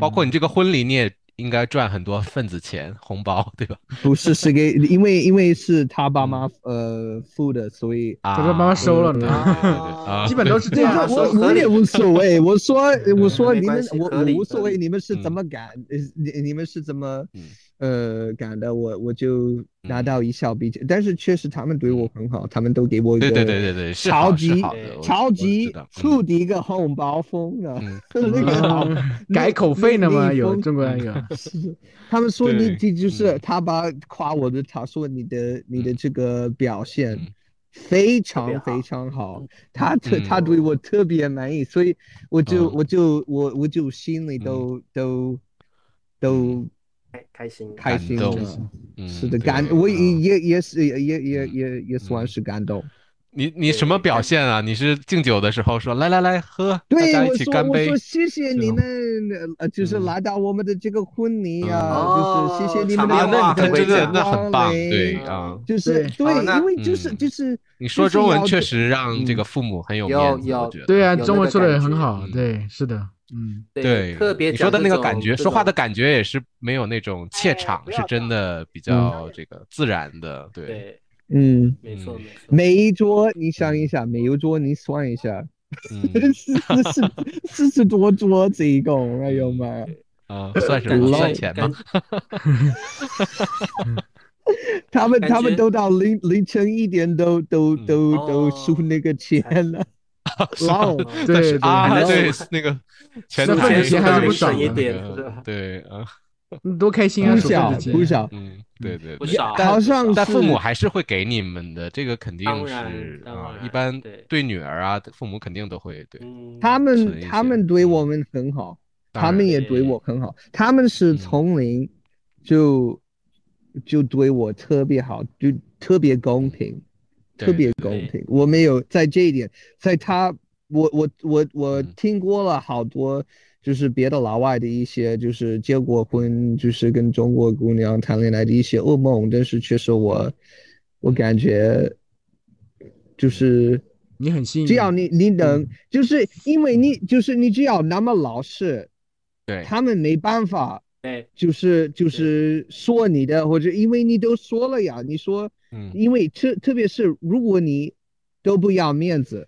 Speaker 1: 包
Speaker 3: 嗯
Speaker 1: 括你这个婚礼，你也应该赚很多份子钱、红包，对吧？
Speaker 3: 不是是 给，因为因为是他爸妈
Speaker 1: 嗯
Speaker 3: 呃付的，所以
Speaker 1: 啊，
Speaker 4: 他说妈妈收了
Speaker 1: 对
Speaker 4: 呢
Speaker 1: 对对对啊，
Speaker 4: 基本都是这
Speaker 3: 对，
Speaker 4: 样
Speaker 3: 我
Speaker 2: 说
Speaker 3: 我
Speaker 2: 合
Speaker 3: 我
Speaker 2: 理
Speaker 3: 也无所 谓。我说我说
Speaker 2: 没
Speaker 3: 你们
Speaker 2: 关系
Speaker 3: 我
Speaker 2: 合
Speaker 3: 我
Speaker 2: 理
Speaker 3: 无所
Speaker 2: 合
Speaker 3: 谓，
Speaker 2: 理
Speaker 3: 你们是怎么赶，呃你你们是怎么
Speaker 1: 嗯
Speaker 3: 呃赶的，我我就拿
Speaker 1: 嗯
Speaker 3: 到一小笔钱。但是确实他们对我很好，他们都给我一
Speaker 1: 对
Speaker 3: 个
Speaker 1: 对对对对，是
Speaker 3: 超
Speaker 1: 好是
Speaker 3: 级
Speaker 1: 好的，我
Speaker 3: 超
Speaker 1: 我
Speaker 3: 级
Speaker 1: 知道嗯
Speaker 3: 触底一个红包风的
Speaker 1: 嗯，
Speaker 3: 那个好
Speaker 4: 改口费呢吗？
Speaker 3: 那
Speaker 4: 有
Speaker 3: 封
Speaker 4: 中国人有，
Speaker 3: 是，他们说的
Speaker 1: 对
Speaker 3: 这就是
Speaker 1: 嗯
Speaker 3: 他把夸我的，他说你的你的这个表现
Speaker 1: 嗯
Speaker 3: 非
Speaker 2: 特别
Speaker 3: 常
Speaker 2: 好
Speaker 3: 非常好，他特
Speaker 1: 嗯
Speaker 3: 他对我特别满意，所以我就
Speaker 1: 嗯
Speaker 3: 我就我我就心里都都都
Speaker 2: 开开心，
Speaker 3: 开心
Speaker 1: 嗯感动
Speaker 3: 了，
Speaker 1: 嗯
Speaker 3: 是
Speaker 1: 对
Speaker 3: 的，感
Speaker 1: 对
Speaker 3: 我
Speaker 1: 嗯
Speaker 3: 也也也是也也也
Speaker 1: 嗯
Speaker 3: 也也算是感动。
Speaker 1: 你你什么表现啊？你是敬酒的时候说来来来喝，大
Speaker 3: 对，
Speaker 1: 家一
Speaker 3: 我
Speaker 1: 起
Speaker 3: 说
Speaker 1: 干
Speaker 3: 我
Speaker 1: 杯
Speaker 3: 说，谢谢你
Speaker 1: 种
Speaker 3: 们，呃，就是
Speaker 1: 嗯
Speaker 3: 来到我们的这个婚礼啊，
Speaker 2: 嗯
Speaker 3: 就是谢谢你
Speaker 2: 哦
Speaker 3: 们
Speaker 1: 啊，
Speaker 2: 场面
Speaker 1: 那
Speaker 2: 话
Speaker 1: 你
Speaker 3: 的
Speaker 1: 看真的
Speaker 2: 很
Speaker 1: 那很棒，
Speaker 3: 光临
Speaker 1: 对
Speaker 2: 嗯
Speaker 1: 啊，
Speaker 3: 就是
Speaker 4: 对
Speaker 3: 对
Speaker 2: 好，那
Speaker 3: 因为就是
Speaker 1: 嗯
Speaker 3: 就是
Speaker 1: 你说
Speaker 3: 就是
Speaker 1: 中文
Speaker 3: 要
Speaker 1: 确
Speaker 3: 这
Speaker 1: 实让这
Speaker 3: 嗯
Speaker 1: 个父母很有
Speaker 2: 有
Speaker 1: 面子，我
Speaker 2: 有
Speaker 1: 觉得。
Speaker 4: 对
Speaker 2: 有
Speaker 4: 啊，
Speaker 2: 那
Speaker 4: 中文
Speaker 2: 个
Speaker 4: 说的也
Speaker 2: 感
Speaker 4: 很
Speaker 2: 觉
Speaker 4: 好，
Speaker 1: 嗯
Speaker 4: 对，是的，嗯，
Speaker 1: 对，
Speaker 2: 特别
Speaker 1: 你
Speaker 2: 讲
Speaker 1: 说的那
Speaker 2: 这
Speaker 1: 个
Speaker 2: 种
Speaker 1: 感觉，
Speaker 2: 这
Speaker 1: 说话的
Speaker 2: 种
Speaker 1: 感觉也是没有那种怯场，是真的比较这个自然的。对，
Speaker 2: 嗯对，
Speaker 3: 嗯，
Speaker 2: 没错没错，
Speaker 3: 每一桌你想一下，每一桌你算一下，
Speaker 1: 嗯
Speaker 3: 四四十四十多桌子一共，哎呦妈呀！
Speaker 1: 啊，算什
Speaker 2: 感
Speaker 1: 么？
Speaker 2: 觉
Speaker 1: 算钱吗
Speaker 2: 感？
Speaker 3: 他们
Speaker 2: 感觉
Speaker 3: 他们都到凌凌晨一点都都
Speaker 1: 嗯
Speaker 3: 都
Speaker 2: 哦
Speaker 3: 都输那个钱 了，哇哦！
Speaker 2: 嗯
Speaker 1: 但是
Speaker 4: 对
Speaker 1: 啊，
Speaker 4: 对
Speaker 1: 对，那 个前
Speaker 4: 那
Speaker 1: 台
Speaker 4: 份子钱还是不
Speaker 1: 少
Speaker 4: 少的
Speaker 1: 对啊，
Speaker 4: 你多开心啊！
Speaker 3: 不
Speaker 4: 手
Speaker 3: 小
Speaker 4: 份子
Speaker 3: 不
Speaker 4: 钱
Speaker 3: 小，
Speaker 1: 嗯，对对
Speaker 2: 不
Speaker 1: 对。
Speaker 2: 少，
Speaker 1: 但
Speaker 3: 好像
Speaker 1: 但
Speaker 3: 是
Speaker 1: 父母还是会给你们的，这个肯定
Speaker 2: 当然
Speaker 1: 是
Speaker 2: 当
Speaker 1: 啊，
Speaker 2: 然
Speaker 1: 一般
Speaker 2: 对
Speaker 1: 对女儿啊，父母肯定都会对。
Speaker 2: 嗯
Speaker 3: 他
Speaker 1: 存
Speaker 3: 们
Speaker 1: 一
Speaker 3: 他
Speaker 1: 些
Speaker 3: 们对
Speaker 1: 嗯
Speaker 3: 我们很好，
Speaker 1: 当
Speaker 3: 他
Speaker 1: 然嗯
Speaker 3: 们也对我很好，他们是从零就就对我特别好，就特别公平，特
Speaker 1: 对
Speaker 3: 别
Speaker 1: 嗯对
Speaker 3: 公
Speaker 2: 对
Speaker 3: 平。我没有在这一点，在他我我我我
Speaker 1: 嗯
Speaker 3: 听过了好多，就是别的老外的一些就是结过婚，就是跟中国姑娘谈恋爱的一些噩梦，但是确实我我感觉就是。
Speaker 4: 你很
Speaker 1: 嗯
Speaker 4: 幸运，
Speaker 3: 只要你你能，就是因为你就是你只要那么老实，
Speaker 1: 对，
Speaker 3: 他们没办法，
Speaker 2: 对
Speaker 3: 就是就是说你的，或者因为你都说了呀，你说，
Speaker 1: 嗯，
Speaker 3: 因为特特别是如果你都不要面子，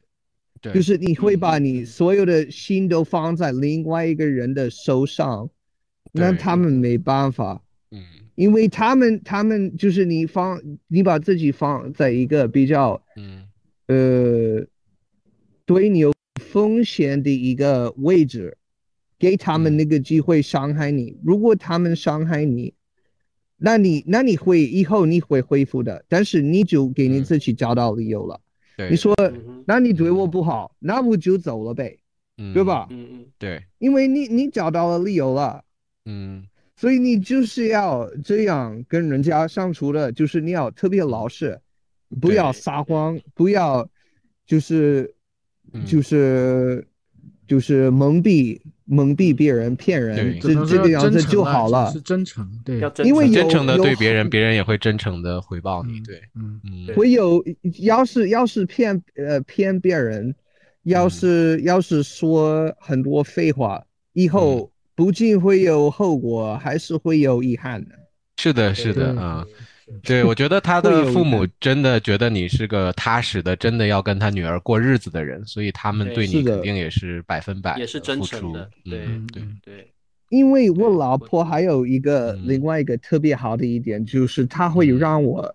Speaker 1: 对，嗯
Speaker 3: 就是你会把你所有的心都放在另外一个人的手上，那
Speaker 1: 对
Speaker 3: 他们没办法。
Speaker 1: 嗯
Speaker 3: 因为他们，他们就是你放，你把自己放在一个比较
Speaker 1: 嗯
Speaker 3: 呃，对你有风险的一个位置，给他们
Speaker 1: 嗯
Speaker 3: 那个机会伤害你。如果他们伤害你，那你那你会以后你会恢复的，但是你就给你
Speaker 1: 嗯
Speaker 3: 自己找到理由了。
Speaker 1: 对，
Speaker 3: 你说，
Speaker 2: 嗯
Speaker 3: 那你对我不好，那我就走了呗，
Speaker 1: 嗯
Speaker 3: 对？吧？
Speaker 2: 嗯嗯，
Speaker 1: 对，
Speaker 3: 因为你你找到了理由了。
Speaker 1: 嗯
Speaker 3: 所以你就是要这样跟人家相处的，就是你要特别老实，不
Speaker 1: 对
Speaker 3: 要撒谎，不要就是
Speaker 1: 嗯
Speaker 3: 就是就是蒙蔽蒙蔽别人、骗人，
Speaker 1: 对
Speaker 4: 只
Speaker 3: 这
Speaker 4: 能
Speaker 3: 这
Speaker 4: 说
Speaker 3: 个样子
Speaker 4: 真诚
Speaker 3: 就
Speaker 4: 啊
Speaker 3: 好
Speaker 4: 只
Speaker 3: 了
Speaker 4: 是。真诚，对
Speaker 2: 要，真
Speaker 3: 因为
Speaker 2: 诚
Speaker 3: 有
Speaker 1: 真诚的
Speaker 3: 有
Speaker 1: 对别人，
Speaker 3: 很
Speaker 1: 别人也会真诚的回报你。
Speaker 4: 嗯
Speaker 1: 对，
Speaker 4: 嗯，
Speaker 1: 嗯，
Speaker 2: 对
Speaker 3: 我有要是要是骗呃骗别人，要是
Speaker 1: 嗯
Speaker 3: 要是说很多废话，以后
Speaker 1: 嗯
Speaker 3: 不仅会有后果，还是会有遗憾的。
Speaker 1: 是的，是的
Speaker 4: 对
Speaker 1: 啊。对，我觉得他
Speaker 3: 嗯会有
Speaker 1: 的
Speaker 3: 一
Speaker 1: 父母
Speaker 3: 点
Speaker 1: 真的觉得你是个踏实的，真的要跟他女儿过日子的人，所以他们
Speaker 2: 对
Speaker 1: 对
Speaker 3: 是
Speaker 1: 你
Speaker 3: 的
Speaker 1: 肯定也是百分百
Speaker 2: 也是
Speaker 1: 地
Speaker 2: 真
Speaker 1: 付
Speaker 2: 诚
Speaker 1: 出
Speaker 2: 的对
Speaker 1: 嗯，对，
Speaker 4: 嗯
Speaker 2: 对，
Speaker 3: 因为我
Speaker 2: 对
Speaker 3: 老
Speaker 2: 我
Speaker 3: 婆还有一个
Speaker 1: 嗯
Speaker 3: 另外一个特别好的一点，就是她会
Speaker 1: 嗯
Speaker 3: 让我，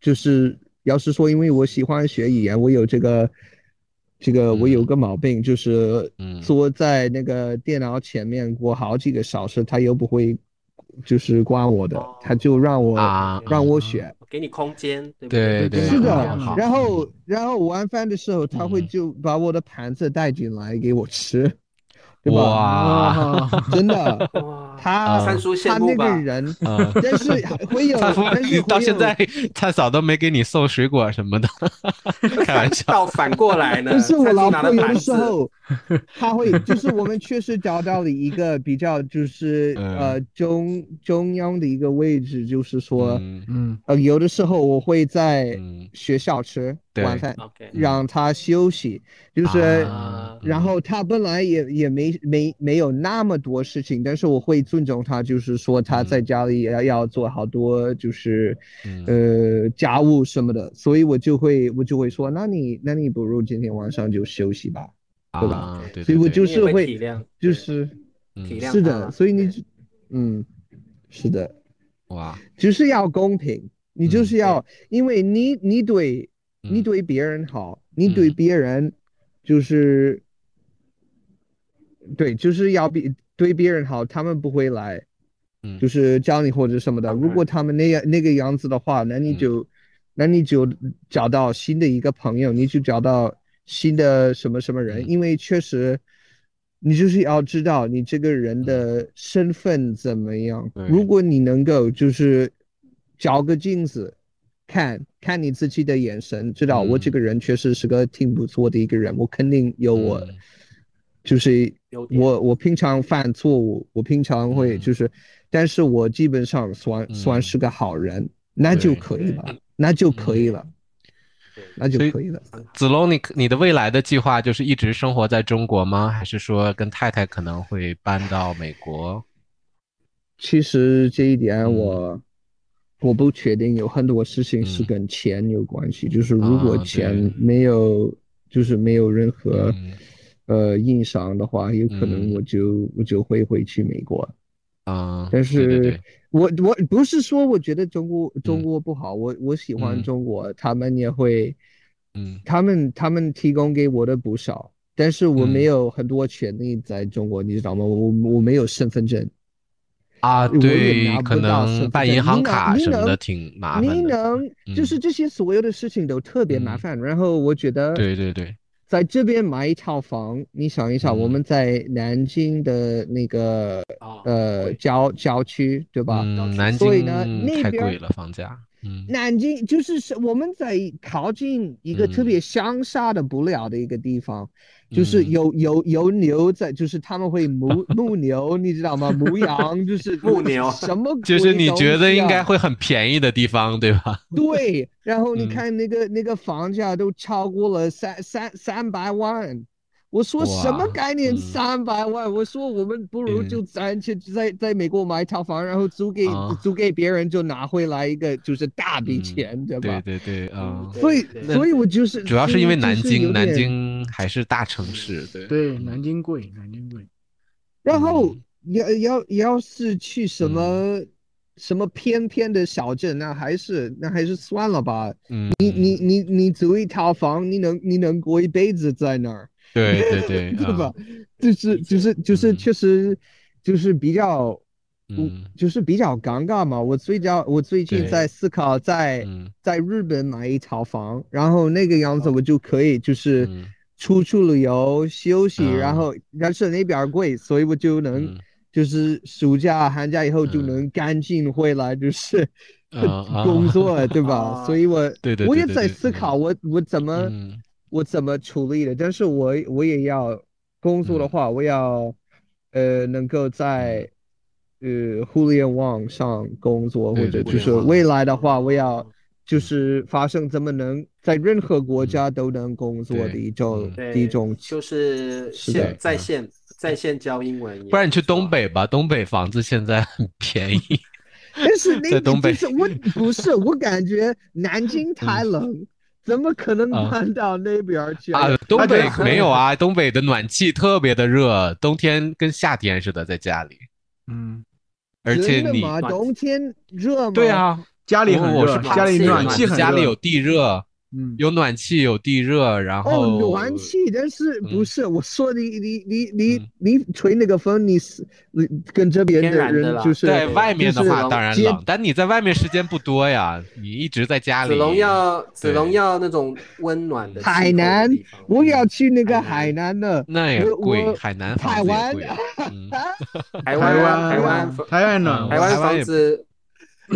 Speaker 3: 就是要是说，因为我喜欢学语言，我有这个，这个我有
Speaker 1: 嗯
Speaker 3: 个毛病，就是
Speaker 1: 嗯
Speaker 3: 坐在那个电脑前面过好几个小时，她又不会，就是关我的
Speaker 2: 哦，
Speaker 3: 她就让我
Speaker 1: 啊
Speaker 3: 让我
Speaker 1: 啊
Speaker 3: 选。
Speaker 2: 给你空间，对不
Speaker 1: 对
Speaker 4: 对
Speaker 3: 是
Speaker 4: 这
Speaker 3: 的
Speaker 4: 样好，
Speaker 3: 然后然后我晚饭的时候，她会
Speaker 1: 嗯
Speaker 3: 就把我的盘子带进来给我吃。对吧？
Speaker 1: 哇，
Speaker 4: 啊，
Speaker 3: 真的，
Speaker 2: 哇，
Speaker 3: 他
Speaker 1: 三
Speaker 2: 叔羡
Speaker 3: 啊他
Speaker 2: 慕
Speaker 3: 那
Speaker 2: 吧
Speaker 3: 个人，
Speaker 1: 嗯，
Speaker 3: 但是会 有，
Speaker 1: 灿夫
Speaker 3: 但是
Speaker 1: 你到
Speaker 3: 会
Speaker 1: 现
Speaker 3: 有
Speaker 1: 在灿嫂都没给你送水果什么的， 开玩 笑。
Speaker 2: 倒反过来呢？
Speaker 3: 不
Speaker 1: 呃
Speaker 3: 是我
Speaker 2: 餐
Speaker 3: 老
Speaker 2: 厅拿
Speaker 3: 婆
Speaker 2: 了
Speaker 3: 有
Speaker 2: 盘
Speaker 3: 的时
Speaker 2: 子，
Speaker 3: 候，她会就是我们确实找到了一个比较就是
Speaker 1: 嗯
Speaker 3: 呃中中央的一个位置，就是说
Speaker 1: 嗯
Speaker 4: 嗯
Speaker 3: 呃有的时候我会在
Speaker 1: 嗯，
Speaker 3: 学校吃
Speaker 1: 对嗯
Speaker 3: 晚饭，
Speaker 2: OK，
Speaker 3: 让她休息，就是
Speaker 2: 啊
Speaker 3: 然后她本来也也没没没有那么多事情，但是我会尊重她，就是说她在家里要要做好多就是
Speaker 1: 嗯
Speaker 3: 呃家务什么的，所以我就会我就会说，那你那你不如今天晚上就休息吧。对吧
Speaker 1: 啊对
Speaker 3: 所
Speaker 1: 对
Speaker 3: 以我
Speaker 1: 对
Speaker 3: 就
Speaker 2: 你也
Speaker 3: 是
Speaker 2: 会
Speaker 3: 会
Speaker 2: 体谅，
Speaker 3: 就
Speaker 2: 对
Speaker 3: 是
Speaker 2: 体
Speaker 1: 嗯
Speaker 2: 谅
Speaker 3: 是
Speaker 2: 他
Speaker 3: 的，
Speaker 2: 嘛
Speaker 3: 所以你
Speaker 2: 对
Speaker 3: 就嗯，是的，
Speaker 1: 哇，
Speaker 3: 就是要公平，你就
Speaker 1: 嗯
Speaker 3: 是要，因为你你对你
Speaker 1: 嗯
Speaker 3: 对别人好，你对
Speaker 1: 嗯
Speaker 3: 别人就是，对，就是要比对别人好，他们不会来，
Speaker 1: 嗯
Speaker 3: 就是教你或者什么的。
Speaker 2: 当
Speaker 3: 如果
Speaker 2: 然
Speaker 3: 他们那样那个样子的话，那你
Speaker 1: 嗯
Speaker 3: 就，那你就找到新的一个朋友，你就找到新的什么什么人，
Speaker 1: 嗯
Speaker 3: 因为确实，你就是要知道你这个人的身份怎么样。
Speaker 1: 嗯对
Speaker 3: 如果你能够就是照个镜子，看看你自己的眼神，知道
Speaker 1: 嗯
Speaker 3: 我这个人确实是个挺不错的一个人，我肯定有我。
Speaker 1: 嗯
Speaker 3: 就是
Speaker 2: 优点
Speaker 3: 我我平常犯错误，我平常会
Speaker 1: 嗯
Speaker 3: 就是，但是我基本上算、
Speaker 1: 嗯
Speaker 3: 算是个好人，那就
Speaker 1: 对嗯
Speaker 3: 可以了，那就可以了，
Speaker 2: 对
Speaker 3: 那就
Speaker 1: 所以
Speaker 3: 可以了。
Speaker 1: 子龙，你你的未来的计划就是一直生活在中国吗？还是说跟太太可能会搬到美国？
Speaker 3: 其实这一点
Speaker 1: 嗯
Speaker 3: 我、我不确定，有很多事情是
Speaker 1: 嗯
Speaker 3: 跟钱有关系，就是如果
Speaker 1: 啊对
Speaker 3: 钱没有，就是没有任何、
Speaker 1: 嗯
Speaker 3: 呃硬伤的话，有可能
Speaker 1: 嗯
Speaker 3: 我就、我就会回去美国。
Speaker 1: 啊，
Speaker 3: 但是
Speaker 1: 对对对，
Speaker 3: 我我不是说我觉得中国中国不好，我我喜欢
Speaker 1: 嗯
Speaker 3: 中国，他们也会，
Speaker 1: 嗯
Speaker 3: 他们他们提供给我的不少，但是我
Speaker 1: 嗯
Speaker 3: 没有很多权利在中国，你知道吗？我我没有身份证，
Speaker 1: 啊，
Speaker 3: 我也
Speaker 1: 对
Speaker 3: 拿，不
Speaker 1: 可
Speaker 3: 到身
Speaker 1: 能
Speaker 3: 份
Speaker 1: 办
Speaker 3: 证
Speaker 1: 银行
Speaker 3: 你能
Speaker 1: 卡
Speaker 3: 你
Speaker 1: 什么的
Speaker 3: 能
Speaker 1: 挺麻
Speaker 3: 你
Speaker 1: 烦的。
Speaker 3: 能就是
Speaker 1: 嗯
Speaker 3: 这些所有的事情都特别麻
Speaker 1: 嗯
Speaker 3: 烦，然后我觉得
Speaker 1: 对对对，
Speaker 3: 在这边买一套房，你想一想，我
Speaker 1: 嗯
Speaker 3: 们在南京的那个
Speaker 2: 啊，
Speaker 3: 呃
Speaker 2: 贵
Speaker 3: 郊郊区，对吧？
Speaker 1: 嗯，南
Speaker 3: 所以呢
Speaker 1: 京
Speaker 3: 那
Speaker 1: 太
Speaker 3: 边儿
Speaker 1: 贵了，房价。嗯
Speaker 3: 南京就是是我们在靠近一个特
Speaker 1: 嗯
Speaker 3: 别乡下的不了的一个地方，就是
Speaker 1: 嗯
Speaker 3: 有有有牛在，就是他 们会牧牧牛，你知道吗？牧羊就是
Speaker 2: 牧牛
Speaker 3: 什么 鬼
Speaker 1: 就是你觉
Speaker 3: 东
Speaker 1: 得
Speaker 3: 西啊
Speaker 1: 应 该会很便宜的地方，对吧？
Speaker 3: 对，然后你
Speaker 1: 嗯
Speaker 3: 看那个那个房价都超过了三三三百万。我说什么
Speaker 1: 哇
Speaker 3: 概念
Speaker 1: 嗯
Speaker 3: 三百万？我说我们不如
Speaker 1: 嗯
Speaker 3: 就咱去在在美国买一套房，然后租给
Speaker 1: 啊
Speaker 3: 租给别人，就拿回来一个就是大笔
Speaker 1: 嗯
Speaker 3: 钱， 对吧
Speaker 1: 对？对对，啊，
Speaker 2: 对
Speaker 3: 所以，
Speaker 2: 对
Speaker 3: 所以我就是
Speaker 1: 主要是因为南京，南。
Speaker 3: 就是有点
Speaker 1: 京还是大城市，对。
Speaker 4: 对，南京贵，南京贵。
Speaker 3: 然后
Speaker 1: 嗯
Speaker 3: 要要要是去什么什么偏偏的小镇，那还是那还是算了吧。
Speaker 1: 嗯，
Speaker 3: 你你你你租一套房，你能你能过一辈子在那儿，
Speaker 1: 对对对，
Speaker 3: 对
Speaker 1: 啊
Speaker 3: 吧？？就是
Speaker 2: 理解
Speaker 3: 就是就是
Speaker 1: 嗯
Speaker 3: 确实就是比较
Speaker 1: 嗯
Speaker 3: 就是比较尴尬嘛。我最近我最近
Speaker 1: 对
Speaker 3: 在思考在
Speaker 1: 嗯
Speaker 3: 在日本买一套房，然后那个样子我就可以就是
Speaker 1: 哦嗯
Speaker 3: 出去旅游休息，然
Speaker 1: 嗯
Speaker 3: 后但是那边儿贵，所以我就能
Speaker 1: 嗯
Speaker 3: 就是暑假寒假以后就
Speaker 1: 嗯
Speaker 3: 能赶紧回来，就是
Speaker 1: 啊啊
Speaker 3: 工 作对吧？
Speaker 2: 啊
Speaker 3: 所以我
Speaker 1: 对对
Speaker 3: 我
Speaker 1: 对
Speaker 3: 也
Speaker 1: 对
Speaker 3: 在
Speaker 1: 对
Speaker 3: 思考我我怎么
Speaker 1: 嗯
Speaker 3: 我怎么处理的，但是我我也要工作的
Speaker 1: 嗯
Speaker 3: 话，我要呃能够在呃互联网上工作，
Speaker 1: 嗯对
Speaker 3: 或者
Speaker 1: 对
Speaker 3: 就
Speaker 1: 对
Speaker 3: 是
Speaker 1: 网
Speaker 3: 未来的话，我要
Speaker 2: 嗯
Speaker 3: 就是发生怎么能在任何国家都能工作的
Speaker 1: 嗯对
Speaker 3: 一种
Speaker 2: 对
Speaker 3: 的一种
Speaker 2: 就是
Speaker 3: 是
Speaker 2: 线
Speaker 3: 的
Speaker 2: 在
Speaker 1: 嗯
Speaker 2: 线在线教英文也不错啊，
Speaker 1: 不然你去东北吧，东北房子现在很便宜。
Speaker 3: 但是那
Speaker 1: 在
Speaker 3: 个
Speaker 1: 东北
Speaker 3: 就是我不是我感觉南京太冷，怎么可能
Speaker 1: 嗯啊
Speaker 3: 搬到那边儿去？
Speaker 1: 啊，东北没有啊，东北的暖气特别的热，冬天跟夏天似的，在家里。
Speaker 4: 嗯，
Speaker 1: 而且
Speaker 3: 真的
Speaker 1: 你
Speaker 3: 吗？
Speaker 2: 暖
Speaker 3: 冬天热吗？
Speaker 1: 对，啊，
Speaker 4: 家里
Speaker 1: 我
Speaker 4: 很
Speaker 1: 我
Speaker 4: 热
Speaker 1: 是，
Speaker 4: 家里
Speaker 2: 怕
Speaker 4: 暖
Speaker 2: 冷
Speaker 4: 气很热，
Speaker 1: 家里有地热，
Speaker 4: 嗯，
Speaker 1: 有暖气，有地热，然后
Speaker 3: 哦，暖气，但是不
Speaker 1: 嗯
Speaker 3: 是我说你你你你
Speaker 1: 嗯
Speaker 3: 你吹那个风，你是你跟这边
Speaker 2: 天然的
Speaker 3: 人
Speaker 2: 啦
Speaker 3: 就是
Speaker 1: 在外面的
Speaker 3: 就是
Speaker 1: 话当然
Speaker 3: 接
Speaker 1: 冷，但你在外面时间不多呀，你一直在家
Speaker 2: 子
Speaker 1: 里。
Speaker 2: 龙要子
Speaker 1: 对
Speaker 2: 龙要那种温暖的气候的
Speaker 3: 海南
Speaker 2: 地方
Speaker 3: 我要去那
Speaker 1: 哎
Speaker 3: 个
Speaker 2: 海
Speaker 3: 海南的，
Speaker 1: 那也
Speaker 3: 我
Speaker 1: 贵，
Speaker 3: 我
Speaker 1: 海南
Speaker 3: 台
Speaker 1: 房子也
Speaker 3: 湾
Speaker 1: 贵。嗯
Speaker 2: 台
Speaker 4: 台
Speaker 2: 湾啊台
Speaker 4: 湾
Speaker 2: 湾
Speaker 4: 台湾暖
Speaker 2: 台
Speaker 4: 和，
Speaker 2: 湾
Speaker 1: 台湾
Speaker 2: 房
Speaker 1: 也 嗯
Speaker 2: 子，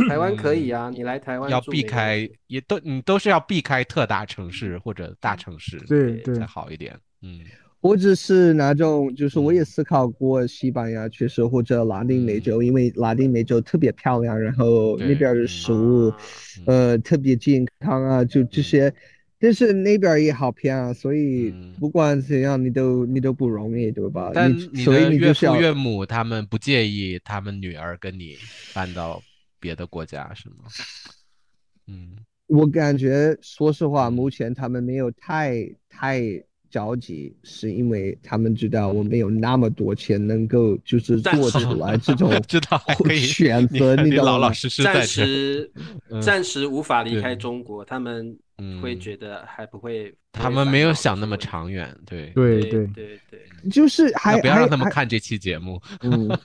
Speaker 2: 台湾可以啊，你来台湾
Speaker 1: 要
Speaker 2: 住
Speaker 1: 避
Speaker 2: 没
Speaker 1: 开
Speaker 2: 关系，
Speaker 1: 也都你都是要避开特大城市或者
Speaker 2: 嗯
Speaker 1: 大城市，
Speaker 4: 对对
Speaker 1: 才好一点。嗯，
Speaker 3: 我只是哪种，就是我也
Speaker 1: 嗯
Speaker 3: 思考过西班牙，确实或者拉丁美
Speaker 1: 嗯
Speaker 3: 洲，因为拉丁美洲特别漂亮，然后
Speaker 1: 对
Speaker 3: 那边的
Speaker 1: 嗯
Speaker 3: 食物
Speaker 2: 啊，
Speaker 3: 呃，特别健康啊，就这些。但是那边也好偏啊，所以
Speaker 1: 嗯
Speaker 3: 不管怎样，你都你都不容易，对吧？
Speaker 1: 但
Speaker 3: 你
Speaker 1: 你
Speaker 3: 所以
Speaker 1: 的
Speaker 3: 你
Speaker 1: 岳
Speaker 3: 就
Speaker 1: 父
Speaker 3: 是要
Speaker 1: 岳母他们不介意他们女儿跟你搬到别的国家是吗？嗯
Speaker 3: 我感觉，说实话，
Speaker 1: 嗯
Speaker 3: 目前他们没有太太着急，是因为他们知道我
Speaker 1: 嗯
Speaker 3: 没有那么多钱能够就是
Speaker 2: 暂
Speaker 3: 做
Speaker 2: 时
Speaker 3: 出来 这种
Speaker 1: 知道还可以
Speaker 3: 选
Speaker 1: 你
Speaker 3: 择，
Speaker 1: 看
Speaker 3: 你
Speaker 1: 你
Speaker 3: 懂
Speaker 1: 老老
Speaker 3: 吗
Speaker 1: 实实在
Speaker 2: 暂
Speaker 1: 这儿，
Speaker 2: 时
Speaker 1: 嗯
Speaker 2: 暂时无法离
Speaker 1: 对
Speaker 2: 开中国，他们会
Speaker 1: 嗯
Speaker 2: 觉得还不会，不
Speaker 1: 他
Speaker 2: 会
Speaker 1: 们
Speaker 2: 烦
Speaker 1: 没有
Speaker 2: 恼
Speaker 1: 想那
Speaker 2: 这个
Speaker 1: 么
Speaker 2: 问题。
Speaker 1: 长嗯远，对，
Speaker 4: 对
Speaker 2: 对
Speaker 4: 对，
Speaker 2: 对对，
Speaker 3: 就是
Speaker 1: 那
Speaker 3: 还
Speaker 1: 不要让他
Speaker 3: 还
Speaker 1: 们
Speaker 3: 还
Speaker 1: 看这期节目。
Speaker 3: 嗯，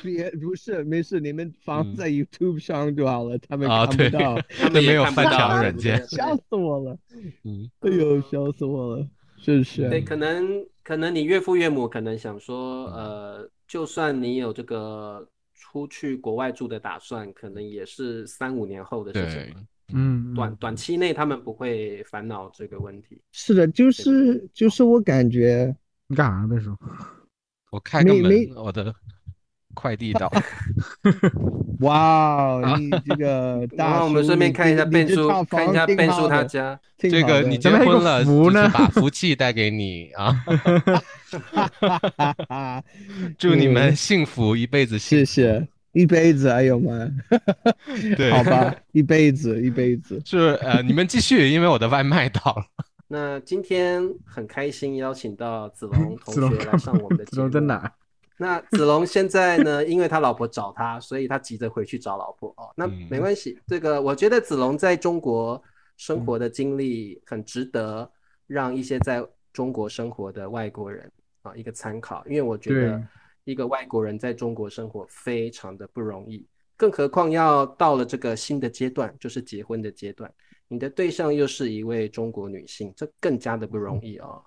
Speaker 3: 别不是没事，你们放
Speaker 1: 嗯
Speaker 3: 在 YouTube 上就好了，他们
Speaker 1: 啊，
Speaker 3: 看
Speaker 1: 对
Speaker 3: 不 到，，
Speaker 2: 他
Speaker 1: 都
Speaker 2: 们
Speaker 1: 没
Speaker 2: 也
Speaker 1: 有
Speaker 2: 看不
Speaker 1: 翻
Speaker 2: 到
Speaker 1: 墙
Speaker 2: 啊
Speaker 1: 软
Speaker 2: 对
Speaker 1: 件
Speaker 2: 不对
Speaker 3: 笑死我了，
Speaker 1: 嗯，
Speaker 3: 哎呦，笑死我了，是不是？
Speaker 2: 对，可能可能你岳父岳母可能想
Speaker 1: 嗯
Speaker 2: 说，呃，就算你有这个出去国外住的打算，可能也是三五年后的事情
Speaker 1: 对
Speaker 2: 嘛。，
Speaker 4: 嗯，嗯
Speaker 2: 短短期内他们不会烦恼这个问题。
Speaker 3: 是的，就是就是我感觉。
Speaker 4: 你干啥呢？啊别说，
Speaker 1: 我开个
Speaker 3: 没
Speaker 1: 门
Speaker 3: 没，
Speaker 1: 我的快递到。
Speaker 3: 哇哦， 你这个大
Speaker 2: 然后我们
Speaker 3: 叔
Speaker 2: 顺便
Speaker 3: 你
Speaker 2: 看一
Speaker 3: 这
Speaker 2: 下变
Speaker 3: 你这
Speaker 2: 叔
Speaker 3: 套，
Speaker 2: 看一
Speaker 3: 房
Speaker 2: 下
Speaker 3: 挺
Speaker 2: 变
Speaker 3: 好
Speaker 2: 叔他
Speaker 3: 的，
Speaker 2: 家。
Speaker 3: 挺
Speaker 1: 这
Speaker 3: 好
Speaker 1: 个
Speaker 3: 的
Speaker 1: 你结
Speaker 4: 咱们还有
Speaker 1: 婚
Speaker 4: 个
Speaker 1: 了，
Speaker 4: 福
Speaker 1: 就是
Speaker 4: 呢
Speaker 1: 把福气带给你啊！
Speaker 3: 哈哈，
Speaker 1: 祝你们
Speaker 3: 嗯
Speaker 1: 幸福，一辈子幸
Speaker 3: 谢
Speaker 1: 福。
Speaker 3: 谢一辈子，哎呦 妈，
Speaker 1: 对，
Speaker 3: 好吧，一辈子一辈子，
Speaker 1: 是呃，你们继续，因为我的外卖到了。
Speaker 2: 那今天很开心邀请到子 龙同
Speaker 4: 子龙
Speaker 2: 学来上我们的
Speaker 4: 子
Speaker 2: 节
Speaker 4: 龙在哪
Speaker 2: 目。
Speaker 4: 儿？
Speaker 2: 那子龙现在呢，因为他老婆找他，所以他急着回去找老婆哦。那
Speaker 1: 嗯
Speaker 2: 没关系，这个我觉得子龙在中国生活的经历很值得让一些在中国生活的外国人啊一个参考，因为我觉得
Speaker 4: 对
Speaker 2: 一个外国人在中国生活非常的不容易，更何况要到了这个新的阶段，就是结婚的阶段，你的对象又是一位中国女性，这更加的不容易哦。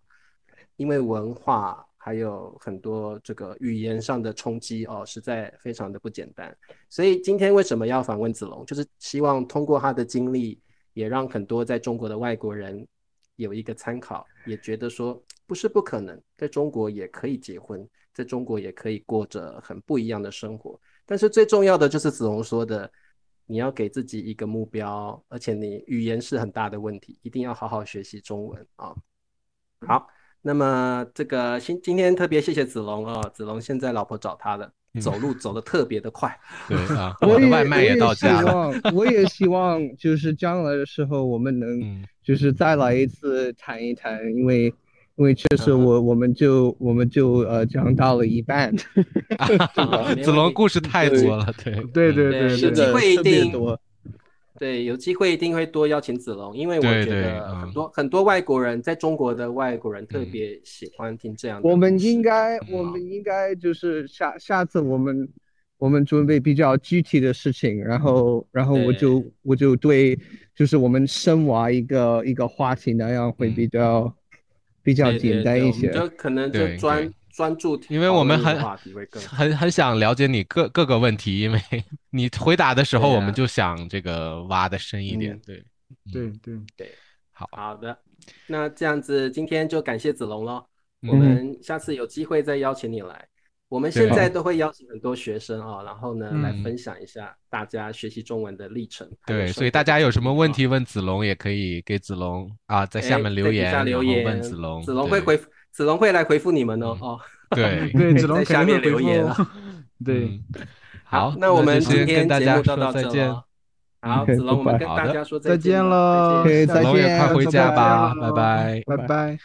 Speaker 2: 因为文化还有很多这个语言上的冲击哦，实在非常的不简单。所以今天为什么要访问子龙，就是希望通过他的经历，也让很多在中国的外国人有一个参考，也觉得说不是不可能，在中国也可以结婚，在中国也可以过着很不一样的生活。但是最重要的就是子龙说的，你要给自己一个目标，而且你语言是很大的问题，一定要好好学习中文啊。好，那么这个今今天特别谢谢子龙哦，子龙现在老婆找他了，走路走得特别的快。
Speaker 1: 对 啊，
Speaker 3: 我
Speaker 1: 的
Speaker 3: 也
Speaker 1: 外卖
Speaker 3: 我也
Speaker 1: 到
Speaker 3: 希
Speaker 1: 家
Speaker 2: 哦
Speaker 1: 了。
Speaker 3: 望，我也希望就是将来的时候我们能
Speaker 1: 嗯，
Speaker 3: 就是再来一次谈一谈，因为因为确实
Speaker 1: 嗯
Speaker 3: 我我们就我们就呃讲到了一半，
Speaker 2: 好没
Speaker 1: 子龙
Speaker 2: 问题
Speaker 1: 故事太多了，对
Speaker 4: 对对
Speaker 1: 嗯
Speaker 2: 对
Speaker 4: 对
Speaker 2: 有
Speaker 3: 真
Speaker 2: 机
Speaker 3: 的
Speaker 2: 会一
Speaker 3: 特别
Speaker 2: 定
Speaker 3: 多。
Speaker 2: 对，有机会一定会多邀请子龙，因为我
Speaker 1: 对
Speaker 2: 觉
Speaker 1: 对
Speaker 2: 得
Speaker 1: 嗯
Speaker 2: 很多很多外国人在中国的外国人特别喜欢听这样的故事。
Speaker 3: 我们应该，
Speaker 1: 嗯
Speaker 3: 我们应该就是下下次我们我们准备比较具体的事情，然后然后我就我就对，就是我们深挖一个一个话题，那样会比较比较
Speaker 2: 嗯对对
Speaker 3: 简单
Speaker 2: 对
Speaker 3: 一
Speaker 2: 我们
Speaker 3: 些。
Speaker 2: 就可能就
Speaker 1: 对
Speaker 2: 专
Speaker 1: 对
Speaker 2: 专注，
Speaker 1: 因为我们很
Speaker 2: 话题会更好。
Speaker 1: 很很想了解你各各个问题，因为你回答的时候，
Speaker 2: 对啊
Speaker 1: 我们就想这个挖的深一点。
Speaker 3: 嗯
Speaker 1: 对，
Speaker 4: 对对，
Speaker 1: 好，
Speaker 2: 好的，那这样子今天就感谢子龙了，我
Speaker 1: 嗯
Speaker 2: 们下次有机会再邀请你来。我们现
Speaker 1: 对
Speaker 2: 在都会邀请很多学生啊、然后呢来
Speaker 1: 嗯
Speaker 2: 分享一下大家学习中文的历程。还有
Speaker 1: 对，
Speaker 2: 生
Speaker 1: 所以
Speaker 2: 活
Speaker 1: 大
Speaker 2: 的
Speaker 1: 家有
Speaker 2: 体
Speaker 1: 什么
Speaker 2: 验
Speaker 1: 问
Speaker 2: 啊
Speaker 1: 题问子龙，也可以给子龙啊，在
Speaker 2: 哎
Speaker 1: 下面留
Speaker 2: 在底
Speaker 1: 言，
Speaker 2: 下留
Speaker 1: 然后
Speaker 2: 言，
Speaker 1: 问子龙，
Speaker 2: 子龙会
Speaker 1: 对
Speaker 2: 回，子龙会来回复你们哦。
Speaker 1: 嗯
Speaker 2: 哦，
Speaker 1: 对，
Speaker 4: 对，子龙
Speaker 2: 在
Speaker 4: 肯
Speaker 2: 下
Speaker 4: 定
Speaker 2: 面
Speaker 4: 会
Speaker 2: 留言哦啊了
Speaker 4: 回复。哦 对，
Speaker 1: 嗯，好，
Speaker 2: 那我们
Speaker 1: 就先
Speaker 2: 今
Speaker 1: 跟
Speaker 2: 天
Speaker 1: 大
Speaker 2: 节
Speaker 1: 家
Speaker 2: 目到
Speaker 1: 说
Speaker 2: 到
Speaker 1: 再
Speaker 2: 这
Speaker 1: 见，嗯
Speaker 2: 了。哦好，
Speaker 3: OK，
Speaker 2: 子龙，我
Speaker 3: 拜
Speaker 2: 们
Speaker 3: 拜
Speaker 2: 跟
Speaker 1: 好
Speaker 2: 大
Speaker 1: 的
Speaker 2: 家说
Speaker 4: 再
Speaker 2: 见
Speaker 4: 见
Speaker 2: 了
Speaker 4: 喽
Speaker 2: 再见
Speaker 3: ，OK，
Speaker 1: 子
Speaker 3: 再
Speaker 1: 龙也
Speaker 3: 见
Speaker 1: 快回
Speaker 3: 拜
Speaker 1: 家
Speaker 3: 拜
Speaker 1: 吧，拜拜。
Speaker 4: 拜拜。